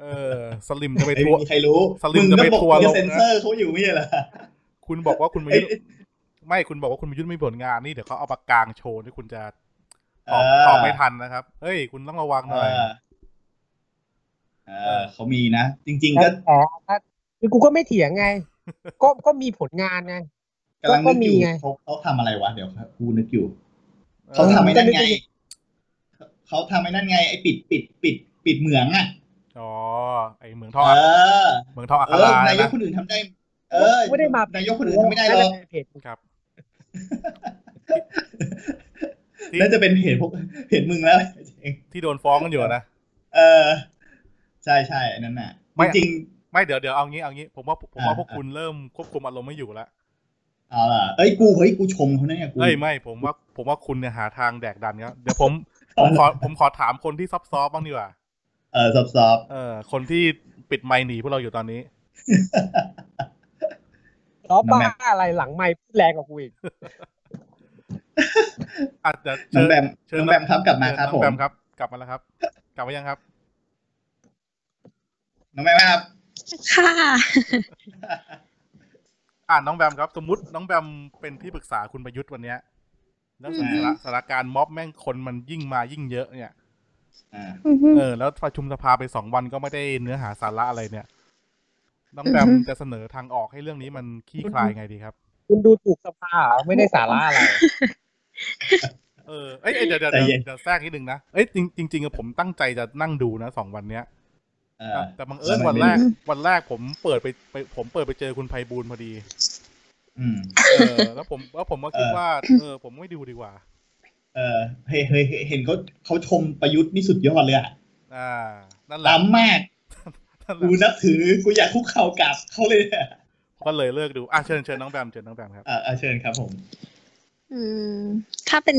เออ สลิมจะไป ไม่ ทัวร์ มีใครรู้ สลิมจะไปทัวร์ มึง ล ก็ ง เซ็น นะ เซอร์เขาอยู่ไม่ใช่เหรอ คุณบอกว่าคุณประ ไอ้ ยุทธ์ไม่คุณบอกว่าคุณประยุทธ์ไม่มีผลงานนี่เดี๋ยวเขาเอาปากกางโชว์ที่คุณจะ เ ตอบตอบไม่ทันนะครับ เฮ้ย คุณต้องระวังห เอ น่อย อเออเขามีนะ จริง ๆ ก็ แต่ถ้าคือกูก็ไม่เถียงไง ก็ก็มีผลงานไง กำลังนึกอยู่ ก็มีไง เขาเขาทำอะไรวะ เดี๋ยวครับกูนึกอยู่ เอ เขา อ ทำไอ้นั่นไง เขาทำไอ้นั่นไง ไอ้ปิดปิดปิด ปิดเหมืองอ่ะ อ๋อไอเหมืองท เอ องอะ อ เหมืองทองอัค เอ รา อ นะ นายกคนอื่นทำได้ เออ ไม่ได้มาน ายกคนอื่นทำไม่ได้หรอก น่าจะเป็นเพจ ครับ ที่ น่าจะเป็นเพจพวกเพจมึงแล้ว (laughs) ที่โดนฟ้องกันอยู่นะ เออ ใช่ใช่อันนั้นน่ะ ไม่ จริง ไม่เดี๋ยวเดี๋ยวเอางี้เอางี้ ผมว่าผมว่า อ่า พวกคุณเริ่มควบคุมอารมณ์ไม่อยู่แล้ว ๆเอาล่ะเอ้ยกูเฮ้ยกูชมเขานะเนี่ยกู เอ้ยไม่ผมว่าผมว่าคุณเนี่ยหาทางแดกดันครับเดี๋ยวผมผมขอผมขอถามคนที่ซับซ้อฟต์บ้างดีกว่า เออซอบซอบ เออคนที่ปิดไมค์หนีพวกเราอยู่ตอนนี้ ล้อบ้าอะไรหลังไม่พูดแรงกว่ากูอีก อาจจะ น้ เชิ อง ญ แบม เชิญ น้องแบมครับกลับมาครับ น้อ ผ งแบ ม มครับ กลับมาแล้วครับ กลับมายังครับ น้องแบมครับ ค่ะ อ่าน้องแบมครับ สมมติน้องแบมเป็นที่ปรึกษาคุณประยุทธ์วันเนี้ยแล้วสถา อื น ม สถานการณ์ม็อบแม่งคนมันยิ่งมายิ่งเยอะเนี่ย อ่า เออแล้วประชุมสภาไปสองวันก็ไม่ได้เนื้อหาสาระอะไรเนี่ย น้องแบม อือฮึ จะเสนอทางออกให้เรื่องนี้มันคลี่คลายไงดีครับ คุณดูถูกสภาเหรอไม่ได้สาระอะไร เออเอ้ยเอ้ยเดี๋ยวเดี๋ยวเดี๋ยวเดี๋ยวแทรกนิดนึงนะเอ้ยจริงจริงๆอะผมตั้งใจจะนั่งดูนะสองวันเนี้ย เออ แต่แต่บังเอิญ แล้วมั วัน น ไม่ แรกวันแรกผมเปิดไปไป ผมเปิดไปเจอคุณไพบูลย์พอดี อืม เออ แล้วผมแล้วผมก็คิด เออ ว่า เออ ผมไม่ดูดีกว่า เออเฮ้ยเฮ้ยเห็นเขาเขาชมประยุทธ์นี่สุดยอดเลยอ่ะ อ่านั่นแหละ ล้ำมาก นั่นแห กู ละ นับถือกูอยากคุกเข่ากราบเขาเลยอะ ก็เลยเลิกดูอ่ะเชิญเชิญน้องแบมเชิญน้องแบมครับ อ่าอ่าเชิญครับผม อืม ถ้าเป็น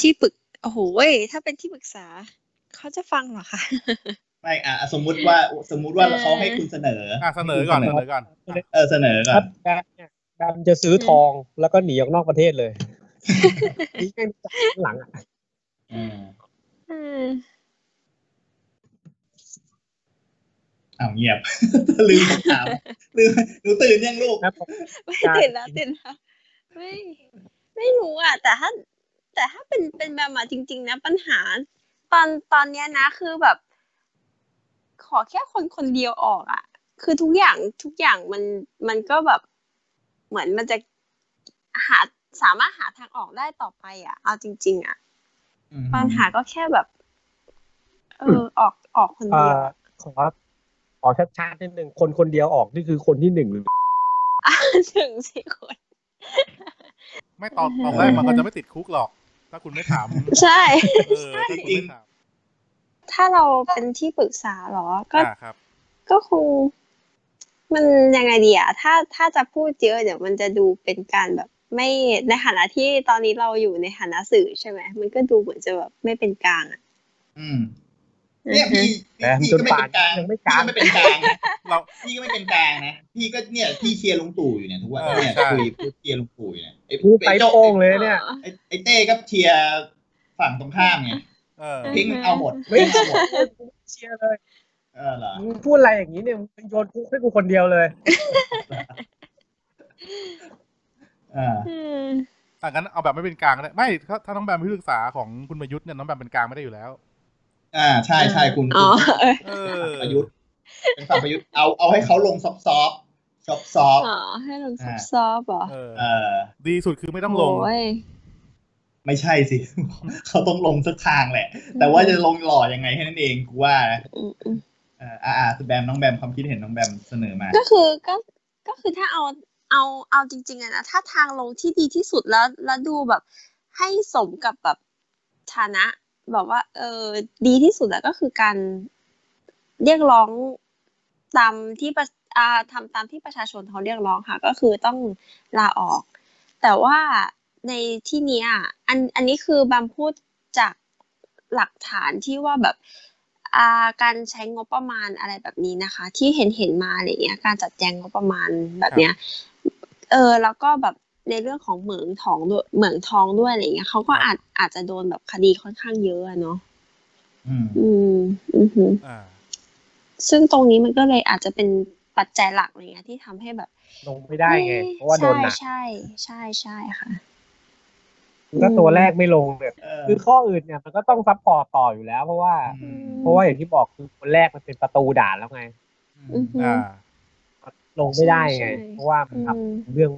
ที่ปรึกโอ้โหเว้ยถ้าเป็นที่ปรึกษา เขาจะฟังเหรอ (laughs) คะ ไม่อ่าสมมุติว่าสมมุติว่า เออ เขาให้คุณเสนอ อ่ะเสนอก่อน ให้ เส คุณ นอก่อนอ่ะ เออเสนอก่อคนรับแบมเนี่ยแบมจะซื้อทองแล้วก็หนีออกนอกประเทศเลย ไอ้เรื่องหลังอ่ะ อืม อืม อ้าวเงียบ (laughs) ลืมถามลืมหนูตื่นยังลูก ครับผม ไม่ การ ติดแล้วติดแล้วไม่ไม่รู้อ่ะ แต่ถ้า แต่ถ้าเป็นเป็นแบบมาจริง ๆ นะ ปัญหา ตอนตอนเนี้ยนะคือแบบ ขอแค่คนคนเดียวออกอ่ะ คือทุกอย่างทุกอย่างมันมันก็แบบ เหมือนมันจะหาสามารถหาทางออกได้ต่อไปอ่ะ เอาจริง ๆ อ่ะ ปัญหาก็แค่แบบ เออออกออกคน เอ่ เดียว อ อะ ขอขอชัดๆนิดนึงคนคนเดียวออกนี่คือคนที่หนึ่งหรือ (laughs) ถึงสี่คน ไม่ตอนตอนแรกมันก็จะไม่ติดคุกหรอก ถ้าคุณไม่ถาม ใช่ เออถ้าคุณไม่ถาม ถ้าเราเป็นที่ปรึกษาเหรอ ก็ อ่าครับ ก็คง มันยังไงดีอะถ้า ถ้าจะพูดเยอะเดี๋ยวมันจะดูเป็นการแบบ ไม่ ในฐานะที่ตอนนี้เราอยู่ในฐานะสื่อใช่ไหม มันก็ดูเหมือนจะแบบไม่เป็นกลางอะ อืมเนี่ยพี่ แต่ พี่ จ ก็ น ไม่ ป่า เป็น นกลาง ยังไม่ พี่ก็ไม่กลางเป็นกลางนะ เรา พี่ก็ไม่เป็นกลางนะพี่ก็เนี่ยพี่เชียร์ลุงตู่อยู่เนี่ยทุกวัน เออ เนี่ย ใช่ คุยพูดเชียร์ลุงตู่อยู่เนี่ยไอ้ พูดไป จ้า โป้งเลยเนี่ย ไอ้ไอ้เต้ก็เชียร์ฝั่งตรงข้ามไง เออ พิงเอาหมด ไม่ พิง เ เอาหมด ชียร์เลย เออเหรอ มึงพูดอะไรอย่างนี้เนี่ยมึงโยนกูให้กูคนเดียวเลย เออ อืม อ่ะงั้นเอาแบบไม่เป็นกลางก็ได้ไม่ถ้าถ้าน้องแบมเป็นที่ปรึกษาของคุณประยุทธ์เนี่ยน้องแบมเป็นกลางไม่ได้อยู่แล้ว อ่าใช่ใช่คุณ อ๋ คุ อ ณ เออ เออเป็นฝั่งประยุทธ์เป็นฝั่งประยุทธ์เอาเอาให้เขาลงซอฟซอฟซอฟซอฟ อ๋อ ให้ลงซับซอบเหรอ เออ เออ ดีสุดคือไม่ต้องลง โอ้ย ไม่ใช่สิ (laughs) เขาต้องลงสักทางแหละ แต่ว่าจะลงหล่อยังไงแค่นั้นเองกูว่านะ อืมอืม เอ่ออ่าอ่าแบมน้องแบมความคิดเห็นน้องแบมเสนอมา ก็คือก็ก็คือถ้าเอาเอาเอาจริง ๆอะนะถ้าทางลงที่ดีที่สุดแล้วแล้วดูแบบ ให้สมกับแบบฐานะแบบว่า เออดีที่สุดอะก็คือการเรียกร้องตามที่ประอ่าทำตามที่ประชาชนเขาเรียกร้องค่ะ ก็คือต้องลาออก แต่ว่าในที่เนี้ยอันอันนี้คือแบมพูดจากหลักฐานที่ว่าแบบอ่าการใช้งบประมาณอะไรแบบนี้นะคะ ที่เห็นเห็นมาอะไรอย่างเงี้ยการจัดแจงงบประมาณแบบเนี้ยเออแล้วก็แบบในเรื่องของเหมืองทองด้วยเหมืองทองด้วยอะไรอย่างเงี้ยเขาก็อาจอาจจะโดนแบบคดีค่อนข้างเยอะอะเนาะ อืม อืมอือหือ อ่า ซึ่งตรงนี้มันก็เลยอาจจะเป็นปัจจัยหลักอะไรเงี้ยที่ทำให้แบบ ลงไม่ได้ไง เพราะว่าโดนหนัก ใช่ใช่ใช่ใช่ค่ะ ถ้าตัวแรกไม่ลงเนี่ย เออ คือข้ออื่นเนี่ยมันก็ต้องซัพพอร์ตต่ออยู่แล้ว เพราะว่า อืม เพราะว่าอย่างที่บอกคือคนแรกมันเป็นประตูด่านแล้วไง อืม อ่า ลงไม่ได้ไง ใช่ใช่ เพราะว่ามัน อื ท ม ำเรื่อง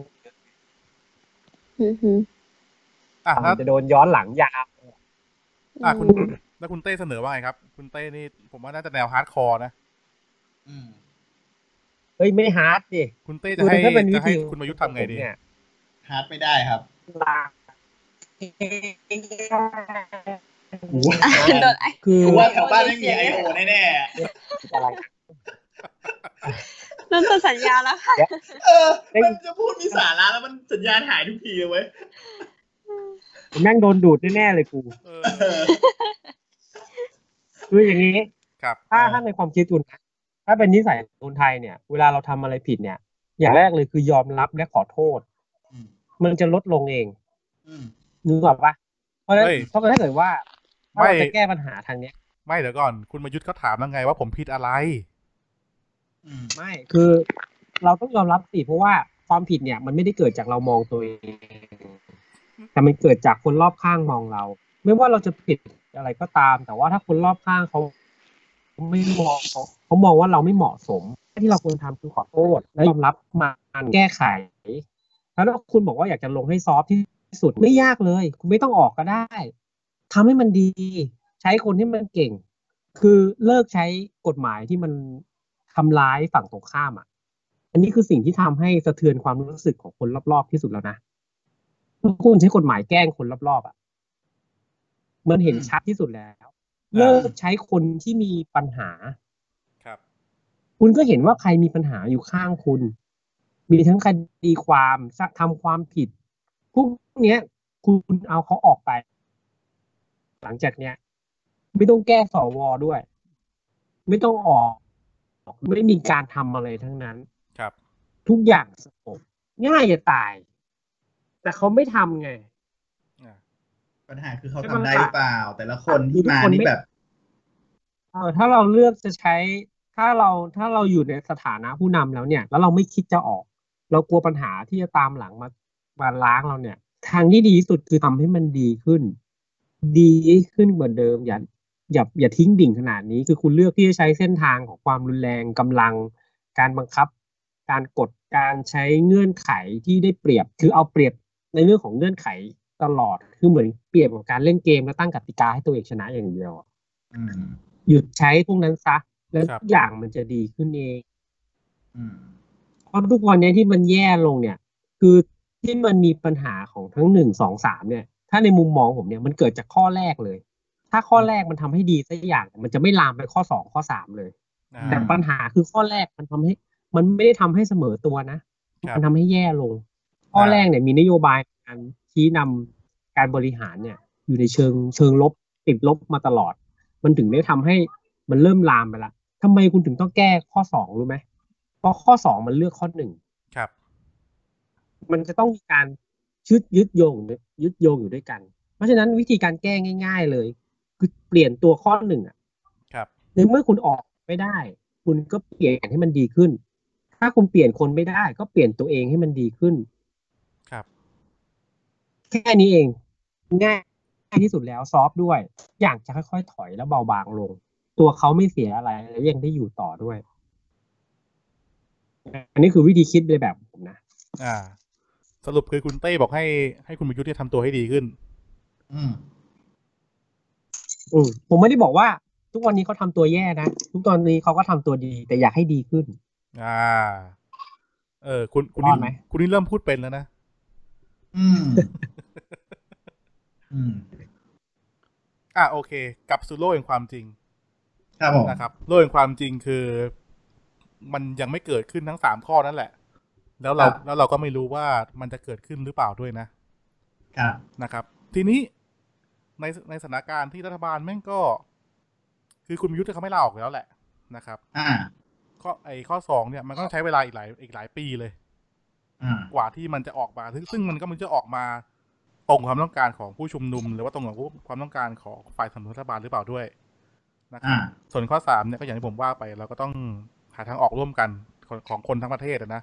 อือหือ อ่ะแล้ว จะโดนย้อนหลังยาว อ่ะคุณแล้วคุณเต้เสนอว่าไงครับ คุณเต้นี่ผมว่าน่าจะแนวฮาร์ดคอร์นะ อืม เฮ้ยไม่ฮาร์ดดิ คุณเต้จะ คือ ให้ ถ้าเป็นวิ จะให้ ธี คุณประยุทธ์ทำไงดี เนี่ย ฮาร์ดไม่ได้ครับ ลา โอ้โห โดนไอ้ คือ กูว่าแถวบ้านไม่มีไอโอแน่ อะไร โดนตัดสัญญาแล้วค่ะ ๆเออ มันจะพูดมีสาระแล้วมันสัญญาณหายทุกทีเลยเว้ย แม่งโดนดูดแน่ๆเลยกู เออ เออ คืออย่างนี้ ครับ ถ้า เออ ถ้าในความคิดคุณนะถ้าเป็นนิสัยคนไทยเนี่ย เวลาเราทำอะไรผิดเนี่ย อย่างแรกเลยคือยอมรับและขอโทษ อืม มันจะลดลงเอง อืม นึกออกปะเพราะฉะนั้น เฮ้ย เพราะฉะนั้นถ้าเกิดว่าถ้า ไม่ เราจะแก้ปัญหาทางเนี้ย ไม่เดี๋ยวก่อน คุณประยุทธ์เขาถามแล้วไงว่าผมผิดอะไร อืม ไม่คือเราต้องยอมรับสิเพราะว่าความผิดเนี่ย มันไม่ได้เกิดจากเรามองตัวเอง แต่มันเกิดจากคนรอบข้างมองเรา ไม่ว่าเราจะผิดอะไรก็ตาม แต่ว่าถ้าคนรอบข้างเขาไม่มองเขาเขามองว่าเราไม่เหมาะสม ที่เราควรทำคือขอโทษและยอมรับมันแก้ไข แล้วถ้าคุณบอกว่าอยากจะลงให้ซอฟต์ที่สุดไม่ยากเลย คุณไม่ต้องออกก็ได้ทำให้มันดี ใช้คนที่มันเก่ง คือเลิกใช้กฎหมายที่มันทำร้ายฝั่งตรงข้ามอ่ะ อันนี้คือสิ่งที่ทำให้สะเทือนความรู้สึกของคนรอบๆที่สุดแล้วนะคุณใช้กฎหมายแกล้งคนรอบๆอ่ะ มันเห็นชัดที่สุดแล้ว เลิกใช้คนที่มีปัญหา ครับ คุณก็เห็นว่าใครมีปัญหาอยู่ข้างคุณ มีทั้งคดีความทำความผิด พวกเนี้ย คุณเอาเขาออกไป หลังจากเนี้ย ไม่ต้องแก้สวด้วย ไม่ต้องออก ไม่มีการทำอะไรทั้งนั้น ครับ ทุกอย่างสงบง่ายจะตาย แต่เขาไม่ทำไง ปัญหาคือเขา ใช่ ทำ ปะ ได้หรือเปล่า แต่ละคน คือ ที่ ทุก มา คน นี่ ไม่ แบบ เออถ้าเราเลือกจะใช้ถ้าเราถ้าเราอยู่ในสถานะผู้นำแล้วเนี่ย แล้วเราไม่คิดจะออก เรากลัวปัญหาที่จะตามหลังมามาล้างเราเนี่ย ทางที่ดีที่สุดคือทำให้มันดีขึ้น ดีขึ้นกว่าเดิม อย่าอย่าอย่าทิ้งดิ่งขนาดนี้ คือคุณเลือกที่จะใช้เส้นทางของความรุนแรงกำลัง การบังคับ การกดการใช้เงื่อนไขที่ได้เปรียบ คือเอาเปรียบในเรื่องของเงื่อนไขตลอดคือเหมือนเปรียบกับการเล่นเกมแล้วตั้งกติกาให้ตัวเองชนะอย่างเดียวอะ อืม หยุดใช้พวกนั้นซะ แล้ว ครับ ทุกอย่างมันจะดีขึ้นเอง อืม เพราะทุกวันเนี้ยที่มันแย่ลงเนี่ย คือที่มันมีปัญหาของทั้งหนึ่งสองสามเนี่ย ถ้าในมุมมองผมเนี่ยมันเกิดจากข้อแรกเลย ถ้าข้อแรกมันทำให้ดีสักอย่าง มันจะไม่ลามไปข้อสองข้อสามเลย อ่า แต่ปัญหาคือข้อแรกมันทำให้ มันไม่ได้ทำให้เสมอตัวนะ ครับ มันทำให้แย่ลง ข้อแรกเนี่ยมีนโยบายการชี้นำการบริหารเนี่ย อยู่ในเชิงเชิงลบติดลบมาตลอด มันถึงได้ทำให้มันเริ่มลามไปละทำไมคุณถึงต้องแก้ข้อสองรู้ไหมเพราะข้อสองมันเลือกข้อหนึ่ง ครับ มันจะต้องมีการยึดยึดโยงอยู่ด้วยยึดโยงอยู่ด้วยกัน เพราะฉะนั้นวิธีการแก้ง่าย ๆ เลย คือเปลี่ยนตัวข้อหนึ่งอะ ครับ ในเมื่อคุณออกไม่ได้ คุณก็เปลี่ยนให้มันดีขึ้น ถ้าคุณเปลี่ยนคนไม่ได้ ก็เปลี่ยนตัวเองให้มันดีขึ้น ครับ แค่นี้เอง ง่ายที่สุดแล้วซอฟต์ด้วยทุกอย่างจะค่อยๆ ถอยแล้วเบาบางลง ตัวเขาไม่เสียอะไร แล้วยังได้อยู่ต่อด้วย อันนี้คือวิธีคิดในแบบผมนะ อ่า สรุปคือคุณเต้บอกให้ให้คุณประยุทธ์เนี่ยทำตัวให้ดีขึ้น อืม อืมผมไม่ได้บอกว่า ทุกวันนี้เขาทำตัวแย่นะทุกตอนนี้เขาก็ทำตัวดี แต่อยากให้ดีขึ้น อ่า เออ คุณคุณ ร นี่ อดไหม คุณนี่เริ่มพูดเป็นแล้วนะ อืม อืม อ่ะโอเค กลับสู่โลกแห่งความจริง ครับผม นะครับ โลกแห่งความจริงคือ มันยังไม่เกิดขึ้นทั้งสามข้อนั่นแหละ แล้วเรา ครับ แล้วเราก็ไม่รู้ว่ามันจะเกิดขึ้นหรือเปล่าด้วยนะ ครับ นะครับ ทีนี้ในในสถานการณ์ที่รัฐบาลแม่งก็ คือคุณประยุทธ์เขาไม่ลาออกอยู่แล้วแหละนะครับ อ่า ข้อไอ้ข้อสองเนี่ยมันก็ต้องใช้เวลาอีกหลายอีกหลายปีเลย อ่า กว่าที่มันจะออกมาซึ่งซึ่งมันก็มันจะออกมาตรงความต้องการของผู้ชุมนุม หรือว่าตรงกับผู้ความต้องการของฝ่ายสนับสนุนรัฐบาลหรือเปล่าด้วยนะครับ อ่า ส่วนข้อสามเนี่ยก็อย่างที่ผมว่าไปเราก็ต้องหาทางออกร่วมกันของของคนทั้งประเทศอะนะ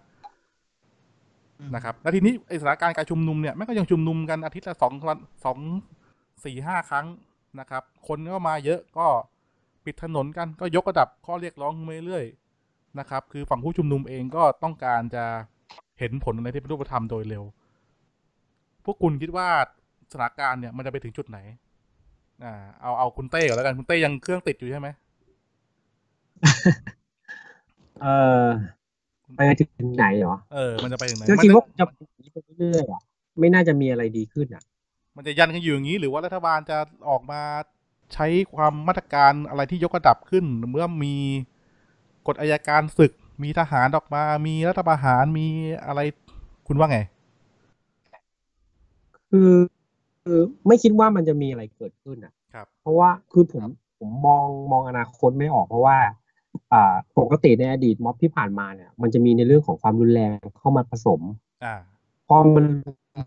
นะครับแล้วทีนี้ไอ้สถานการณ์การชุมนุมเนี่ยแม่งก็ยังชุมนุมกันอาทิตย์ละสองวันสองสี่ห้าครั้งนะครับ คนก็มาเยอะก็ปิดถนนกันก็ยกระดับข้อเรียกร้องขึ้นมาเรื่อยๆนะครับ คือฝั่งผู้ชุมนุมเองก็ต้องการจะเห็นผลในที่เป็นรูปธรรมโดยเร็ว พวกคุณคิดว่าสถานการณ์เนี่ยมันจะไปถึงจุดไหนอ่าเอาเอาคุณเต้ก่อนแล้วกันคุณเต้ยังเครื่องติดอยู่ใช่ไหม เออไปถึงไหนเหรอ เออ มันจะไปถึงไหน ก็ มั คิด นจะ ว่าจะเป็นอย่างนี้ไปเรื่อยๆอ่ะไม่น่าจะมีอะไรดีขึ้นอ่ะ มันจะยันกันอยู่อย่างนี้ หรือว่ารัฐบาลจะออกมาใช้ความมาตรการอะไรที่ยกระดับขึ้น เมื่อมีกฎอายการศึก มีทหารออกมา มีรัฐประหาร มีอะไร คุณว่าไง คือคือไม่คิดว่ามันจะมีอะไรเกิดขึ้นอ่ะ ครับ เพราะว่าคือผมผมมองมองอนาคตไม่ออกเพราะว่า อ่าปกติในอดีตม็อบที่ผ่านมาเนี่ย มันจะมีในเรื่องของความรุนแรงเข้ามาผสม อ่า พอมัน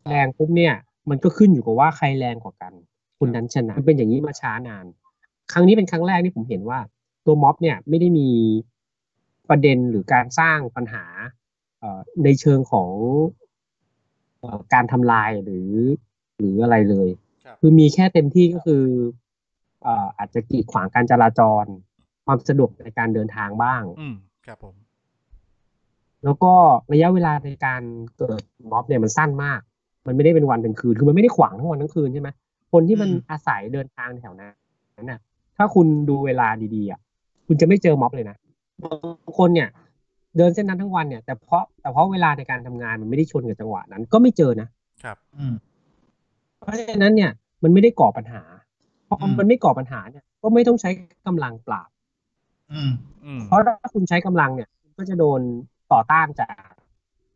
แรงปุ๊บเนี่ย มันก็ขึ้นอยู่กับว่าใครแรงกว่ากัน คุณนั้นชนะมันเป็นอย่างนี้มาช้านาน ครั้งนี้เป็นครั้งแรกที่ผมเห็นว่า ตัวม็อบเนี่ยไม่ได้มีประเด็นหรือการสร้างปัญหาเอ่อในเชิงของเอ่อการทำลายหรือ หรืออะไรเลย ครับ คือมีแค่เต็มที่ก็คือเอ่ออาจจะกีดขวางการจราจร ความสะดวกในการเดินทางบ้าง อืม ครับผม แล้วก็ระยะเวลาในการเกิดม็อบเนี่ยมันสั้นมาก มันไม่ได้เป็นวันเป็นคืน คือมันไม่ได้ขวางทั้งวันทั้งคืนใช่ไหมคนที่มัน อืม อาศัยเดินทางแถวนั้นน่ะ ถ้าคุณดูเวลาดีๆอ่ะ คุณจะไม่เจอม็อบเลยนะ บางคนเนี่ย เดินเส้นนั้นทั้งวันเนี่ย แต่เพราะแต่เพราะเวลาในการทำงานมันไม่ได้ชนกับจังหวะนั้น ก็ไม่เจอนะ ครับ อืม เพราะฉะนั้นเนี่ยมันไม่ได้ก่อปัญหา พอ อืม มันไม่ก่อปัญหาเนี่ย ก็ไม่ต้องใช้กำลังปราบ อืม อืม เพราะถ้าคุณใช้กำลังเนี่ยคุณก็จะโดนต่อต้านจาก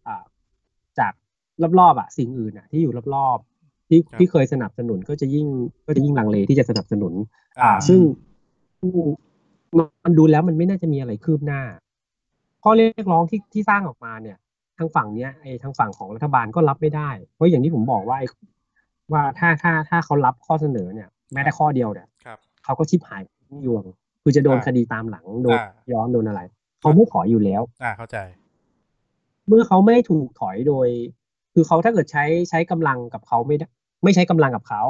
อ่าจากรอบๆอ่ะสิ่งอื่นอ่ะ ที่อยู่รอบๆที่ ครับ ที่เคยสนับสนุนก็จะยิ่งก็จะยิ่งลังเลที่จะสนับสนุน อ่า อ่า ซึ่งมันมันดูแล้วมันไม่น่าจะมีอะไรคืบหน้าข้อเรียกร้องที่ที่สร้างออกมาเนี่ย ทางฝั่งเนี้ยไอ้ทางฝั่งของรัฐบาลก็รับไม่ได้ เพราะอย่างที่ผมบอกว่าไอ้ ว่าถ้าถ้าถ้าเขารับข้อเสนอเนี่ย แม้แต่ข้อเดียวเนี่ย ครับ เขาก็ชิบหายยวง คือจะโดน อ่า คดีตามหลังโดน อ่า ย้อนโดนอะไรเขาไม่ถอยอยู่แล้ว อ่าเข้าใจ เมื่อเขาไม่ถูกถอยโดย คือเขาถ้าเกิดใช้ใช้กำลังกับเขาไม่ได้ไม่ใช้กำลังกับเขา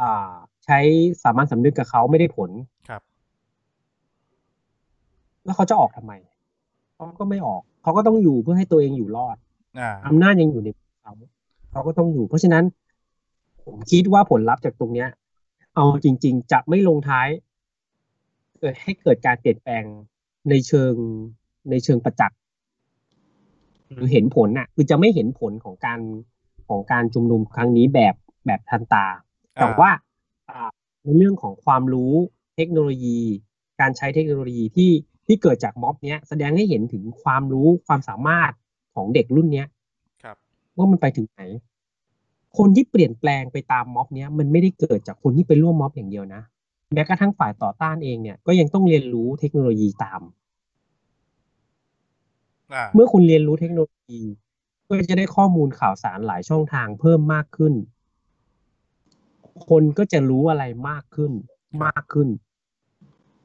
อ่า ใช้สามัญสำนึกกับเขาไม่ได้ผล ครับ แล้วเขาจะออกทำไมเขาก็ไม่ออก เขาก็ต้องอยู่เพื่อให้ตัวเองอยู่รอด อ่า อำนาจยังอยู่ในมือเขาเขาก็ต้องอยู่ เพราะฉะนั้น ผมคิดว่าผลลัพธ์จากตรงเนี้ย เอาจริง ๆ จะไม่ลงท้าย เกิดให้เกิดการเปลี่ยนแปลงในเชิงในเชิงประจักษ์หรือเห็นผลน่ะ คือจะไม่เห็นผลของการของการชุมนุมครั้งนี้แบบแบบทันตา แต่ว่าอ่าในเรื่องของความรู้เทคโนโลยี การใช้เทคโนโลยีที่ที่เกิดจากม็อบเนี้ยแสดงให้เห็นถึงความรู้ความสามารถของเด็กรุ่นเนี้ย ครับ ว่ามันไปถึงไหน คนที่เปลี่ยนแปลงไปตามม็อบเนี้ยมันไม่ได้เกิดจากคนที่ไปร่วมม็อบอย่างเดียวนะ แม้กระทั่งฝ่ายต่อต้านเองเนี่ย ก็ยังต้องเรียนรู้เทคโนโลยีตาม อ่า เมื่อคุณเรียนรู้เทคโนโลยี ก็จะได้ข้อมูลข่าวสารหลายช่องทางเพิ่มมากขึ้น คนก็จะรู้อะไรมากขึ้น มากขึ้น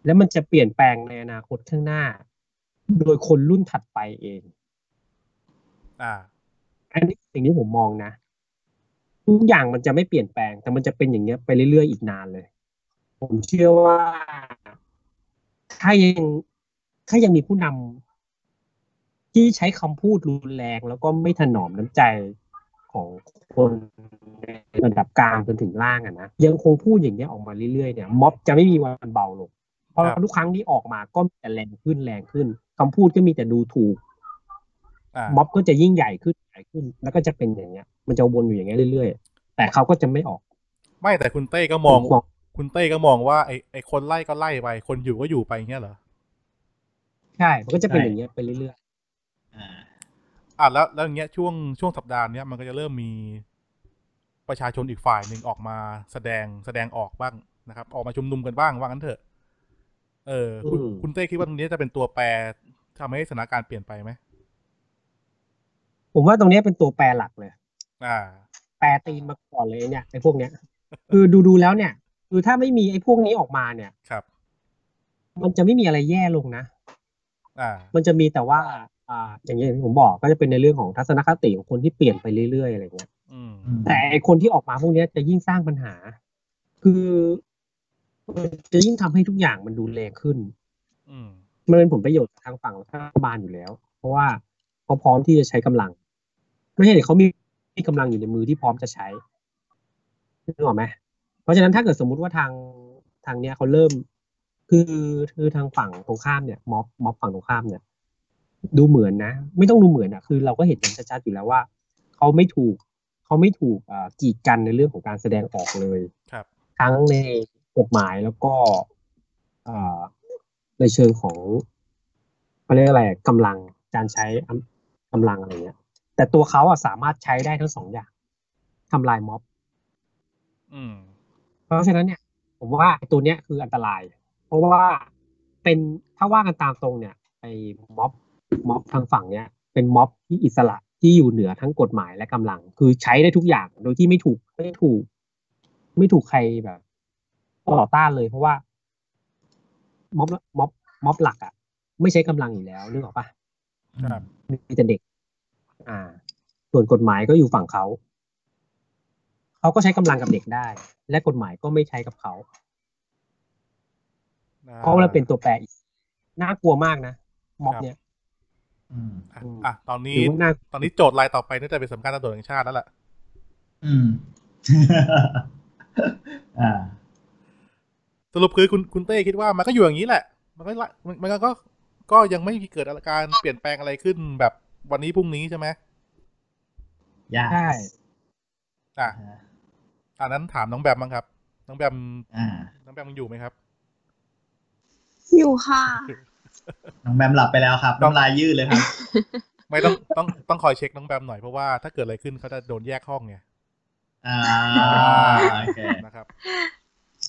แล้วมันจะเปลี่ยนแปลงในอนาคตข้างหน้า โดยคนรุ่นถัดไปเอง อ่า อันนี้สิ่งที่ผมมองนะ ทุกอย่างมันจะไม่เปลี่ยนแปลง แต่มันจะเป็นอย่างเงี้ยไปเรื่อยๆอีกนานเลย ผมเชื่อว่าถ้ายังถ้ายังมีผู้นำที่ใช้คำพูดรุนแรง แล้วก็ไม่ถนอมน้ำใจของคนในระดับกลางจนถึงล่างอะนะยังคงพูดอย่างเงี้ยออกมาเรื่อยๆเนี่ยม็อบจะไม่มีวันเบาลง เพราะ ครับ ทุกครั้งที่ออกมาก็มีแต่แรงขึ้นแรงขึ้นคำพูดก็มีแต่ดูถูก อ่า ม็อบก็จะยิ่งใหญ่ขึ้นใหญ่ขึ้น แล้วก็จะเป็นอย่างเงี้ย มันจะวนอยู่อย่างเงี้ยเรื่อยๆ แต่เขาก็จะไม่ออก ไม่แต่คุณเต้ก็มอง มอง คุณเต้ก็มองว่าไอ้ไอ้คนไล่ก็ไล่ไป คนอยู่ก็อยู่ไปอย่างเงี้ยเหรอ ใช่ มันก็จะเป็นอย่างเงี้ยไปเรื่อย อ่า อ่ะแล้วแล้วอย่างเงี้ยช่วงช่วงสัปดาห์เนี้ยมันก็จะเริ่มมีประชาชนอีกฝ่ายหนึ่งออกมาแสดงแสดงออกบ้างนะครับ ออกมาชุมนุมกันบ้างว่างั้นเถอะ เออคุณคุณเต้คิดว่าตรงนี้จะเป็นตัวแปรทำให้สถานการณ์เปลี่ยนไปไหม ๆ ผมว่าตรงเนี้ยเป็นตัวแปรหลักเลย อ่า แปรตีนมาก่อนเลยไอ้เนี่ยไอ้พวกเนี้ย คือดูดูๆแล้วเนี่ย คือถ้าไม่มีไอ้พวกนี้ออกมาเนี่ย ครับ มันจะไม่มีอะไรแย่ลงนะ อ่า มันจะมีแต่ว่า อ่า อย่างเงี้ยที่ผมบอกก็จะเป็นในเรื่องของทัศนคติของคนที่เปลี่ยนไปเรื่อยๆอะไรเงี้ย อืม แต่ไอคนที่ออกมาพวกเนี้ยจะยิ่งสร้างปัญหา คือมันจะยิ่งทำให้ทุกอย่างมันดูแรงขึ้น อืม มันเป็นผลประโยชน์จากทางฝั่งรัฐบาลอยู่แล้ว เพราะว่าเขาพร้อมที่จะใช้กำลัง ไม่ใช่เดี๋ยวเขามีกำลังอยู่ในมือที่พร้อมจะใช้นึกออกไหมเพราะฉะนั้นถ้าเกิดสมมุติว่าทางทางเนี้ยเขาเริ่ม คือคือทางฝั่งตรงข้ามเนี่ยม็อบม็อบฝั่งตรงข้ามเนี่ย ดูเหมือนนะ ไม่ต้องดูเหมือนอ่ะ คือเราก็เห็นกันชัดๆอยู่แล้วว่าเขาไม่ถูกเขาไม่ถูกอ่ากีดกันในเรื่องของการแสดงออกเลย ครับ ทั้งในกฎหมายแล้วก็เอ่อในเชิงของเขาเรียกอะไรกำลังการใช้อำกำลังอะไรเงี้ย แต่ตัวเขาอะสามารถใช้ได้ทั้งสองอย่างทำลายม็อบ อืม เพราะฉะนั้นเนี่ย ผมว่าไอ้ตัวเนี้ยคืออันตราย เพราะว่าเป็นถ้าว่ากันตามตรงเนี่ยไอ้ม็อบม็อบทางฝั่งเนี้ยเป็นม็อบที่อิสระที่อยู่เหนือทั้งกฎหมายและกำลัง คือใช้ได้ทุกอย่างโดยที่ไม่ถูกไม่ถูก ไม่ถูกใครแบบต่อต้านเลย เพราะว่าม็อบม็อบม็อบหลักอะ่ะ ไม่ใช้กำลังอยู่แล้วนึกออกปะ ครับ มีแต่เด็ก อ่า ส่วนกฎหมายก็อยู่ฝั่งเขาเขาก็ใช้กำลังกับเด็กได้ และกฎหมายก็ไม่ใช้กับเขา เพราะว่าเป็นตัวแปรอีกน่ากลัวมากนะม็อบ ครับ เนี่ย อืม อ่ะอ่ะตอนนี้ หรือว่าน่า ตอนนี้โจทย์รายต่อไปน่าจะเป็นสำนักงานตำรวจแห่งชาติแล้วล่ะ อืม อ่า สรุปคือคุณคุณเต้คิดว่ามันก็อยู่อย่างนี้แหละ มันก็ละมันมันก็ก็ยังไม่มีเกิดอาการเปลี่ยนแปลงอะไรขึ้นแบบวันนี้พรุ่งนี้ใช่ไหม ยาก ใช่ อ่ะ อ่า อันนั้นถามน้องแบมบ้างครับ น้องแบม อ่า น้องแบมยังอยู่ไหมครับ อยู่ค่ะ น้องแบมหลับไปแล้วครับน้ำลายยืดเลยครับ ไม่ต้องต้องต้องคอยเช็คน้องแบมหน่อยเพราะว่าถ้าเกิดอะไรขึ้นเขาจะโดนแยกห้องไง อ่า โอเค นะครับ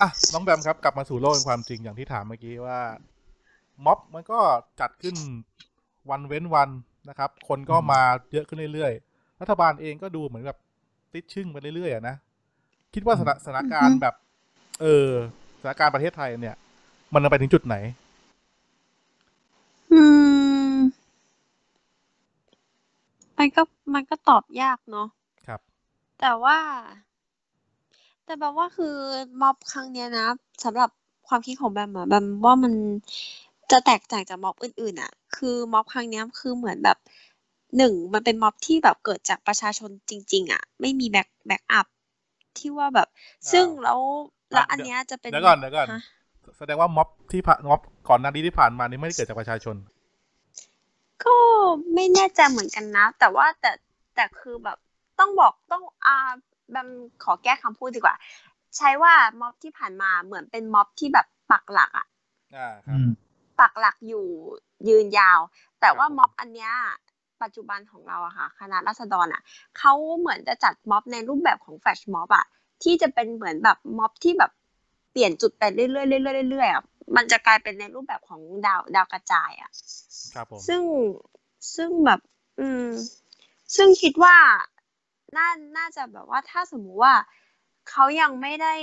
อ่ะน้องแบมครับกลับมาสู่โลกแห่งความจริงอย่างที่ถามเมื่อกี้ว่า ม็อบมันก็จัดขึ้นวันเว้นวันนะครับ คนก็มาเยอะขึ้นเรื่อยๆรัฐบาลเองก็ดูเหมือนแบบ ติดชึ่งไปเรื่อยๆอะนะ คิดว่าสถาสถานการณ์แบบ เออสถานการณ์ประเทศไทยเนี่ย มันไปถึงจุดไหน อืมมันก็มันก็ตอบยากเนาะ ครับ แต่ว่า แต่แบบว่าคือม็อบครั้งเนี้ยนะสำหรับความคิดของแบมอะแบมว่ามันจะแตกต่างจากม็อบอื่นๆอะคือม็อบครั้งเนี้ยคือเหมือนแบบหนึ่งมันเป็นม็อบที่แบบเกิดจากประชาชนจริง ๆอะไม่มีแบ็คแบ็คอัพที่ว่าแบบ ซึ่งแล้วแล้วอันเนี้ยจะเป็น เดี๋ยวก่อนเดี๋ยวก่อน ฮะ แสดงว่าม็อบที่ผ่านม็อบก่อนหน้านี้ที่ผ่านมานี่ไม่ได้เกิดจากประชาชน ก็ไม่แน่ใจเหมือนกันนะ แต่ว่าแต่แต่คือแบบต้องบอกต้องอ่าแบมขอแก้คำพูดดีกว่า ใช้ว่าม็อบที่ผ่านมาเหมือนเป็นม็อบที่แบบปักหลักอะ อ่าครั อื บ ม ปักหลักอยู่ยืนยาว แต่ว่า ครับผม ม็อบอันเนี้ยปัจจุบันของเราอะค่ะคณะราษฎรอะเขาเหมือนจะจัดม็อบในรูปแบบของแฟลชม็อบอะที่จะเป็นเหมือนแบบม็อบที่แบบเปลี่ยนจุดไปเรื่อยๆเรื่อยๆเรื่อยๆอะมันจะกลายเป็นในรูปแบบของดาวดาวกระจายอะ ครับผม ซึ่งซึ่งแบบ อืม ซึ่งคิดว่าน่าน่าจะแบบว่าถ้าสมมุติว่าเขายังไม่ได้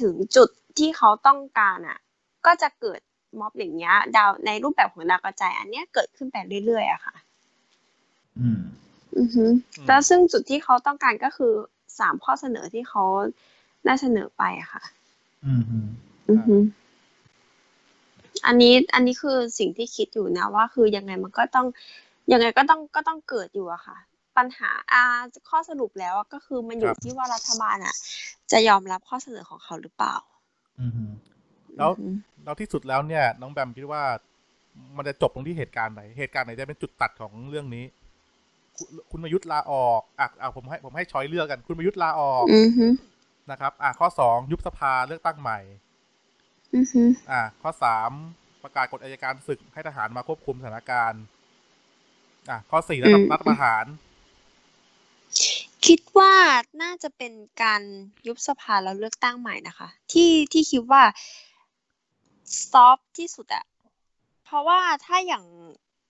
ถึงจุดที่เขาต้องการอ่ะ ก็จะเกิดม็อบอย่างเงี้ย ดาวในรูปแบบของดาวกระจายอันเนี้ยเกิดขึ้นไปเรื่อยๆอะค่ะ อืม อือฮึ อืม แล้วซึ่งจุดที่เขาต้องการก็คือสามข้อเสนอที่เขาได้เสนอไปอะค่ะ อืมอืม อือฮึอันนี้อันนี้คือสิ่งที่คิดอยู่นะ ว่าคือยังไงมันก็ต้องยังไงก็ต้องก็ต้องเกิดอยู่อะค่ะ ปัญหาอ่าข้อสรุปแล้วอะก็คือมันอยู่ ครับ ที่ว่ารัฐบาลอะจะยอมรับข้อเสนอของเขาหรือเปล่า อืมอืม แล้ว อือฮึ แล้วที่สุดแล้วเนี่ย น้องแบมคิดว่า มันจะจบตรงที่เหตุการณ์ไหน เหตุการณ์ไหนจะเป็นจุดตัดของเรื่องนี้ คุณคุณประยุทธ์ลาออกอ่ะอ่ะผมให้ผมให้ช้อยเลือกกัน คุณประยุทธ์ลาออก อือฮึ นะครับ อ่ะข้อสองยุบสภาเลือกตั้งใหม่ อือฮึ อ่ะข้อสามประกาศกฎอัยการศึกให้ทหารมาควบคุมสถานการณ์อ่ะข้อสี่รัฐประรัฐประหาร คิดว่าน่าจะเป็นการยุบสภาแล้วเลือกตั้งใหม่นะคะ ที่ที่คิดว่าซอฟที่สุดอะเพราะว่าถ้าอย่าง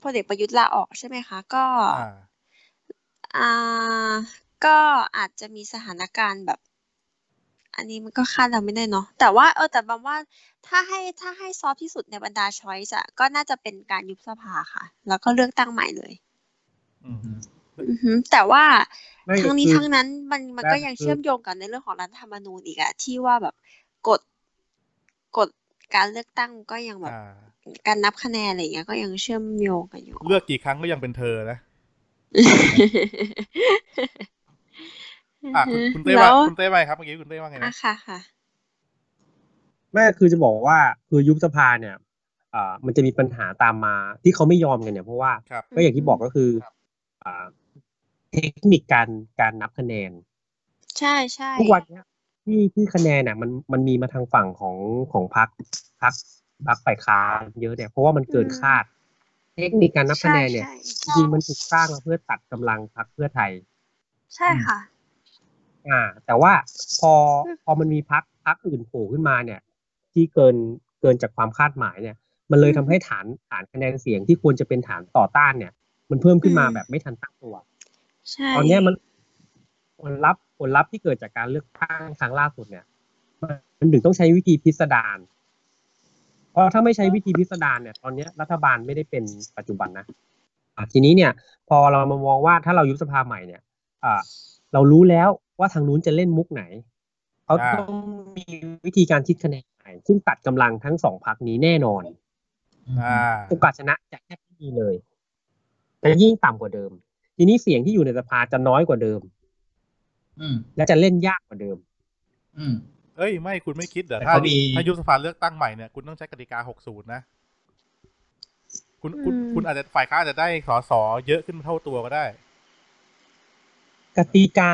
พลเอกประยุทธ์ลาออกใช่ไหมคะ ก็ อ่า อ่าก็อาจจะมีสถานการณ์แบบ อันนี้มันก็คาดเดาไม่ได้เนาะแต่ว่าเออแต่บางว่าถ้าให้ถ้าให้ซอฟที่สุดในบรรดาช้อยส์อะก็น่าจะเป็นการยุบสภาค่ะ แล้วก็เลือกตั้งใหม่เลย อืม อือฮึแต่ว่า ไม่ ทั้งนี้ คือ ทั้งนั้นมันมันก็ นะ ยัง คือ เชื่อมโยงกันในเรื่องของรัฐธรรมนูญอีกอะที่ว่าแบบกฎกฎการเลือกตั้งก็ยังแบบ อ่า การนับคะแนนอะไรอย่างเงี้ยก็ยังเชื่อมโยงกันอยู่ เลือกกี่ครั้งก็ยังเป็นเธอนะ อ่ะคุณคุณเต้ว่า แล้ว คุณเต้ว่าไงครับเมื่อกี้คุณเต้ว่าไง อ่ะ นะ ค่ะค่ะ แม่คือจะบอกว่าคือยุบสภาเนี่ยอ่ามันจะมีปัญหาตามมาที่เขาไม่ยอมกันเนี่ยเพราะว่า ครับ ก็อย่างที่บอกก็คือ ครับ อ่าเทคนิคการการนับคะแนน ใช่ใช่ ทุกวันเนี้ยที่ที่คะแนนเนี่ยมันมันมีมาทางฝั่งของของพรรคพรรคพรรคฝ่ายค้านเยอะเนี่ยเพราะว่ามันเกินคาด เทคนิคการนับคะแนนเนี่ย ใช่ จ ใช่ ริงๆมันถูกสร้างมาเพื่อตัดกำลังพรรคเพื่อไทย ใช่ค่ะ อ่า แต่ว่าพอ อืม พอมันมีพรรคพรรคอื่นโผล่ขึ้นมาเนี่ย ที่เกินเกินจากความคาดหมายเนี่ย มันเลยทำให้ฐานฐานคะแนนเสียงที่ควรจะเป็นฐานต่อต้านเนี่ย มันเพิ่มขึ้นมาแบบไม่ทันตั้งตัว ใช่ ตอนเนี้ยมันผลลัพธ์ผลลัพธ์ที่เกิดจากการเลือกตั้งครั้งล่าสุดเนี่ย มันถึงต้องใช้วิธีพิสดารเพราะถ้าไม่ใช้วิธีพิสดารเนี่ย ตอนเนี้ยรัฐบาลไม่ได้เป็นปัจจุบันนะอ่ะทีนี้เนี่ย พอเรามามองว่าถ้าเรายุบสภาใหม่เนี่ยอ่ะเรารู้แล้วว่าทางนู้นจะเล่นมุกไหนเขา อ่า ต้องมีวิธีการคิดคะแนนใหม่ซึ่งตัดกำลังทั้งสองพรรคนี้แน่นอน อ่า โอกาสชนะจะแทบไม่มีเลย แต่ยิ่งต่ำกว่าเดิม ทีนี้เสียงที่อยู่ในสภาจะน้อยกว่าเดิม อืม และจะเล่นยากกว่าเดิม อืม เอ้ย ไม่คุณไม่คิดเหรอ แต่ ถ้า เขามี ถ้ายุบสภาเลือกตั้งใหม่เนี่ยคุณต้องใช้กติกา 60 นะ คุณคุณคุณอาจจะฝ่ายค้านอาจจะได้สอสอเยอะขึ้นเท่าตัวก็ได้ กติกา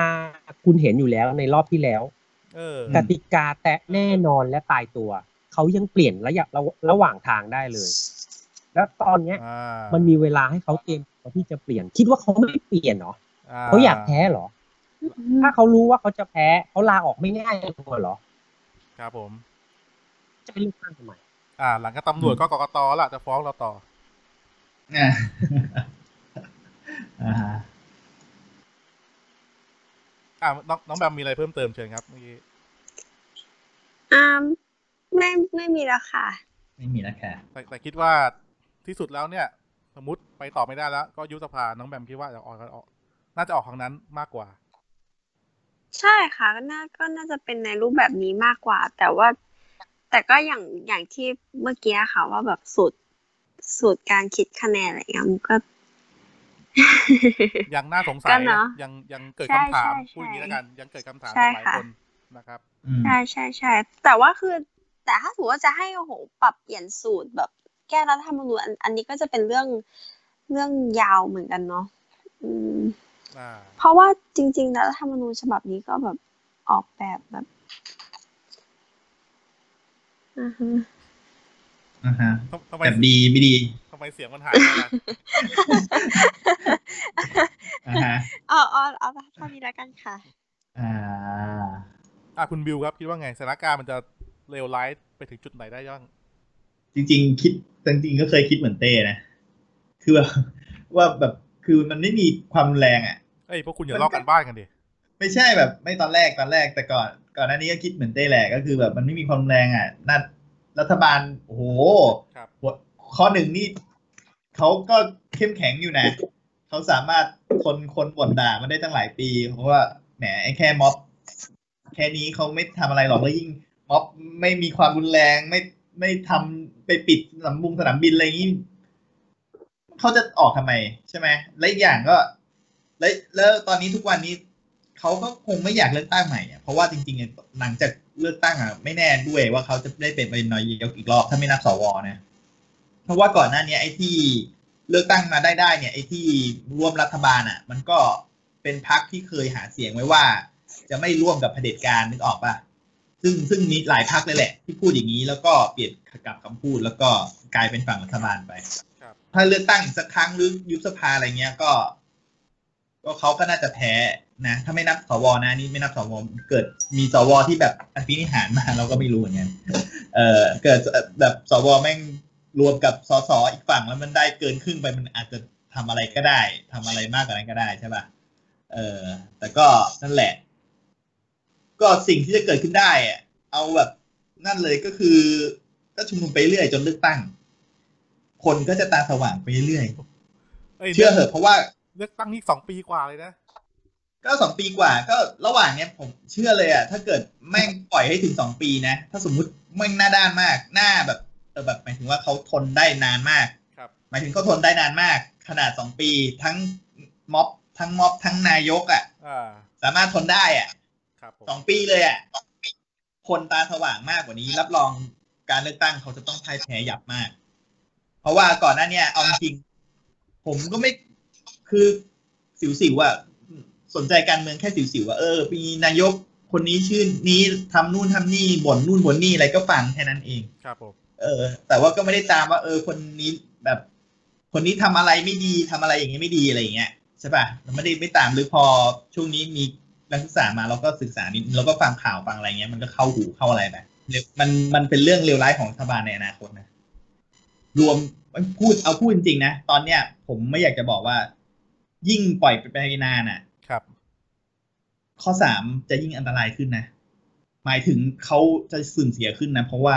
คุณเห็นอยู่แล้วในรอบที่แล้ว เออ กติกาแตะแน่นอนและตายตัว เขายังเปลี่ยนระยะระระหว่างทางได้เลย แล้วตอนเนี้ย อ่า มันมีเวลาให้เขาเตรียมตัวที่จะเปลี่ยน คิดว่าเขาไม่เปลี่ยนเหรอเขาอยากแพ้เหรอ ถ้าเขารู้ว่าเขาจะแพ้เขาลาออกไม่ง่ายเลยเหรอ ครับผม จะไปเลือกตั้งทำไม อ่า หลังก็ตำรวจก็กกตละจะฟ้องเราต่อ อ่า (laughs) อ่า อ่ะน้องน้องแบมมีอะไรเพิ่มเติมเชิญครับเมื่อกี้ อ่าไม่ไม่มีแล้วค่ะ ไม่มีราคา แต่แต่คิดว่าที่สุดแล้วเนี่ย สมมติไปต่อไม่ได้แล้ว ก็ยุบสภาน้องแบมคิดว่าจะออกกันออกน่าจะออกทางนั้นมากกว่า ใช่ค่ะก็น่าก็น่าจะเป็นในรูปแบบนี้มากกว่า แต่ว่า แต่ก็อย่างอย่างที่เมื่อกี้ค่ะว่าแบบสูตรสูตรการคิดคะแนนอะไรเงี้ยมันก็ ยังน่าสงสั ก็ ย เนอะ ยังยังเกิด ใช่ คำถาม ใช่ พูดอย่างนี้ ใช่ แล้วกัน ยังเกิดคำถาม ใช่ กับหลาย ค่ะ คนนะครับ อืม ใช่ใช่ใช่แต่ว่าคือ แต่ถ้าถือว่าจะให้โอ้โหปรับเปลี่ยนสูตรแบบแก้รัฐธรรมนูญอันอันนี้ก็จะเป็นเรื่องเรื่องยาวเหมือนกันเนาะอืม อ่า เพราะว่าจริงๆแล้วรัฐธรรมนูญฉบับนี้ก็แบบออกแบบแบบอือฮึ อ่าฮะ ทำทำไม แบบดีไม่ดี ทำไมเสียงมันหายไปล่ะ อ่าฮะ เอาเอาเอาเท่านี้แล้วกันค่ะ อ่า อ่ะคุณบิวครับ คิดว่าไงสถานการณ์มันจะเลวร้ายไปถึงจุดไหนได้ย่าง จริงๆ คิดจริงๆก็เคยคิดเหมือนเต้นะ คือแบบ (laughs) ว่าแบบคือมันไม่มีความรุนแรงอ่ะ เอ้ยพวกคุณอย่า มัน ลอก็กกันบ้านกันดิ ไม่ใช่แบบไม่ตอนแรกตอนแรกแต่ก่อนก่อนหน้านี้ก็คิดเหมือนเต้แหละก็คือแบบมันไม่มีความรุนแรงอ่ะนั่นรัฐบาลโอ้โห ครับ บทข้อหนึ่งนี่เขาก็เข้มแข็งอยู่นะ เขาสามารถทนคนบ่นด่ามาได้ตั้งหลายปี เพราะว่าแหมไอ้แค่ม็อบ แค่นี้เขาไม่ทำอะไรหรอกแล้วยิ่ง ม็อบไม่มีความรุนแรงไม่ไม่ทำไปปิดสนามบุงสนามบินอะไรอย่างนี้เขาจะออกทำไม ใช่ไหมและอีกอย่างก็และแล้วตอนนี้ทุกวันนี้เขาก็คงไม่อยากเลือกตั้งใหม่อะเพราะว่าจริงๆ หลังจากเลือกตั้งอ่ะไม่แน่ด้วยว่าเขาจะได้เป็นนายกอีกรอบถ้าไม่นับสวนะ เพราะว่าก่อนหน้าเนี้ยไอ้ที่เลือกตั้งมาได้ได้เนี่ยไอ้ที่ร่วมรัฐบาลอ่ะ มันก็เป็นพักที่เคยหาเสียงไว้ว่า จะไม่ร่วมกับเผด็จการนึกออกปะซึ่งซึ่งมีหลายพักเลยแหละ ที่พูดอย่างนี้แล้วก็เปลี่ยนกลับคำพูดแล้วก็กลายเป็นฝั่งรัฐบาลไป ครับ ถ้าเลือกตั้งอีกสักครั้งหรือยุบสภาอะไรเงี้ยก็ ก็เขาก็น่าจะแพ้นะ ถ้าไม่นับสวนะนี่ไม่นับสวเกิดมีสวที่แบบอภินิหารมาเราก็ไม่รู้เหมือนกันเออเกิดแบบสวแม่งรวมกับสสอีกฝั่งแล้วมันได้เกินครึ่งไปมันอาจจะทำอะไรก็ได้ทำอะไรมากกว่านั้นก็ได้ใช่ป่ะเออแต่ก็นั่นแหละ ก็สิ่งที่จะเกิดขึ้นได้อะเอาแบบนั่นเลยก็คือ ก็ชุมนุมไปเรื่อยจนเลือกตั้ง คนก็จะตาสว่างไปเรื่อย เอ้ย เชื่อเหอะเพราะว่า เลือกตั้งนี่สองปีกว่าเลยนะ ก็สองปีกว่าก็ระหว่างเนี้ยผมเชื่อเลยอ่ะถ้าเกิดแม่งปล่อยให้ถึงสองปีนะ ถ้าสมมุติแม่งหน้าด้านมาก หน้าแบบเออแบบหมายถึงว่าเขาทนได้นานมาก ครับ หมายถึงเขาทนได้นานมาก ขนาดสองปี ทั้งม็อบทั้งม็อบทั้งนายกอ่ะ อ่า สามารถทนได้อ่ะ ครับผม สองปีเลยอ่ะคนตาสว่างมากกว่านี้ รับรองการเลือกตั้งเขาจะต้องพ่ายแพ้ยับมาก เพราะว่าก่อนหน้าเนี้ยเอาจริงๆผมก็ไม่คือสิวสิวๆอะสนใจการเมืองแค่สิวสิวๆอะเออมีนายกคนนี้ชื่อนี้ทำนู่นทำนี่บ่นนู่นบ่นนี่อะไรก็ฟังแค่นั้นเอง ครับผม เออ แต่ว่าก็ไม่ได้ตามว่า เออ คนนี้แบบ คนนี้ทำอะไรไม่ดีทำอะไรอย่างนี้ไม่ดีอะไรอย่างเงี้ยใช่ป่ะเราไม่ได้ไม่ตามหรือพอช่วงนี้มีนักศึกษามาเราก็ศึกษานิดเราก็ฟังข่าวฟังอะไรเงี้ยมันก็เข้าหูเข้าอะไรไปเร็วมันมันเป็นเรื่องเลวร้ายของรัฐบาลในอนาคตนะรวมพูดเอาพูดจริงๆนะตอนเนี้ย ผมไม่อยากจะบอกว่า ยิ่งปล่อยไปนานอ่ะ ครับ ข้อสามจะยิ่งอันตรายขึ้นนะ หมายถึงเขาจะสูญเสียขึ้นนะ เพราะว่า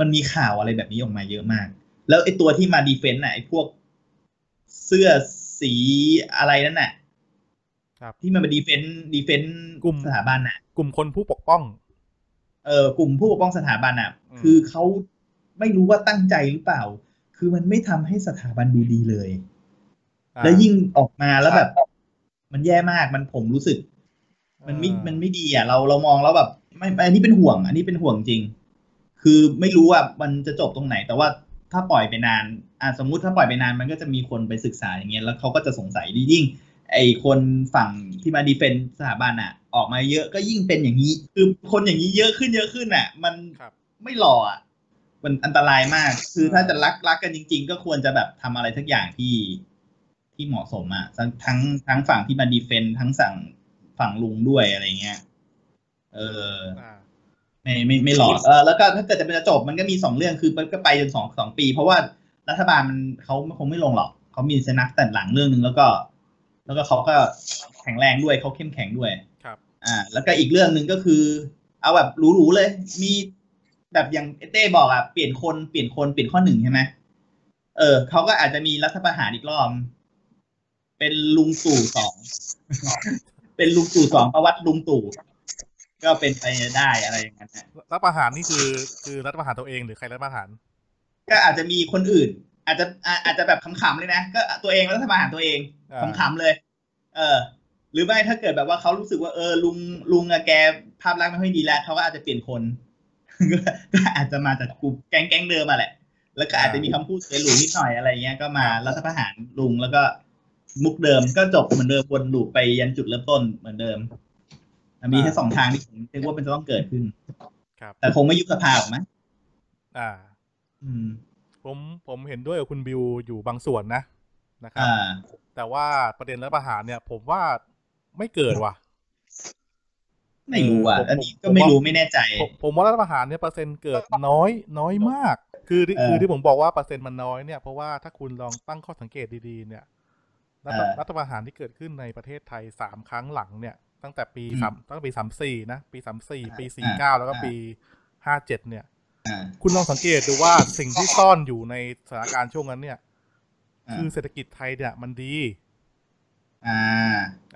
มันมีข่าวอะไรแบบนี้ออกมาเยอะมาก แล้วไอ้ตัวที่มาดีเฟนต์น่ะไอ้พวกเสื้อสีอะไรนั่นน่ะ ครับ ที่มันมาดีเฟนต์ดีเฟนต์ กลุ่ม สถาบันน่ะ กลุ่มคนผู้ปกป้อง เออกลุ่มผู้ปกป้องสถาบันอ่ะ อืม คือเขาไม่รู้ว่าตั้งใจหรือเปล่า คือมันไม่ทำให้สถาบันดูดีเลย อ่า แล้วยิ่งออกมาแล้วแบบ มันแย่มากมันผมรู้สึก มันไม่ อ่า มันไม่ดีอ่ะ เรา เรามองแล้วแบบ ไม่ไม่อันนี้เป็นห่วง อันนี้เป็นห่วงจริง คือไม่รู้ว่ามันจะจบตรงไหน แต่ว่าถ้าปล่อยไปนาน อ่ะสมมุติถ้าปล่อยไปนานมันก็จะมีคนไปศึกษาอย่างเงี้ย แล้วเขาก็จะสงสัยยิ่ง ไอคนฝั่งที่มาดีเฟนสถาบันอ่ะ ออกมาเยอะก็ยิ่งเป็นอย่างนี้ คือคนอย่างนี้เยอะขึ้นเยอะขึ้นอ่ะ มัน ครับ ไม่หล่ออ่ะ มันอันตรายมาก คือถ้าจะรักรักกันจริง ๆ ก็ควรจะแบบทำอะไรทักอย่างที่ที่เหมาะสมอ่ะ ทั้งทั้งทั้งฝั่งที่มาดีเฟนต์ทั้งสั่งฝั่งลุงด้วยอะไรเงี้ย เออ อ่า ไม่ไม่ไม่หลอดเออแล้วก็ถ้าเกิดจะเป็นจะจบมันก็มีสองเรื่องคือมันก็ไปจนสองสองปี เพราะว่ารัฐบาลมันเขาคงไม่ลงหรอกเขามีสนักแต่หลังเรื่องหนึ่งแล้วก็ แล้วก็เขาก็แข็งแรงด้วยเขาเข้มแข็งด้วย ครับ อ่า แล้วก็อีกเรื่องหนึ่งก็คือ เอาแบบหรูๆเลย มีแบบอย่างเต้บอกอ่ะเปลี่ยนคนเปลี่ยนคนเปลี่ยนข้อหนึ่งใช่ไหมเออเขาก็อาจจะมีรัฐประหารอีกรอบ เป็นลุงตู่สอง (laughs) เป็นลุงตู่สองประวัติลุงตู่ ก็เป็นไปได้อะไรอย่างนั้นนะ รัฐประหารนี่คือคือรัฐประหารตัวเองหรือใครรัฐประหาร ก็อาจจะมีคนอื่น อาจจะอ่าอาจจะแบบขำๆเลยนะก็ตัวเองรัฐประหารตัวเอง อ่า ขำๆเลย เออ หรือไม่ถ้าเกิดแบบว่าเขารู้สึกว่าเออลุงลุงอะแกภาพลักษณ์ไม่ค่อยดีแล้วเขาก็อาจจะเปลี่ยนคน (laughs) ก็อาจจะมาจากกลุ่มแก๊งแก๊งเดิมมาแหละ แล้วก็อาจจะมีคำพูดเสียหลูนิดหน่อยอะไรเงี้ยก็มารัฐประหารลุงแล้วก็มุกเดิมก็จบเหมือนเดิมวนลูปไปยันจุดเริ่มต้นเหมือนเดิมอ่ะมีแค่สองทางที่ผมคิดว่ามันจะต้องเกิดขึ้น ครับ แต่คงไม่ยุบสภาหรอกมั้ง อ่า อืม ผมผมเห็นด้วยกับคุณบิวอยู่บางส่วนนะนะครับ อ่า แต่ว่าประเด็นรัฐประหารเนี่ย ผมว่าไม่เกิดว่ะ ไม่รู้อ่ะ ผม อันนี้ก็ ผม ไม่ ว่า รู้ไม่แน่ใจ ผมผมว่ารัฐประหารเนี่ยเปอร์เซ็นต์เกิดน้อยน้อยมาก คือที่ เออ คือที่ผมบอกว่าเปอร์เซ็นต์มันน้อยเนี่ยเพราะว่าถ้าคุณลองตั้งข้อสังเกตดีๆ เนี่ยรัฐ เออ รัฐประหารที่เกิดขึ้นในประเทศไทยสามครั้งหลังเนี่ย ตั้งแต่ปี อืม สามตั้งแต่ปีสามสี่นะ ปีสามสี่ปีสี่ อ่า เก้าแล้วก็ อ่า ปีห้าเจ็ดเนี่ย อ่า คุณลองสังเกตดูว่าสิ่งที่ซ่อนอยู่ในสถานการณ์ช่วงนั้นเนี่ย อ่า คือเศรษฐกิจไทยเนี่ยมันดี อ่า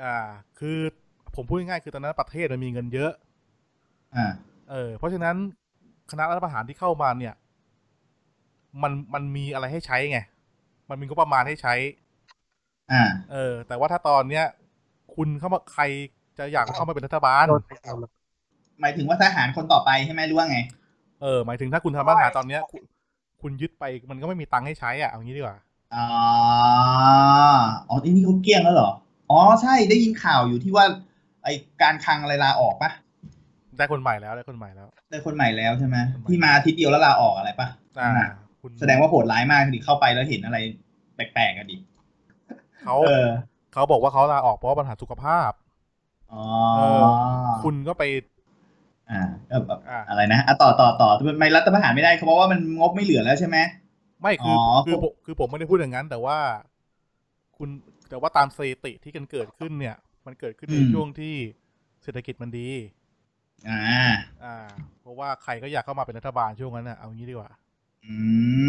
อ่า คือผมพูดง่ายๆคือตอนนั้นประเทศมันมีเงินเยอะ อ่า เออ เพราะฉะนั้นคณะรัฐประหารที่เข้ามาเนี่ย มันมันมีอะไรให้ใช้ไง มันมีงบประมาณให้ใช้ อ่า เออ แต่ว่าถ้าตอนเนี้ย คุณเข้ามาใครจะอยากเข้ามาเป็นรัฐบาล โดนเอามา หมายถึงว่าทหารคนต่อไปใช่ไหมหรู้ว่าไง เออ หมายถึงถ้าคุณทำรัฐประหารตอนเนี้ยคุณคุณยึดไปมันก็ไม่มีตังค์ให้ใช้อ่ะเอางี้ดีกว่า อ๋อ อ๋อนี่เขาเกลี้ยงแล้วเหรอ อ๋อ ใช่ ได้ยินข่าวอยู่ที่ว่า ไอการคลังอะไรลาออกปะ ได้คนใหม่แล้วได้คนใหม่แล้ว ได้คนใหม่แล้วใช่ไหม คนใหม่ ที่มาอาทิตย์เดียวแล้วลาออกอะไรปะ อ่า น่ะ คุณ แสดงว่าโหดร้ายมากดิเข้าไปแล้วเห็นอะไรแปลกๆอะดิ เขา เออ เขาบอกว่าเขาลาออกเพราะว่าปัญหาสุขภาพ อ๋อ คุณก็ไป อ่าเอ่อเอ่อ อ่า อะไรนะอ่ะต่อต่อต่อไม่รัฐประหารไม่ได้เขาบอกว่ามันงบไม่เหลือแล้วใช่ไหม ไม่คือ อ๋อ คือ ผ ผม มคือผมไม่ได้พูดอย่างนั้น แต่ว่า คุณแต่ว่าตามสถิติที่กันเกิดขึ้นเนี่ย มันเกิดขึ้นในช่วงที่เศรษฐกิจมันดี อ่า อ่า เพราะว่าใครก็อยากเข้ามาเป็นรัฐบาลช่วงนั้นน่ะเอางี้ดีกว่า อื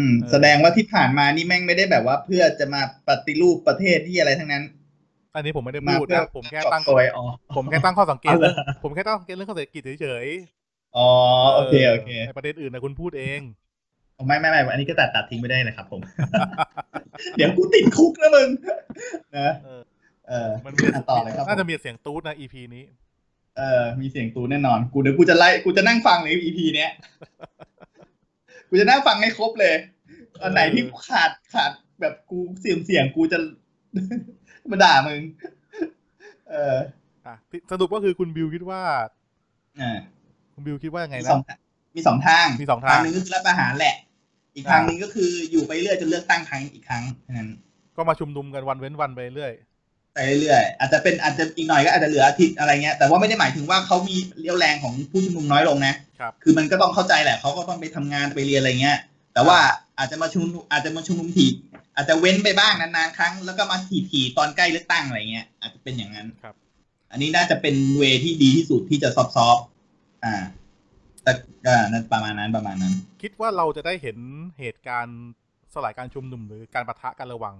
ม เออ แสดงว่าที่ผ่านมานี่แม่งไม่ได้แบบว่าเพื่อจะมาปฏิรูปประเทศที่อะไรทั้งนั้น อันนี้ผมไม่ได้ มา พูด เพื่อ นะผมแค่ตั้ง ตัวอ๋อ ผมแค่ตั้งข้อสังเกต เอาเหรอ เรื่องผมแค่ตั้งข้อสังเกตเรื่องข้อเศรษฐกิจเฉย อ๋อ ๆ โอเคโอเค ในประเด็นอื่นนะคุณพูดเอง ไม่ไม่ไม่อันนี้ก็ตัดตัดทิ้งไม่ได้เลย (laughs) ครับผม เดี๋ยวกูติดคุกนะมึง (laughs) นะ เออ เออ มัน อ่ะต่อเลยครับ น่าจะ ผม มีเสียงตูดนะ EP นี้ เออมีเสียงตูแน่นอน กูเดี๋ยวกูจะไล่กูจะนั่งฟังเลย EP เนี้ย (laughs) กูจะนั่งฟังให้ครบเลยอันไหนที่ขาดขาดแบบกูเสียงเสียงกูจะ (laughs) มาด่ามึง (laughs) เออ อ่ะที่สรุปก็คือคุณบิวคิดว่า อ่า คุณบิวคิดว่ายังไง มี นะ สองทางมีสองทาง มีสองทาง หนึ่งก็คือรับประหารแหละ อีก อ่า ทางหนึ่งก็คืออยู่ไปเรื่อยจนเลือกตั้งครั้งอีกครั้งเท่านั้น ก็มาชุมนุมกันวันเว้นวันไปเรื่อย ไปเรื่อยๆอาจจะเป็นอาจจะอีกหน่อยก็อาจจะเหลืออาทิตย์อะไรเงี้ย แต่ว่าไม่ได้หมายถึงว่าเขามีเรี่ยวแรงของผู้ชุมนุมน้อยลงนะครับ คือมันก็ต้องเข้าใจแหละเขาก็ต้องไปทำงานไปเรียนอะไรเงี้ย แต่ว่าอาจจะมาชุมนุมอาจจะมาชุมนุมถี่อาจจะเว้นไปบ้างนานๆครั้ง แล้วก็มาถี่ๆตอนใกล้เลือกตั้งอะไรเงี้ยอาจจะเป็นอย่างนั้น ครับ อันนี้น่าจะเป็นเวที่ดีที่สุดที่จะซอฟต์ๆอ่า แต่ก็นั่นประมาณนั้นประมาณนั้น คิดว่าเราจะได้เห็นเหตุการณ์สลายการชุมนุมหรือการประทะกันระหว่าง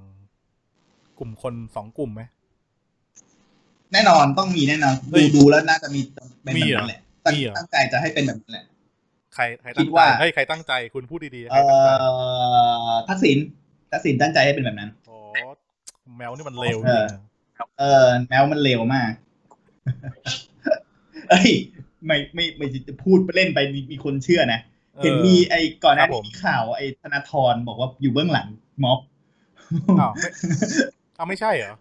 กลุ่มคนสองกลุ่มไหม แน่นอนต้องมีแน่นอน เฮ้ ดู ย ดูแล้วน่าจะมีเป็นแบบนั้นแหละตั้ง มีเหรอ ตั้งใจจะให้เป็นแบบนั้นแหละ ใครใคร คิ ตั้ง ด ใจ ว่า เฮ้ยใครตั้งใจคุณพูดดีๆใครเอตั้งใจ อทักษิณทักษิณตั้งใจให้เป็นแบบนั้น อ๋อแมวนี่มันเลวจริงๆนะ เออแมวมันเร็วมาก (laughs) เอ้ยไม่ไม่ไม่จะพูดไปเล่นไปมีมีคนเชื่อนะ ออ เห็นมีไอ้ก่อนหคน้ารับผ นี้ ม มีข่าวไอ้ธนาธรบอกว่าอยู่เบื้องหลังม็อบ อ้าวไม่อ้าวไม่ใช่เหรอ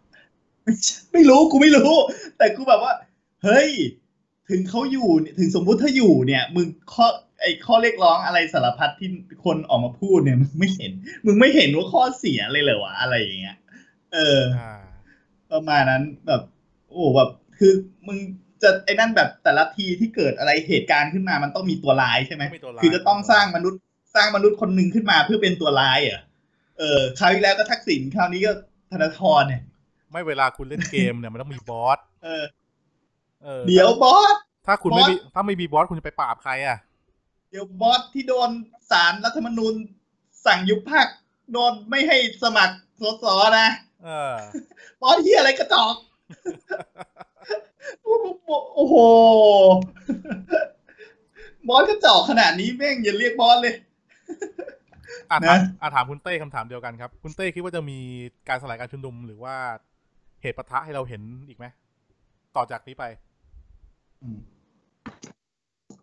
ไม่ใช่ (laughs) ไม่รู้กูไม่รู้ แต่กูแบบว่า เฮ้ย ถึงเขาอยู่เนี่ยถึงสมมุติถ้าอยู่เนี่ย มึงข้อไอ้ข้อเรียกร้องอะไรสารพัดที่คนออกมาพูดเนี่ยมึงไม่เห็น มึงไม่เห็นว่าข้อเสียเลยเหรอวะอะไรอย่างเงี้ย เออ อ่า ประมาณนั้นแบบ โอ้แบบคือมึงจะไอ้นั่นแบบแต่ละทีที่เกิดอะไรเหตุการณ์ขึ้นมามันต้องมีตัวร้ายใช่ไหม มีตัวร้าย คือจะต้องสร้างมนุษย์สร้างมนุษย์คนหนึ่งขึ้นมาเพื่อเป็นตัวร้ายเหรอ่ะเออคราวที่แล้วก็ทักษิณคราวนี้ก็ธนาธรเนี่ย ไม่เวลาคุณเล่นเกมเนี่ยมันต้องมีบอส เออ ออ เดี๋ยวบอส ถ้าคุณไม่ บอส มีถ้าไม่มีบอสคุณจะไปปราบใครอ่ะ เดี๋ยวบอสที่โดนสารรัฐธรรมนูญสั่งยุบพรรคโดนไม่ให้สมัครสสนะ เออ บอสที่อะไรกระจอก (laughs) โอ้โห บอสกระจอกขนาดนี้แม่งอย่าเรียกบอสเลย อ่ะถาม นะ อ่ะถามคุณเต้คำถามเดียวกันครับ คุณเต้คิดว่าจะมีการสลายการชุมนุมหรือว่าเหตุปะทะให้เราเห็นอีกไหมต่อจากนี้ไป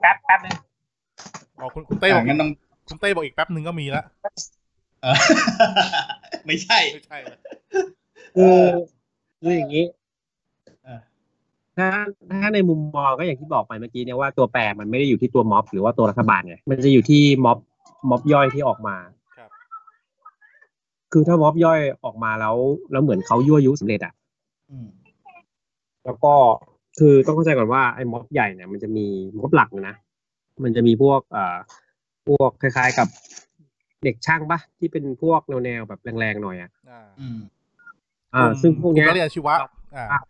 แป๊บแป๊บนึง อ๋อคุณคุณเต้ แต่ บอก งั้นต้อง (laughs) คุณเต้บอกอีกแป๊บหนึ่งก็มีละ เออ ไม่ใช่ ไม่ใช่ละ คือคืออย่างนี้ เออ ถ้าถ้าในมุมมองก็อย่างที่บอกไปเมื่อกี้เนี่ยว่าตัวแปรมันไม่ได้อยู่ที่ตัวม็อบ หรือว่าตัวรัฐบาลไงมันจะอยู่ที่ม็อบม็อบย่อยที่ออกมา ครับ คือถ้าม็อบย่อยออกมาแล้วแล้วเหมือนเขายั่วยุสำเร็จอ่ะ อืม แล้วก็คือต้องเข้าใจก่อนว่าไอ้ม็อบใหญ่เนี่ยมันจะมีม็อบหลักเนี่ยนะมันจะมีพวกเอ่อพวกคล้ายๆกับเด็กช่างปะที่เป็นพวกแนวๆแบบแรงๆหน่อยอ่ะ อ่า อืม อ่า ลุ่ม ซึ่งพวก ลุ่มเนี้ย นักเรียนอาชีวะอ่า อ่ะ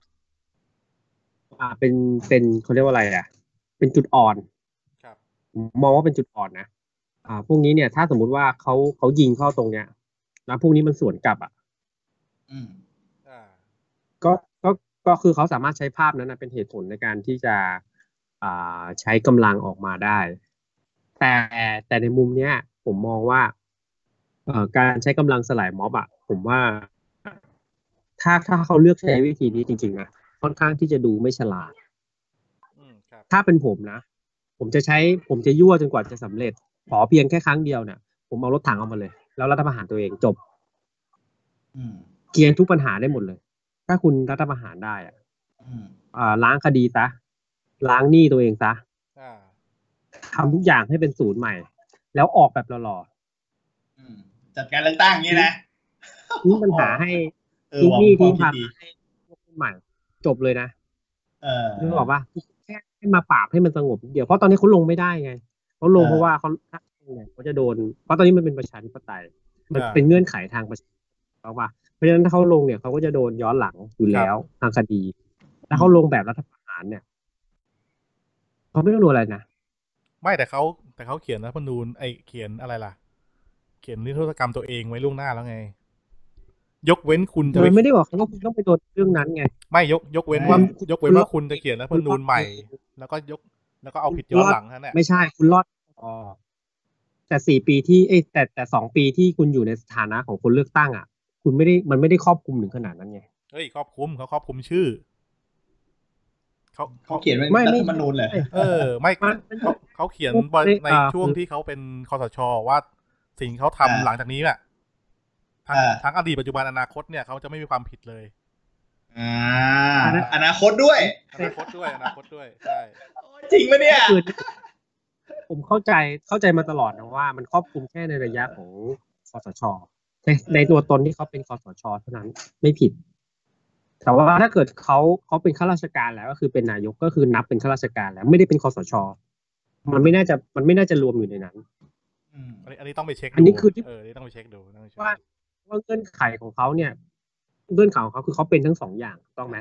อ่าเป็นเป็นเขาเรียกว่าอะไรอ่ะ เป็นจุดอ่อน ครับ ผมมองว่าเป็นจุดอ่อนนะอ่า พวกนี้เนี่ย ถ้าสมมุติว่าเขาเขายิงเข้าตรงเนี้ยแล้วพวกนี้มันสวนกลับอ่ะ อืม อ่า ก็ ก็ ก็คือเขาสามารถใช้ภาพนั้นนะเป็นเหตุผลในการที่จะอ่าใช้กำลังออกมาได้ แต่แต่ในมุมเนี้ย ผมมองว่าเอ่อการใช้กำลังสลายม็อบอะผมว่า ถ้าถ้าเขาเลือกใช้วิธีนี้จริงๆนะค่อนข้างที่จะดูไม่ฉลาด อืมครับ ถ้าเป็นผมนะ ผมจะใช้ผมจะยั่วจนกว่าจะสำเร็จ ขอเพียงแค่ครั้งเดียวเนี่ยผมเอารถถังออกมาเลย แล้วรัฐประหารตัวเองจบ อืม เคลียร์ทุกปัญหาได้หมดเลย ถ้าคุณรัฐประหารได้อะ อืม อ่าล้างคดีซะล้างหนี้ตัวเองซะ อ่า ทำทุกอย่างให้เป็นศูนย์ใหม่ แล้วออกแบบหล่อ อืมจัดการเลือกตั้งอย่างนี้นะ ๆทิ้งปัญหาให้ เออ ทิ้ง วาง หนี้ ควา ทิ้ ม ง คิ ภา ด ร ดี ให้พวกคนใหม่ จบเลยนะ เออ นึกออกปะแค่ให้มาปราบให้มันสงบเดี๋ยวเพราะตอนนี้เขาลงไม่ได้ไงเขาลง เออ เพราะว่าเขาถ้าลงเนี่ยเขาจะโดน เพราะตอนนี้มันเป็นประชาธิปไตย มันเป็นเงื่อนไขทางประชาธิปไตยเพราะว่าเพราะฉะนั้นถ้าเขาลงเนี่ยเขาก็จะโดนย้อนหลังอยู่แล้วทางคดีถ้าเขาลงแบบรัฐประหารเนี่ยเขาไม่ต้องโดนอะไรนะ ไม่แต่เขาแต่เขาเขียนรัฐธรรมนูญไอเขียนอะไรล่ะ เขียนนิรโทษกรรมตัวเองไว้ล่วงหน้าแล้วไง ยกเว้นคุณจะ มั ป นไม่ได้บอกว่าคุณต้องไปโดนเรื่องนั้นไง ไม่ยกยกเว้นว่า อืม ยกเว้นว่าคุณจะเขียนรัฐธรรมนูญใหม่ แล้วก็ยกแล้วก็เอาผิดย้อนหลังเท่านั่นแหละ ไม่ใช่คุณรอดอ๋อแต่สี่ปีที่เอ้ยแต่แต่สองปีที่คุณอยู่ในสถานะของคนเลือกตั้งอ่ะ คุณไม่ได้มันไม่ได้ครอบคลุมถึงขนาดนั้นไง เฮ้ยครอบคลุมเขาครอบคลุมชื่อเขา เขาเขียนไว้ ไม่ ใน ไม่ รัฐธรรมนูญเลย เออ ไม่ มัน เขาเขาเขียนบใน อ่า ช่วงที่เขาเป็นคอสชว่าสิ่งเขาทำ อ่า หลังจากนี้แหละทั้ง อ่า ทั้งอดีตปัจจุบันอนาคตเนี่ยเขาจะไม่มีความผิดเลย อ่าอนาคตด้วย อนาคต (laughs) ด้วยอนาคตด้วยใช่ จริงปะเนี่ย คือผมเข้าใจเข้าใจมาตลอดนะว่า มันครอบคลุมแค่ในระยะของคอสชในในตัวตนที่เขาเป็นคอสชเท่านั้นไม่ผิด แต่ว่าถ้าเกิดเขาเขาเป็นข้าราชการแล้วก็คือเป็นนายกก็คือนับเป็นข้าราชการแล้วไม่ได้เป็นคอสชมันไม่น่าจะมันไม่น่าจะรวมอยู่ในนั้น อันนี้อันนี้ต้องไปเช็คดู อันนี้คือที่ เอออันนี้ต้องไปเช็คดูต้องไปเช็ค ว่า ดู ว่าเงื่อนไขของเขาเนี่ยเงื่อนไขของเขาคือเขาเป็นทั้งสองอย่างถูกต้องไหม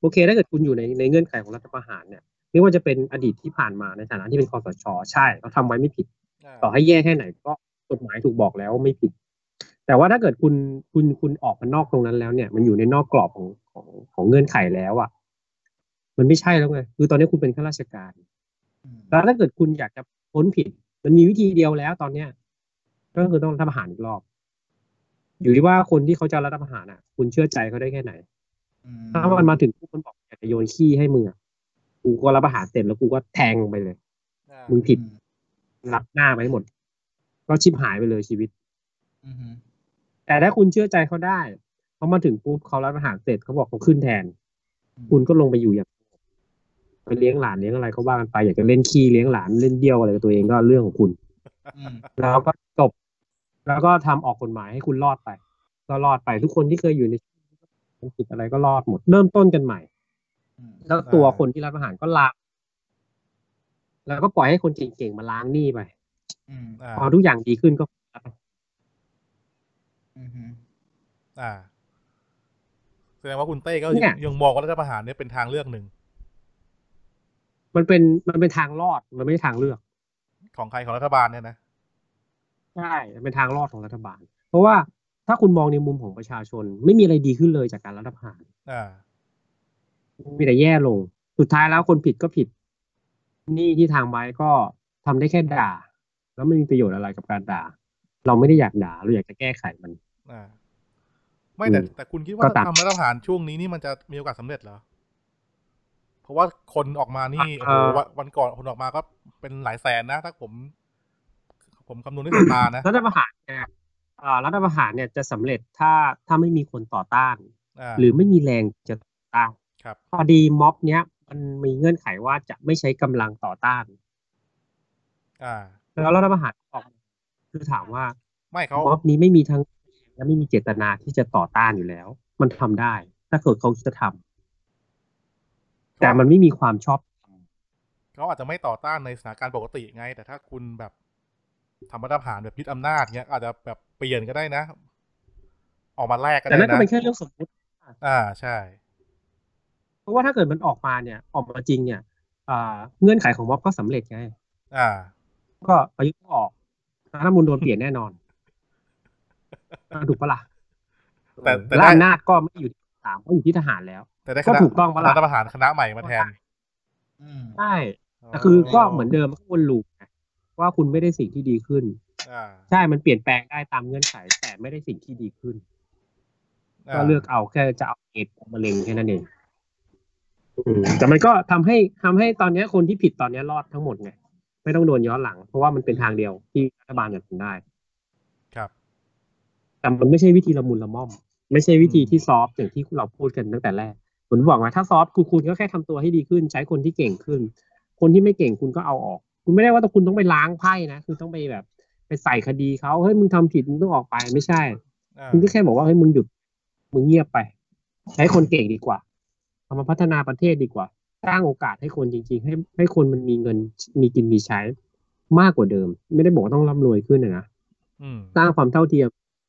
โอเค ถ้าเกิดคุณอยู่ในในเงื่อนไขของรัฐประหารเนี่ยไม่ว่าจะเป็นอดีตที่ผ่านมาในฐานะที่เป็นคอสชใช่เขาทำไว้ไม่ผิด า ต่อให้แย่แค่ไหนก็กฎหมายถูกบอกแล้วไม่ผิด แต่ว่าถ้าเกิดคุณคุณคุณออกมานอกตรงนั้นแล้วเนี่ย มันอยู่ในนอกกรอบของของของเงื่อนไขแล้วอะ่ะ มันไม่ใช่แล้วไงคือตอนนี้คุณเป็นข้าราชการ แล้วถ้าเกิดคุณอยากจะพ้นผิด มันมีวิธีเดียวแล้วตอนเนี้ย ก็คือต้องรัฐประหารอีกรอบ อยู่ที่ว่าคนที่เขาจะรัฐประหารอ่ะ คุณเชื่อใจเขาได้แค่ไหน ถ้ามันมาถึงปุ๊บมันบอกอยากจะโยนขี้ให้มึงอะกูก็รัฐประหารเสร็จแล้วกูก็แทงลงไปเลย อ่า มึงผิด รับหน้าไปให้หมด ก็ชิบหายไปเลยชีวิต แต่ถ้าคุณเชื่อใจเขาได้เขามาถึงปุ๊บเขารับอาหารเสร็จเขาบอกเขาขึ้นแทน คุณก็ลงไปอยู่อย่างไปเลี้ยงหลานเลี้ยงอะไรก็ว่ากันไปอยากจะเล่นขี้เลี้ยงหลานเล่นเดี่ยวอะไรกับตัวเองก็เรื่องของคุณ แล้วก็จบ แล้วก็ทำออกกฎหมายให้คุณรอดไป ก็รอดไปทุกคนที่เคยอยู่ในธุรกิจอะไรก็รอดหมด เริ่มต้นกันใหม่ แล้วตัวคนที่รับอาหารก็ลาแล้วก็ปล่อยให้คนเก่งๆมาล้างหนี้ไป อ่า พอทุกอย่างดีขึ้นก็ อ่าแสดงว่าคุณเต้ก็ เนี่ย ยังมองว่ารัฐประหารเนี่ยเป็นทางเลือกหนึ่ง มันเป็นมันเป็นทางรอดมันไม่ใช่ทางเลือก ของใครของรัฐบาลเนี่ยนะ ใช่มันเป็นทางรอดของรัฐบาล เพราะว่าถ้าคุณมองในมุมของประชาชน ไม่มีอะไรดีขึ้นเลยจากการรัฐประหาร อ่า มีแต่แย่ลง สุดท้ายแล้วคนผิดก็ผิด นี่ที่ทางไม้ก็ทำได้แค่ด่า แล้วไม่มีประโยชน์อะไรกับการด่า เราไม่ได้อยากด่าเราอยากจะแก้ไขมัน อ่า ไม่แต่ อืม แต่คุณคิดว่า ก็ตาม ทำรัฐประหารช่วงนี้นี่มันจะมีโอกาสสำเร็จเหรอ เพราะว่าคนออกมานี่โอ้โหวันวันก่อนคนออกมาก็เป็นหลายแสนนะถ้าผม ผมคำนวณด้วยสายตานะ รัฐประหารเนี่ยอ่ารัฐประหารเนี่ยจะสำเร็จถ้าถ้าไม่มีคนต่อต้าน า หรือไม่มีแรงจะต่อต้าน ครับ พอดีม็อบเนี้ยมันมีเงื่อนไขว่าจะไม่ใช้กำลังต่อต้าน อ่า แล้วรัฐประหารออกมาคือถามว่า ไม่เขา ม็อบนี้ไม่มีทั้งและไม่มีเจตนาที่จะต่อต้านอยู่แล้ว มันทำได้ ถ้าเกิดเขาจะทำแต่มันไม่มีความชอบ เขาอาจจะไม่ต่อต้านในสถานการณ์ปกติไง แต่ถ้าคุณแบบทำรัฐประหารแบบยึดอำนาจเงี้ย อาจจะแบบเปลี่ยนก็ได้นะ ออกมาแลกก็ แต่ ได้ นั่นก็ นะ เป็นแค่เรื่องสมมติ อ่าใช่ เพราะว่าถ้าเกิดมันออกมาเนี่ย ออกมาจริงเนี่ยอ่าเงื่อนไขของม็อบก็สำเร็จไง อ่า ก็ประยุทธ์ก็ออกรัฐธรรมนูญโดนเปลี่ยนแน่นอนถูกปะล่ะ แต่แต่ได้ และอำนาจก็ไม่ได้อยู่ที่สามก็อยู่ที่ทหารแล้ว แต่ได้ ก็ถูกต้องปะล่ะ รัฐประหารคณะใหม่มาแทน อืม ใช่แต่คือก็เหมือนเดิมก็วนลูปไงว่าคุณไม่ได้สิ่งที่ดีขึ้น อ่า ใช่มันเปลี่ยนแปลงได้ตามเงื่อนไข แต่ไม่ได้สิ่งที่ดีขึ้น ก็เลือกเอาแค่จะเอาเอทมะเร็งแค่นั้นเองอืมแต่มันก็ทำให้ทำให้ตอนเนี้ยคนที่ผิดตอนเนี้ยรอดทั้งหมดไงไม่ต้องโดนย้อนหลัง เพราะว่ามันเป็นทางเดียวที่รัฐบาลจะทำได้ ครับ แต่มันไม่ใช่วิธีละมุนละม่อม ไม่ใช่วิธีที่ซอฟต์อย่างที่เราพูดกันตั้งแต่แรกผมบอกว่าถ้าซอฟต์คือคุณก็แค่ทำตัวให้ดีขึ้น ใช้คนที่เก่งขึ้น คนที่ไม่เก่งคุณก็เอาออก คุณไม่ได้ว่าต้องคุณต้องไปล้างไพ่นะคือต้องไปแบบ ไปใส่คดีเขาเฮ้ยมึงทำผิดมึงต้องออกไปไม่ใช่ อ่า มึงก็แค่บอกว่าเฮ้ยมึงหยุดมึงเงียบไป ใช้คนเก่งดีกว่าเอามาพัฒนาประเทศดีกว่า สร้างโอกาสให้คนจริง ๆ ให้ให้คนมันมีเงินมีกินมีใช้ มากกว่าเดิม ไม่ได้บอกว่าต้องร่ำรวยขึ้นนะนะ อืม สร้างความเท่าเทียม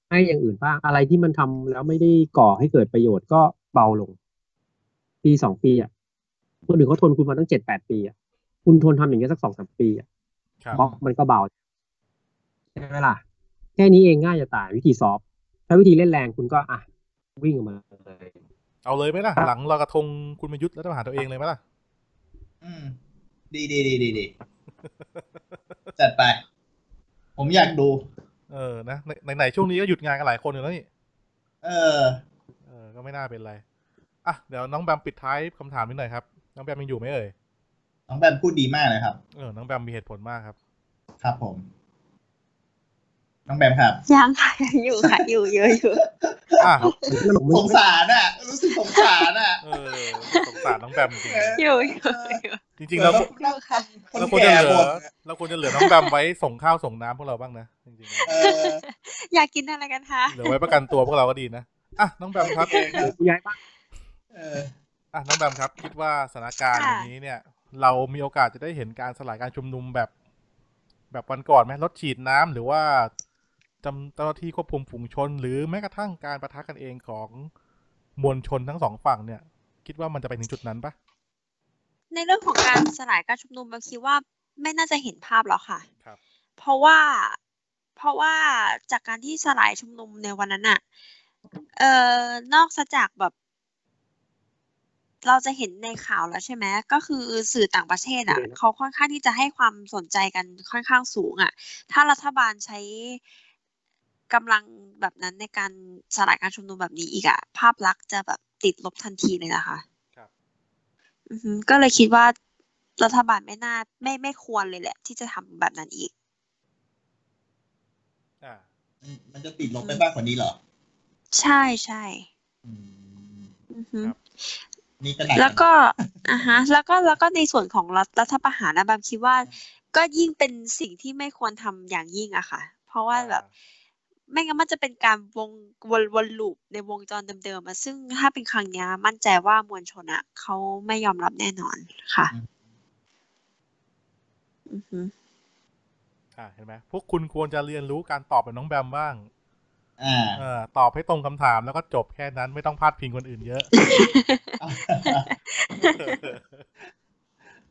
ให้อย่างอื่นบ้างอะไรที่มันทำแล้วไม่ได้ก่อให้เกิดประโยชน์ก็เบาลง ปีสองปีอ่ะคนอื่นเขาทนคุณมาตั้งเจ็ดแปดปีอ่ะคุณทนทำอย่างเงี้ยสักสองสามปีอ่ะ ครับ บล็อกมันก็เบาใช่ไหมล่ะ แค่นี้เองง่ายจะตายวิธีซอฟต์ถ้าวิธีเล่นแรงคุณก็อ่ะ วิ่งออกมา (laughs) เลย เอาเลยไหมล่ะ หลังลอยกระทงคุณมายุทธรัฐประหารตัวเองเลยไหมล่ะ อืมดีดีดีดีดีจัดไป ผมอยากดู เออนะในในไหนช่วงนี้ก็หยุดงานกันหลายคนอยู่แล้วนี่ เออ เออก็ไม่น่าเป็นไรอ่ะเดี๋ยวน้องแบมปิดท้ายคำถามนิดหน่อยครับ น้องแบมยังอยู่ไหมเอ่ย น้องแบมพูดดีมากเลยครับ เออน้องแบมมีเหตุผลมากครับ ครับผม น้องแบมครับ ยังค่ะยังอยู่ค่ะอยู่เยอะอยู่ อ่ะ สงสารน่ะ รู้สึกสงสารน่ะ เออสงสารน้องแบมจริง อยู่อยู่อยู่ ๆจริงๆเรา เหมือนเรา ค่ะ คน เราควร แก่ จะเหลื บ่ อน เราควรจะเหลือน้องแบมไว้ส่งข้าวส่งน้ำพวกเราบ้างนะจริงๆ เออ อยากกินอะไรกันคะ เหลือไว้ประกันตัวพวกเราก็ดีนะอ่ะน้องแบมครับ เดี๋ยวกูย้ายบ้าน เออ อ่ะน้องแบมครับ คิดว่าสถานการณ์ ค่ะ อย่างนี้เนี่ย เรามีโอกาสจะได้เห็นการสลายการชุมนุมแบบ แบบวันก่อนไหมรถฉีดน้ำหรือว่าจำเจ้าหน้าที่ควบคุมฝูงชน หรือแม้กระทั่งการประทะกันเองของมวลชนทั้งสองฝั่งเนี่ย คิดว่ามันจะไปถึงจุดนั้นปะ ในเรื่องของการสลายการชุมนุมเราคิดว่าไม่น่าจะเห็นภาพหรอกค่ะ ครับ เพราะว่าเพราะว่าจากการที่สลายชุมนุมในวันนั้นอะเอ่อนอกจากแบบ เราจะเห็นในข่าวแล้วใช่ไหมก็คือสื่อต่างประเทศอะเขาค่อนข้างที่จะให้ความสนใจกันค่อนข้างสูงอะถ้ารัฐบาลใช้กำลังแบบนั้นในการสลายการชุมนุมแบบนี้อีกอะภาพลักษณ์จะแบบติดลบทันทีเลยนะคะ อือฮึก็เลยคิดว่ารัฐบาลไม่น่าไม่ไม่ควรเลยแหละ ที่จะทำแบบนั้นอีก อ่า มันจะติดลบไปบ้างกว่านี้เหรอ ใช่ใช่ อืม อือฮึ ครับ นี่ก็หนัก แล้วก็อ่ะฮะ แล้วก็แล้วก็ในส่วนของรัฐรัฐประหารนะบามคิดว่า ก็ยิ่งเป็นสิ่งที่ไม่ควรทำอย่างยิ่งอะค่ะ เพราะว่าแบบ ไม่งั้นมันจะเป็นการวงวนวนลูปในวงจรเดิมๆอะซึ่งถ้าเป็นครั้งเนี้ยมั่นใจว่ามวลชนอะเขาไม่ยอมรับแน่นอนค่ะ อือฮึ อ่าเห็นไหมพวกคุณควรจะเรียนรู้การตอบแบบน้องแบมบ้ (laughs) าง อ่า เออตอบให้ตรงคำถามแล้วก็จบแค่นั้นไม่ต้อง (laughs) พาดพิงคนอื่นเยอะ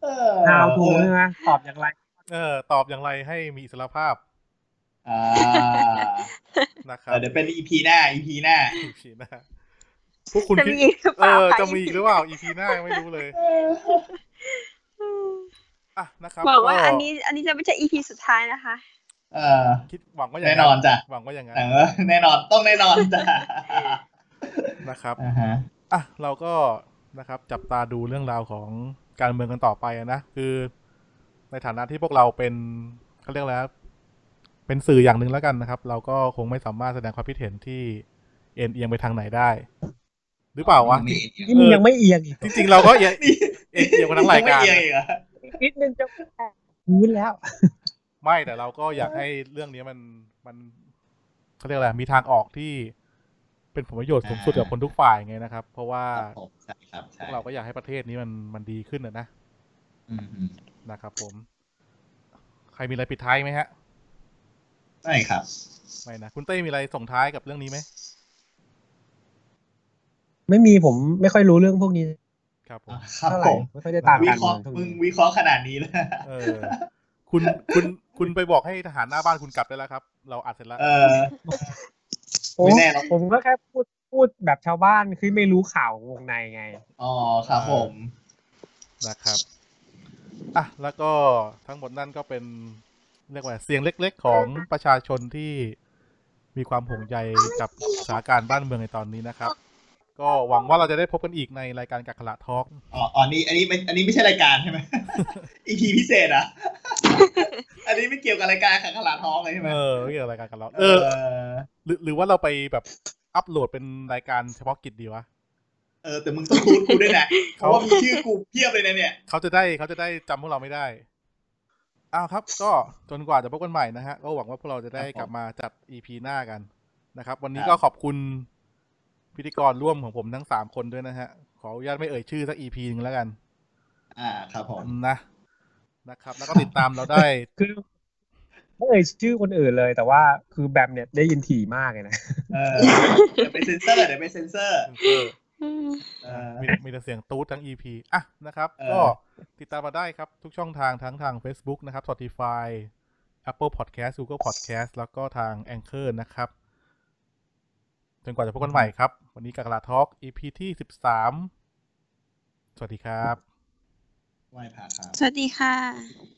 เอ ฮาวทูใช่ไหมตอบอย่างไร เออ ตอบอย่างไรให้มีอิสรภาพ อ่า นะครัเอบ อเดี๋ยวเป็น EP หน้า EP หน้า อีพีหน้าพวกคุณ จะ คิด มีอีกหรือเป เอ ล่า อ คะ จะมีอีกหรือเปล่าอีพีหน้ายังไม่รู้เลย อืม อ่ะนะครับ หวังว่าอันนี้อันนี้จะไม่ใช่ EP สุดท้ายนะคะ เออ คิดหวังว่าอย่าง แน่นอนจ้ะ หวังว่าอย่างนั้น แต่ว่าแน่นอนต้องแน่นอนจ้ะ นะครับ อ่าฮะ อ่ะเราก็นะครับจับตาดูเรื่องราวของการเมืองกันต่อไปอะนะคือ ในฐานะที่พวกเราเป็นเขาเรียกแล้ว เป็นสื่ออย่างหนึ่งแล้วกันนะครับ เราก็คงไม่สามารถแสดงความคิดเห็นที่เอ็นเอียงไปทางไหนได้ หรือเปล่าวะ ไม่ นี่มึงยังไม่เอียงอีก จริงๆเราก็เอียงเอ็นเอียงไปทั้งรายการ ไม่เอียงอีกเหรอ นิดนึงจะพื้นแล้ว ไม่แต่เราก็อยากให้เรื่องนี้มันมันเขาเรียกอะไรมีทางออกที่เป็นผลประโยชน์สูงสุดกับคนทุกฝ่ายไงนะครับ เพราะว่า ครับผมใช่ครับ พ ใช่ วกเราก็อยากให้ประเทศนี้มันมันดีขึ้นนะนะ อืมอืม นะครับผม ใครมีอะไรปิดท้ายไหมฮะ ใช่ครับ ไม่นะ คุณเต้มีอะไรส่งท้ายกับเรื่องนี้ไหม ไม่มีผมไม่ค่อยรู้เรื่องพวกนี้ ครับผม ครับ เท่าไห ผ ร่ ม ไม่ค่อยได้ตาม วิ การ เค เมื ราะ อง ห์ เท่าไห มึ ร่ งวิเคราะห์ขนาดนี้แล้ว เออ คุณคุณคุณไปบอกให้ทหารหน้าบ้านคุณกลับได้แล้วครับ เราอัดเสร็จแล้ว เออ ไม่แน่หรอก ผมก็แค่พูดพูดแบบชาวบ้านคือไม่รู้ข่าววงในไง อ๋อครับผม นะครับอ่ะแล้วก็ทั้งหมดนั่นก็เป็นเรียกว่าเสียงเล็ก ๆ ของประชาชนที่มีความห่วงใยกับสถานการณ์บ้านเมืองในตอนนี้นะครับ ก็หวังว่าเราจะได้พบกันอีกในรายการกักขละทอล์ก อ๋ออ๋อนี่อันนี้ไม่อันนี้ไม่ใช่รายการใช่ไหม อีพีพิเศษเหรอ่ะ อันนี้ไม่เกี่ยวกับรายการขังขลาท้องเลยใช่ไหม เออไม่เกี่ยวกับรายการกับเราเออ อ หรือหรือว่าเราไปแบบอัปโหลดเป็นรายการเฉพาะกิจดีวะ เออแต่มึงต้องรู้กูด้วยนะ เพ เขา ราะว่ามีชื่อกูเพียบเลยนะเนี่ย เขาจะได้เขาจะได้จำพวกเราไม่ได้อ้าวครับ ก็จนกว่าจะพบกันใหม่นะฮะ ก็หวังว่าพวกเราจะได้กลับมาจัด EP หน้ากันนะครับ วันนี้ ครับ ก็ขอบคุณพิธีกรร่วมของผมทั้งสามคนด้วยนะฮะ ขออนุญาตไม่เอ่ยชื่อสัก EP หนึ่งแล้วกัน อ่าครับผม นะนะครับ แล้วก็ติดตามเราได้ คือไม่เอ่ยชื่อคนอื่นเลย แต่ว่าคือแบมเนี่ยได้ยินถี่มากเลยนะ เออเดี๋ยวไปเซ็นเซอร์เดี๋ยวไปเซ็นเซอร์ อืม เออ มีมีแต่เสียงตูดทั้ง EP อ่ะนะครับ เออ ก็ติดตามมาได้ครับ ทุกช่องทางทั้งทาง Facebook นะครับ Spotify Apple Podcast Google Podcast แล้วก็ทาง Anchor นะครับจนกว่าจะพบกันใหม่ครับ วันนี้กากลาทอล์ก EP ที่ 13 สวัสดีครับ ไหว้พระครับ สวัสดีค่ะ